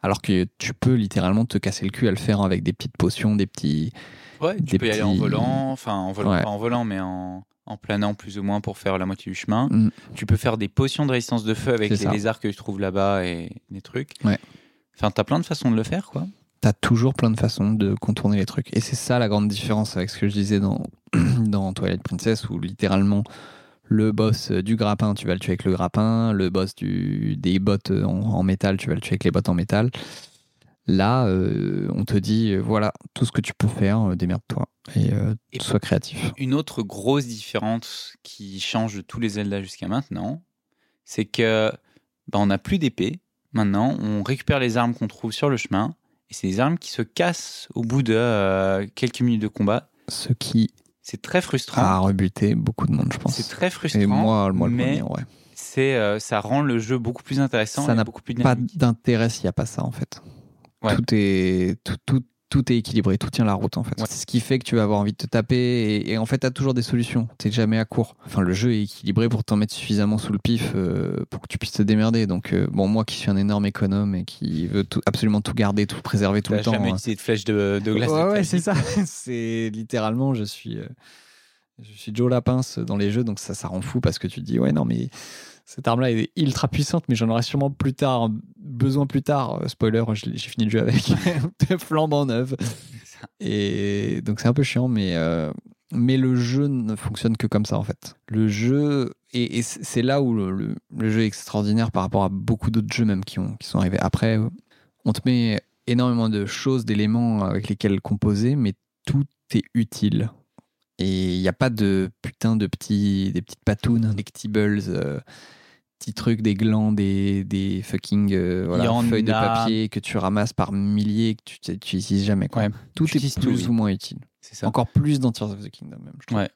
B: Alors que tu peux littéralement te casser le cul à le faire avec des petites potions, des petits.
A: Ouais, tu
B: Des
A: peux y aller en
B: petits-
A: volant, enfin en volant,
B: Ouais.
A: pas en volant, mais en, en planant plus ou moins pour faire la moitié du chemin.
B: Mm.
A: Tu peux faire des potions de résistance de feu avec
B: C'est
A: les
B: ça.
A: lézards que tu trouves là-bas et des trucs.
B: Ouais.
A: Enfin, t'as plein de façons de le faire, quoi.
B: T'as toujours plein de façons de contourner les trucs. Et c'est ça la grande différence avec ce que je disais dans, dans Twilight Princess, où littéralement le boss euh, du grappin, tu vas le tuer avec le grappin, le boss du, des bottes en, en métal, tu vas le tuer avec les bottes en métal. Là, euh, on te dit, euh, voilà, tout ce que tu peux faire, euh, démerde-toi et, euh,
A: Et-
B: sois créatif.
A: Une autre grosse différence qui change de tous les Zelda jusqu'à maintenant, c'est que bah, on n'a plus d'épée. Maintenant, on récupère les armes qu'on trouve sur le chemin. Et c'est des armes qui se cassent au bout de euh, quelques minutes de combat.
B: Ce qui
A: C'est très frustrant.
B: a rebuté beaucoup de monde, Ah, je pense.
A: c'est très frustrant.
B: Et moi, moi le
A: mais
B: premier, ouais.
A: c'est euh, ça rend le jeu beaucoup plus intéressant
B: Ça
A: et
B: n'a
A: beaucoup plus
B: pas
A: dynamique.
B: d'intérêt s'il n'y a pas ça en fait.
A: Ouais.
B: Tout est tout, tout, tout est équilibré, tout tient la route en fait.
A: Ouais.
B: C'est ce qui fait que tu vas avoir envie de te taper et, et en fait t'as toujours des solutions. T'es jamais à court. Enfin le jeu est équilibré pour t'en mettre suffisamment sous le pif euh, pour que tu puisses te démerder. Donc euh, bon moi qui suis un énorme économe et qui veut tout- absolument tout garder, tout préserver tout
A: T'as
B: le temps.
A: jamais
B: hein.
A: utilisé de flèche de, de glace. de
B: Ouais,
A: ta
B: ouais,
A: vie.
B: c'est ça. c'est littéralement, je suis, euh, je suis Joe Lapince dans les jeux, donc ça, ça rend fou parce que tu te dis, ouais, non, mais cette arme-là elle est ultra puissante, mais j'en aurai sûrement plus tard, besoin plus tard. Euh, Spoiler, je l'ai- j'ai fini le jeu avec flambant neuve. Et donc c'est un peu chiant, mais euh, mais le jeu ne fonctionne que comme ça en fait. Le jeu et, et c'est c'est là où le, le- le jeu est extraordinaire par rapport à beaucoup d'autres jeux même qui ont qui sont arrivés après. On te met énormément de choses, d'éléments avec lesquels composer, mais tout est utile. Et il n'y a pas de putain de petits, des petites patounes, injectables, euh, petits trucs, des glands, des, des fucking euh, voilà,
A: Il y en
B: feuilles de
A: a.
B: papier que tu ramasses par milliers et que tu n'utilises jamais. Quoi.
A: Ouais.
B: Tout
A: Tu utilises
B: est
A: tout,
B: plus
A: oui.
B: ou moins utile.
A: C'est ça.
B: Encore plus dans Tears of the Kingdom, même, je trouve.
A: Ouais.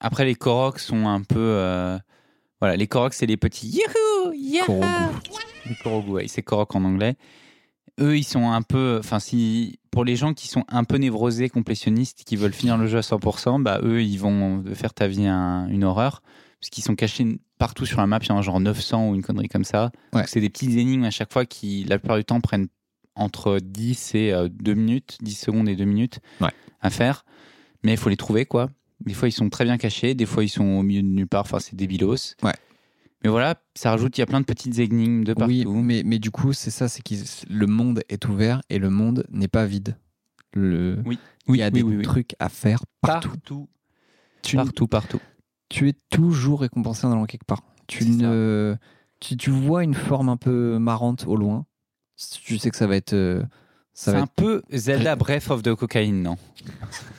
A: Après, les Koroks sont un peu. euh, Voilà, les Koroks, c'est les petits. Youhou yaha
B: Korogu.
A: Les Korogu, ouais, c'est Korok en anglais. Eux, ils sont un peu. Enfin, si. Pour les gens qui sont un peu névrosés, complétionnistes, qui veulent finir le jeu à 100%, bah, eux, ils vont faire ta vie un- une horreur. Parce qu'ils sont cachés partout sur la map, il y en a genre 900 ou une connerie comme ça.
B: Ouais.
A: Donc, c'est des petites énigmes à chaque fois qui, la plupart du temps, prennent entre 10 et euh, 2 minutes, 10 secondes et 2 minutes
B: Ouais.
A: à faire. Mais il faut les trouver, quoi. Des fois, ils sont très bien cachés, des fois, ils sont au milieu de nulle part. Enfin, c'est débilos.
B: Ouais.
A: Mais voilà, ça rajoute, il y a plein de petites énigmes de partout.
B: Oui, mais, mais du coup, c'est ça, c'est que le monde est ouvert et le monde n'est pas vide. Le...
A: Oui.
B: il y a des trucs à faire partout.
A: Partout,
B: Tu,
A: partout, partout.
B: tu es toujours récompensé en allant quelque part. Tu,
A: C'est
B: ne... tu, tu vois une forme un peu marrante au loin. Tu sais que ça va être. euh, Ça
A: C'est
B: va
A: un peu Zelda Breath of the Cocaine, non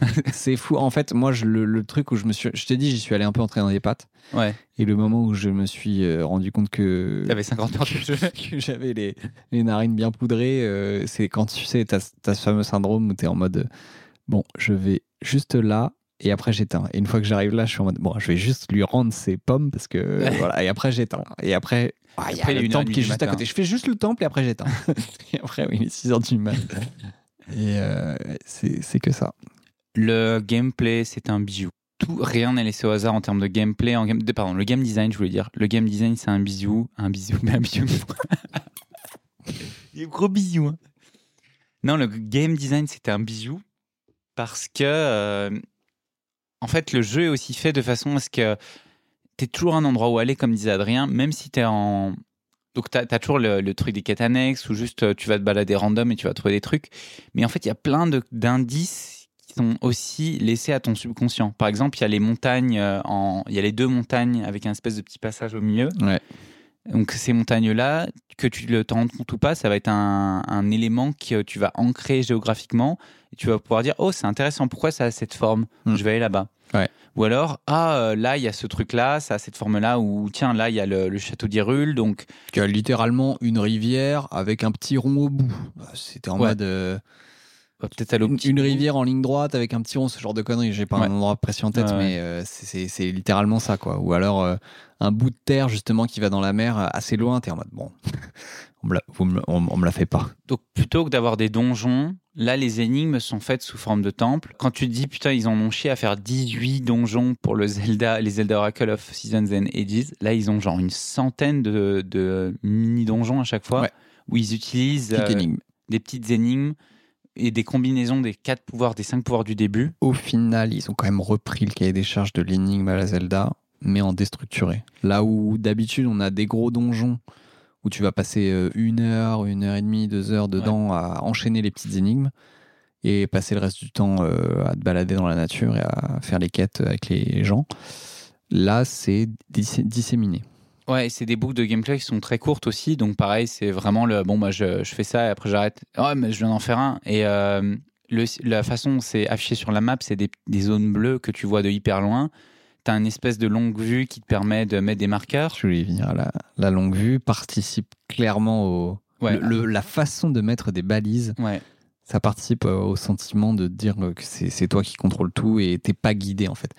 B: être- C'est fou. En fait, moi, je, le, le truc où je me suis. Je t'ai dit, j'y suis allé un peu entrer dans les pattes.
A: Ouais,
B: Et le moment où je me suis euh, rendu compte que.
A: t'avais 50 heures de jeu.
B: que j'avais les, les narines bien poudrées, euh, c'est quand tu sais, t'as as ce fameux syndrome où t'es en mode euh, bon, je vais juste là et après j'éteins. Et une fois que j'arrive là, je suis en mode bon, je vais juste lui rendre ses pommes parce que voilà, et après j'éteins. Et après, ah, il y
A: Après, il
B: a
A: est
B: le
A: une heure et
B: temple qui est
A: demie du
B: juste à
A: matin.
B: côté. Je fais juste le temple et après j'éteins. et après, oui, il est 6 h du mat. Et euh, c'est c'est que ça.
A: Le gameplay, c'est un bijou. Tout, rien n'est laissé au hasard en termes de gameplay. En game, de- pardon, le game design, je voulais dire. Le game design, c'est un bisou. Un bisou, mais un bisou. Il y a un gros bisou. hein. Non, le game design, c'était un bijou. Parce que, euh, en fait, le jeu est aussi fait de façon à ce que tu toujours un endroit où aller, comme disait Adrien, même si tu es en. Donc, tu as, toujours le, le truc des quêtes annexes ou juste euh, tu vas te balader random et tu vas trouver des trucs. Mais en fait, il y a plein de- d'indices qui sont aussi laissés à ton subconscient. Par exemple, il y a les montagnes, euh, en... il y a les deux montagnes avec un espèce de petit passage au milieu.
B: Ouais.
A: Donc ces montagnes-là, que tu le- t'en rendes compte ou pas, ça va être un, un élément que tu vas ancrer géographiquement et tu vas pouvoir dire oh c'est intéressant pourquoi ça a cette forme,
B: Hmm.
A: je vais aller là-bas.
B: Ouais.
A: Ou alors ah euh, là il y a ce truc-là, ça a cette forme-là ou tiens là il y a le, le château d'Hyrule donc
B: Tu as littéralement une rivière avec un petit rond au bout. Bah, C'était en
A: Ouais.
B: mode. euh,
A: bah, peut-être à l'eau
B: une,
A: petite-
B: une rivière en ligne droite avec un petit rond, ce genre de conneries. J'ai pas
A: Ouais.
B: un endroit précis en tête,
A: Ouais, ouais.
B: mais euh, c'est- c'est c'est littéralement ça, quoi. Ou alors euh, un bout de terre justement qui va dans la mer euh, assez loin. T'es en mode bon, on me la, vous me- on- on me la fait pas.
A: Donc plutôt que d'avoir des donjons, là les énigmes sont faites sous forme de temples. Quand tu te dis putain ils en ont chié à faire 18 donjons pour le Zelda, les Zelda Oracle of Seasons and Ages, là ils ont genre une centaine de, de mini donjons à chaque fois
B: Ouais.
A: où ils utilisent
B: Petite
A: euh,
B: énigme.
A: des petites énigmes et des combinaisons des quatre pouvoirs, des cinq pouvoirs du début.
B: Au final, ils ont quand même repris le cahier des charges de l'énigme à la Zelda, mais en déstructuré. Là où d'habitude on a des gros donjons où tu vas passer euh, une heure, une heure et demie, deux heures dedans à enchaîner les petites énigmes et passer le reste du temps euh, à te balader dans la nature et à faire les quêtes avec les gens. Là, c'est dissé- disséminé.
A: Ouais, et c'est des boucles de gameplay qui sont très courtes aussi. Donc pareil, c'est vraiment le bon, bah, je, je fais ça et après j'arrête. Ouais, mais je viens d'en faire un. Et euh, le, la façon dont c'est affiché sur la map, c'est des, des zones bleues que tu vois de hyper loin. T'as une espèce de longue vue qui te permet de mettre des marqueurs.
B: Je voulais y venir à la, la longue vue participe clairement au
A: Ouais.
B: le- le- la façon de mettre des balises
A: Ouais,
B: ça participe euh, au sentiment de dire euh, que c'est c'est toi qui contrôle tout et t'es pas guidé en fait.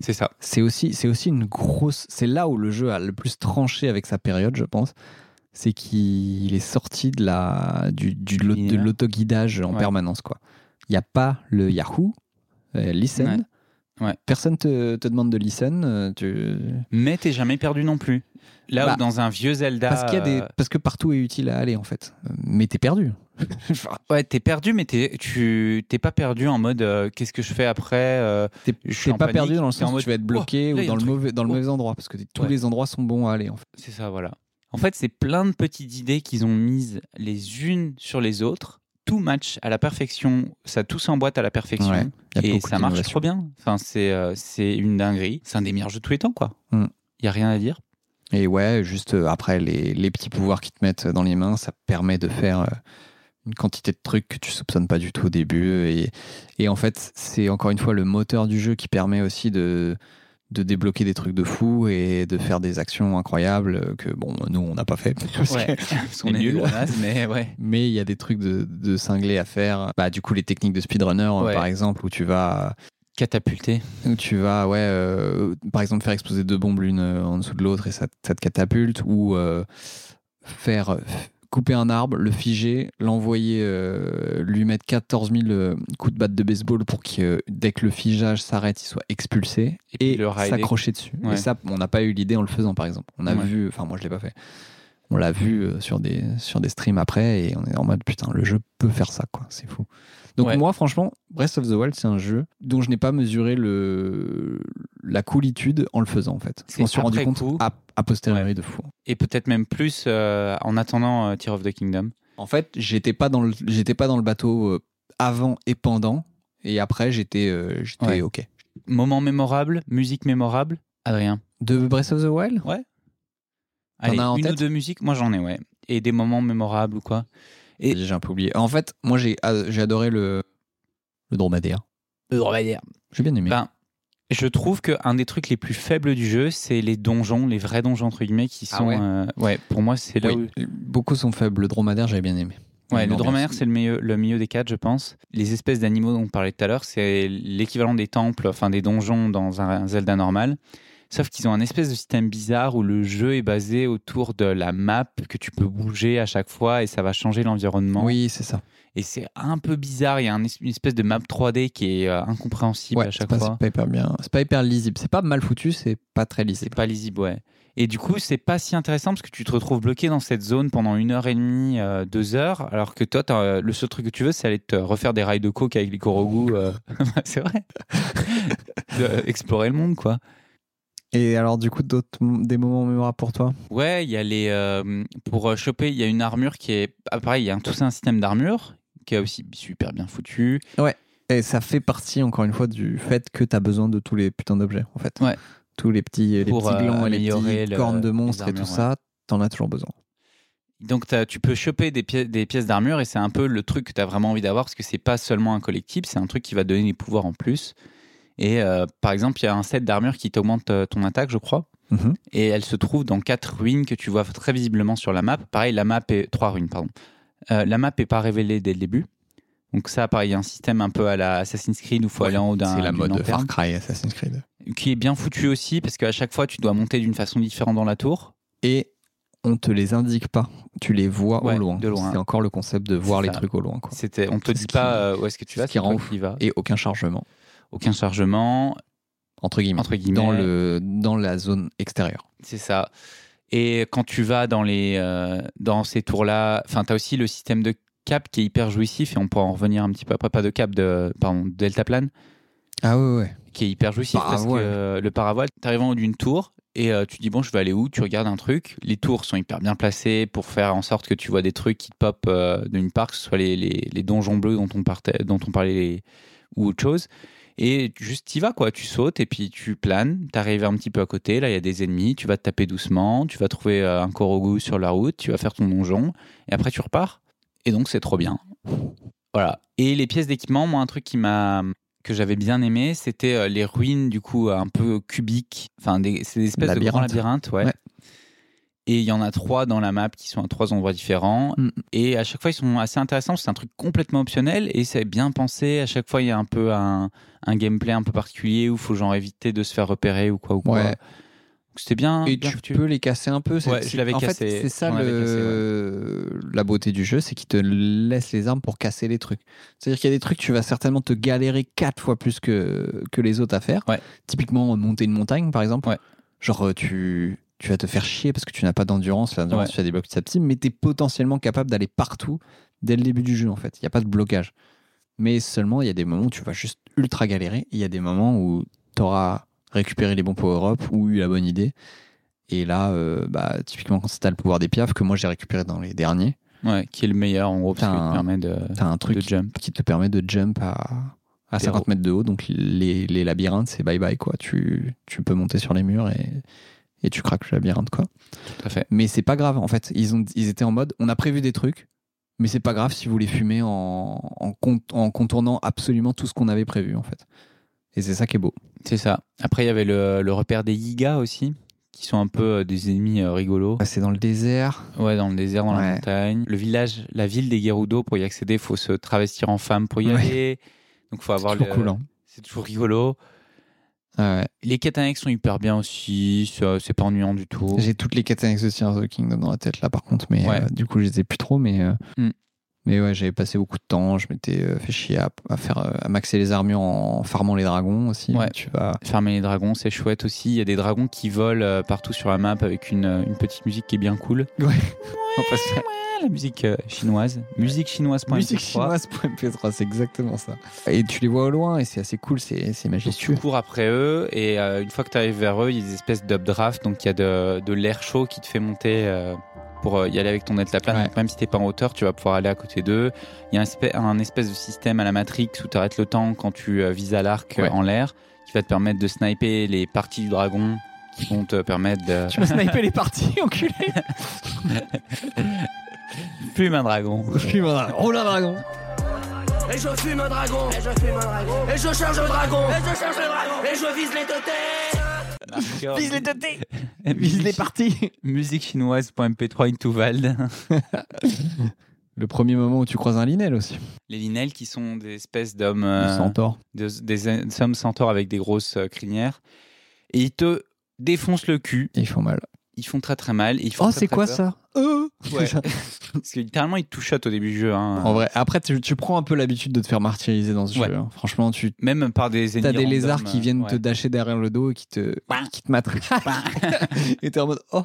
A: c'est ça.
B: C'est aussi, c'est aussi une grosse. C'est là où le jeu a le plus tranché avec sa période, je pense. C'est qu'il est sorti de la du, du lo- de
A: Linéaire.
B: l'autoguidage en
A: Ouais.
B: permanence quoi. Il y a pas le Yahoo, euh, listen.
A: Ouais. Ouais.
B: Personne te, te demande de listen. euh, tu-
A: Mais t'es jamais perdu non plus. Là
B: Bah,
A: où dans un vieux Zelda.
B: Parce qu'il y a des,
A: euh,
B: parce que partout est utile à aller en fait. Euh, Mais t'es perdu.
A: Ouais, t'es perdu, mais t'es, tu t'es pas perdu en mode euh, qu'est-ce que je fais après euh,
B: T'es
A: Je suis
B: t'es
A: en
B: pas
A: panique,
B: perdu dans le
A: t'es en
B: sens où
A: mode,
B: tu vas être bloqué
A: Oh, là, il y
B: ou
A: a un
B: dans le,
A: truc.
B: mauvais, dans le
A: Oh.
B: mauvais endroit parce que t- tous
A: Ouais.
B: les endroits sont bons à aller en fait.
A: C'est ça, voilà. En fait, c'est plein de petites idées qu'ils ont mises les unes sur les autres. Tout match à la perfection, ça tout s'emboîte à la perfection.
B: Ouais, y a
A: et
B: beaucoup
A: ça marche
B: d'innovations.
A: trop bien. Enfin, c'est euh, c'est une dinguerie. C'est un des meilleurs jeux de tous les temps, quoi. Il
B: Mm.
A: y a rien à dire.
B: Et ouais, juste euh, après les, les petits pouvoirs qui te mettent dans les mains, ça permet de faire euh, une quantité de trucs que tu soupçonnes pas du tout au début. Et, et en fait, c'est encore une fois le moteur du jeu qui permet aussi de, de débloquer des trucs de fou et de faire des actions incroyables que, bon, nous, on n'a pas fait. parce que-
A: Ouais, parce qu'on
B: on est
A: est nul,
B: nul.
A: mais ouais.
B: Mais il y a des trucs de, de cinglés à faire. Bah, du coup, les techniques de speedrunner, euh,
A: Ouais.
B: par exemple, où tu vas,
A: Catapulté.
B: où tu vas ouais, euh, par exemple, faire exploser deux bombes l'une euh, en dessous de l'autre et ça, te- ça te catapulte, ou euh, faire euh, couper un arbre, le figer, l'envoyer, euh, lui mettre 14 000 euh, coups de batte de baseball pour que euh, dès que le figeage s'arrête, il soit expulsé
A: Et puis
B: et,
A: le rider.
B: s'accrocher dessus.
A: Ouais.
B: Et ça, on n'a pas eu l'idée en le faisant, par exemple. On a
A: Ouais.
B: vu, enfin moi je l'ai pas fait. On l'a vu euh, sur des, sur des streams après et on est en mode putain, le jeu peut faire ça, quoi. C'est fou. Donc
A: Ouais.
B: moi, franchement, Breath of the Wild, c'est un jeu dont je n'ai pas mesuré le, la coolitude en le faisant, en fait. Je
A: C'est
B: m'en suis rendu
A: après
B: compte
A: coup.
B: à a posteriori de fou.
A: Et peut-être même plus euh, en attendant euh, Tear of the Kingdom.
B: En fait, j'étais pas dans le j'étais pas dans le bateau euh, avant et pendant et après j'étais euh, j'étais
A: Ouais.
B: OK.
A: Moment mémorable, musique mémorable. Adrien.
B: De Breath of the Wild T'en
A: Allez,
B: as en
A: une ou
B: tête
A: deux musiques, moi j'en ai, ouais. Et des moments mémorables ou quoi. Et-
B: J'ai un peu oublié. En fait, moi j'ai ad- j'ai adoré le le dromadaire. J'ai bien aimé.
A: Ben, je trouve que un des trucs les plus faibles du jeu, c'est les donjons, les vrais donjons entre guillemets, qui sont.
B: Ah ouais
A: euh, ouais, pour moi, c'est là
B: Oui,
A: où-
B: Beaucoup sont faibles. Le dromadaire, j'avais bien aimé.
A: Ouais, le
B: L'ambiance.
A: dromadaire, c'est le meilleur, le mieux des quatre, je pense. Les espèces d'animaux dont on parlait tout à l'heure, c'est l'équivalent des temples, enfin des donjons dans un un Zelda normal. Sauf qu'ils ont un espèce de système bizarre où le jeu est basé autour de la map que tu peux bouger à chaque fois et ça va changer l'environnement.
B: Oui, c'est ça.
A: Et c'est un peu bizarre. Il y a un es- une espèce de map 3D qui est euh, incompréhensible
B: Ouais,
A: à
B: c'est
A: chaque
B: pas,
A: fois.
B: c'est pas hyper bien. C'est pas hyper lisible. C'est pas mal foutu, c'est pas très
A: C'est
B: lisible.
A: pas lisible, ouais. Et du coup, c'est pas si intéressant parce que tu te retrouves bloqué dans cette zone pendant une heure et demie, euh, deux heures, alors que toi, t'as, euh, le seul truc que tu veux, c'est aller te refaire des rails de coke avec les Korogu. euh, c'est vrai. De- explorer le monde, quoi.
B: Et alors, du coup, d'autres des moments mémorables pour toi
A: Ouais, il y a les. euh, pour euh, choper, il y a une armure qui est. ah, pareil, il y a un- tout un système d'armure qui est aussi super bien foutu.
B: Et ça fait partie, encore une fois, du fait que t'as besoin de tous les putains d'objets, en fait.
A: Ouais.
B: Tous les petits, les
A: Pour,
B: petits
A: euh,
B: glands et les
A: améliorer
B: petites
A: le-
B: cornes de
A: les
B: monstres et tout
A: armures, ouais.
B: ça, t'en as toujours besoin.
A: Donc t'as- tu peux choper des, pièces- des pièces d'armure et c'est un peu le truc que tu as vraiment envie d'avoir parce que c'est pas seulement un collectible, c'est un truc qui va te donner des pouvoirs en plus. Et euh, par exemple, il y a un set d'armure qui t'augmente euh, ton attaque, je crois.
B: Mhm.
A: Et elle se trouve dans quatre ruines que tu vois très visiblement sur la map. Pareil, la map est trois ruines, pardon. Euh, la map est pas révélée dès le début. Donc ça, pareil, il y a un système un peu à la Assassin's Creed où il faut aller en haut d'un
B: C'est la
A: d'une
B: mode
A: lanterne
B: Far Cry Assassin's Creed.
A: qui est bien foutu aussi parce qu'à chaque fois tu dois monter d'une façon différente dans la tour.
B: Et on te les indique pas. Tu les vois
A: Ouais,
B: au loin.
A: de loin.
B: C'est encore le concept de voir
A: C'est
B: les
A: ça.
B: trucs au loin. Quoi.
A: C'était, on te
B: C'est ce
A: dit
B: qui-
A: pas euh, où est-ce que tu
B: c'est
A: vas,
B: ce qui
A: c'est
B: rend
A: toi
B: ouf.
A: qui y vas.
B: Et aucun chargement,
A: Aucun chargement,
B: entre guillemets.
A: entre guillemets.
B: Dans, le, dans la zone extérieure.
A: C'est ça. Et quand tu vas dans, les, euh, dans ces tours-là, enfin, tu as aussi le système de cap qui est hyper jouissif, et on pourra en revenir un petit peu après, pas de cap, de, pardon, deltaplane,
B: Ah ouais, ouais.
A: qui est hyper jouissif parce
B: Paravoile.
A: que euh, le paravoile, tu arrives en haut d'une tour et euh, tu dis, bon, je vais aller où Tu regardes un truc, les tours sont hyper bien placées pour faire en sorte que tu vois des trucs qui te pop euh, d'une part, que ce soit les, les, les donjons bleus dont on, partait, dont on parlait les- ou autre chose. Et juste t'y vas quoi, tu sautes et puis tu planes, t'arrives un petit peu à côté, là il y a des ennemis, tu vas te taper doucement, tu vas trouver euh, un korogu sur la route, tu vas faire ton donjon, et après tu repars. Et donc c'est trop bien. Voilà. Et les pièces d'équipement, moi un truc qui m'a que j'avais bien aimé, c'était euh, les ruines du coup un peu cubiques, enfin des, c'est des espèces de grands labyrinthes, ouais.
B: Ouais.
A: Et il y en a trois dans la map qui sont à trois endroits différents.
B: Mm.
A: Et à chaque fois, ils sont assez intéressants. C'est un truc complètement optionnel et c'est bien pensé. À chaque fois, il y a un peu un, un gameplay un peu particulier où il faut genre éviter de se faire repérer ou quoi ou quoi.
B: Ouais.
A: Donc, C'était bien.
B: Et
A: bien
B: tu
A: foutu.
B: peux les casser un peu. c'est-
A: Ouais, je
B: c'est-
A: l'avais
B: en fait,
A: cassé.
B: c'est ça
A: On l'avait
B: le... la beauté du jeu, c'est qu'il te laisse les armes pour casser les trucs. C'est-à-dire qu'il y a des trucs, tu vas certainement te galérer quatre fois plus que, que les autres à faire.
A: Ouais.
B: Typiquement, monter une montagne, par exemple.
A: Ouais.
B: Genre, euh, tu... tu vas te faire chier parce que tu n'as pas d'endurance. L'endurance,
A: Ouais.
B: tu as des blocs petit à petit, mais tu es potentiellement capable d'aller partout dès le début du jeu, en fait. Il n'y a pas de blocage. Mais seulement, il y a des moments où tu vas juste ultra galérer. et Il y a des moments où tu auras récupéré les bons power-up ou eu la bonne idée. Et là, euh, bah, typiquement, quand t'as le pouvoir des piafs, que moi j'ai récupéré dans les derniers,
A: Ouais, qui est le meilleur en gros parce qu'il
B: T'as
A: te
B: un-
A: permet de,
B: t'as un truc
A: de
B: qui,
A: jump.
B: qui te permet de jump à, à
A: Des
B: 50 mètres de haut. Donc les, les labyrinthes, c'est bye bye quoi. Tu, tu peux monter sur les murs et, et tu craques le labyrinthe quoi.
A: Tout à fait.
B: Mais c'est pas grave en fait. Ils, ont, ils étaient en mode on a prévu des trucs, Mais c'est pas grave si vous les fumez en, en, con- en contournant absolument tout ce qu'on avait prévu en fait. Et c'est ça qui est beau.
A: C'est ça. Après, il y avait le, le repère des Yigas aussi, qui sont un peu euh, des ennemis euh, rigolos.
B: Ah, C'est dans le désert.
A: Ouais, dans le désert, dans
B: Ouais.
A: la montagne. Le village, la ville des Gerudo, pour y accéder, il faut se travestir en femme pour y
B: Ouais.
A: aller. Donc, faut
B: C'est
A: avoir
B: toujours
A: le-
B: cool. hein.
A: C'est toujours rigolo.
B: Ah ouais.
A: Les quêtes annexes sont hyper bien aussi. ça- C'est pas ennuyant du tout.
B: J'ai toutes les quêtes annexes de Tears of the Kingdom dans la tête là par contre, mais
A: Ouais.
B: euh, du coup je les ai plus trop, mais euh,
A: Hmm.
B: mais ouais j'avais passé beaucoup de temps, je m'étais euh, fait chier à, à faire euh, à maxer les armures en farmant les dragons aussi.
A: Ouais.
B: Tu vas
A: Fermer les dragons, c'est chouette aussi. Il y a des dragons qui volent euh, partout sur la map avec une, euh, une petite musique qui est bien cool.
B: Ouais.
A: On passe à la musique euh, chinoise. Musique chinoise.
B: musique chinoise.mp3, c'est exactement ça. Et tu les vois au loin et c'est assez cool, c'est c'est
A: Donc tu
B: majestueux.
A: cours après eux et euh, une fois que tu arrives vers eux, il y a des espèces d'updraft, donc il y a de, de l'air chaud qui te fait monter euh, pour euh, y aller avec ton deltaplane.
B: Ouais.
A: Donc Même si t'es pas en hauteur, tu vas pouvoir aller à côté d'eux. Il y a un espèce, un espèce de système à la Matrix où tu arrêtes le temps quand tu euh, vises à l'arc euh,
B: Ouais.
A: en l'air, qui va te permettre de sniper les parties du dragon qui vont te permettre de
B: Tu vas sniper les parties, enculé
A: plumer un dragon.
B: Roule un Oh, dragon
G: Et je fume un dragon. Et je fume un dragon. Et je charge le dragon. Et je charge le dragon. Et je vise les deux têtes.
A: Ah,
B: Vise les dotés Vise les parties
A: Musique chinoise.mp3 into Vald.
B: Le premier moment où tu croises un linel aussi,
A: Les Linels qui sont des espèces d'hommes
B: le
A: euh,
B: centaure.
A: de- des sommes centaures avec des grosses euh, crinières. Et ils te défoncent le cul.
B: Ils font mal.
A: Ils font très très mal. et ils font
B: Oh
A: très,
B: c'est
A: très
B: quoi
A: peur.
B: ça Euh
A: Ouais. Parce que littéralement, ils te touchotent au début du jeu. hein.
B: En vrai, après, tu, tu prends un peu l'habitude de te faire martyriser dans ce
A: Ouais.
B: jeu. hein. Franchement, tu
A: Même par des ennemis.
B: as des
A: random,
B: lézards qui
A: euh,
B: viennent te
A: ouais.
B: dasher derrière le dos et qui te, qui te matraquent. et t'es en mode oh,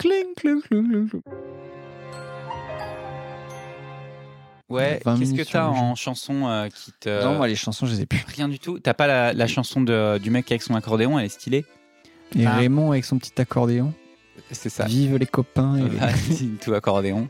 B: cling, cling, cling, cling, cling.
A: Ouais,
B: 20
A: qu'est-ce que
B: minutes
A: t'as
B: sur le jeu.
A: en chanson euh, qui te.
B: Non, moi, les chansons, je les ai plus.
A: Rien du tout. T'as pas la, la chanson de- du mec avec son accordéon, elle est stylée.
B: Et
A: Ah.
B: Raymond avec son petit accordéon.
A: C'est ça.
B: Vive les
A: Hein,
B: copains. et les-
A: Vas-y, tout accordéon.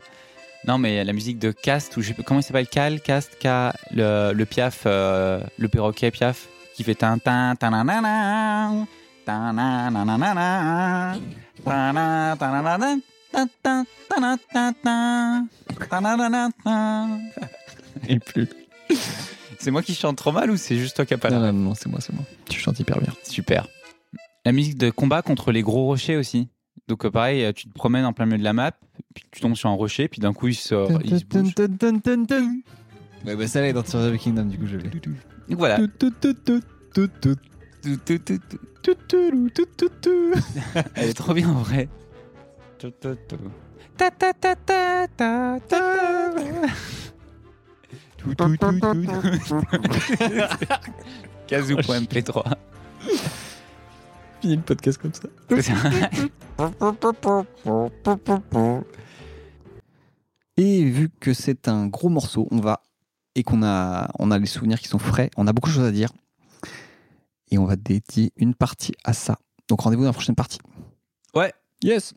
A: Non, mais la musique de Cast, ou je sais pas- comment il s'appelle Cal, Cast, Ka- le, le Piaf, euh, le perroquet Piaf, qui fait tin tin tin nan nan nan, tin nan nan nan nan nan, tin nan tin nan nan nan, tin tin tin nan tin tin, tin nan nan nan nan.
B: et plus.
A: C'est moi qui chante trop mal ou c'est juste toi qui a pas la-
B: Non, non, non, c'est moi, c'est moi. Tu chantes hyper bien.
A: Super. La musique de combat contre les gros rochers aussi. Donc euh, pareil, euh, tu te promènes en plein milieu de la map, puis tu tombes sur un rocher, puis d'un coup il sort, il se bouge.
B: Dun, dun, dun, dun, dun. Ouais, bah, ça là est dans Tears of the Kingdom, du coup, je l'ai.
A: Donc voilà,
B: Tout, tout, tout, tout, tout, tout,
A: Tout, tout, tout, tout.
B: tout, tout, tout, tout, tout.
A: Elle est trop bien en vrai. Tout, tout, tout. Ta, ta, ta, ta, ta, ta, ta. Tout, tout, tout, tout, tout. Kazoo.mp3.
B: Fini le podcast comme ça. Et vu que c'est un gros morceau, on va et qu'on a on a les souvenirs qui sont frais, on a beaucoup de choses à dire et on va dédier une partie à ça. Donc rendez-vous dans la prochaine partie.
A: Ouais.
B: Yes.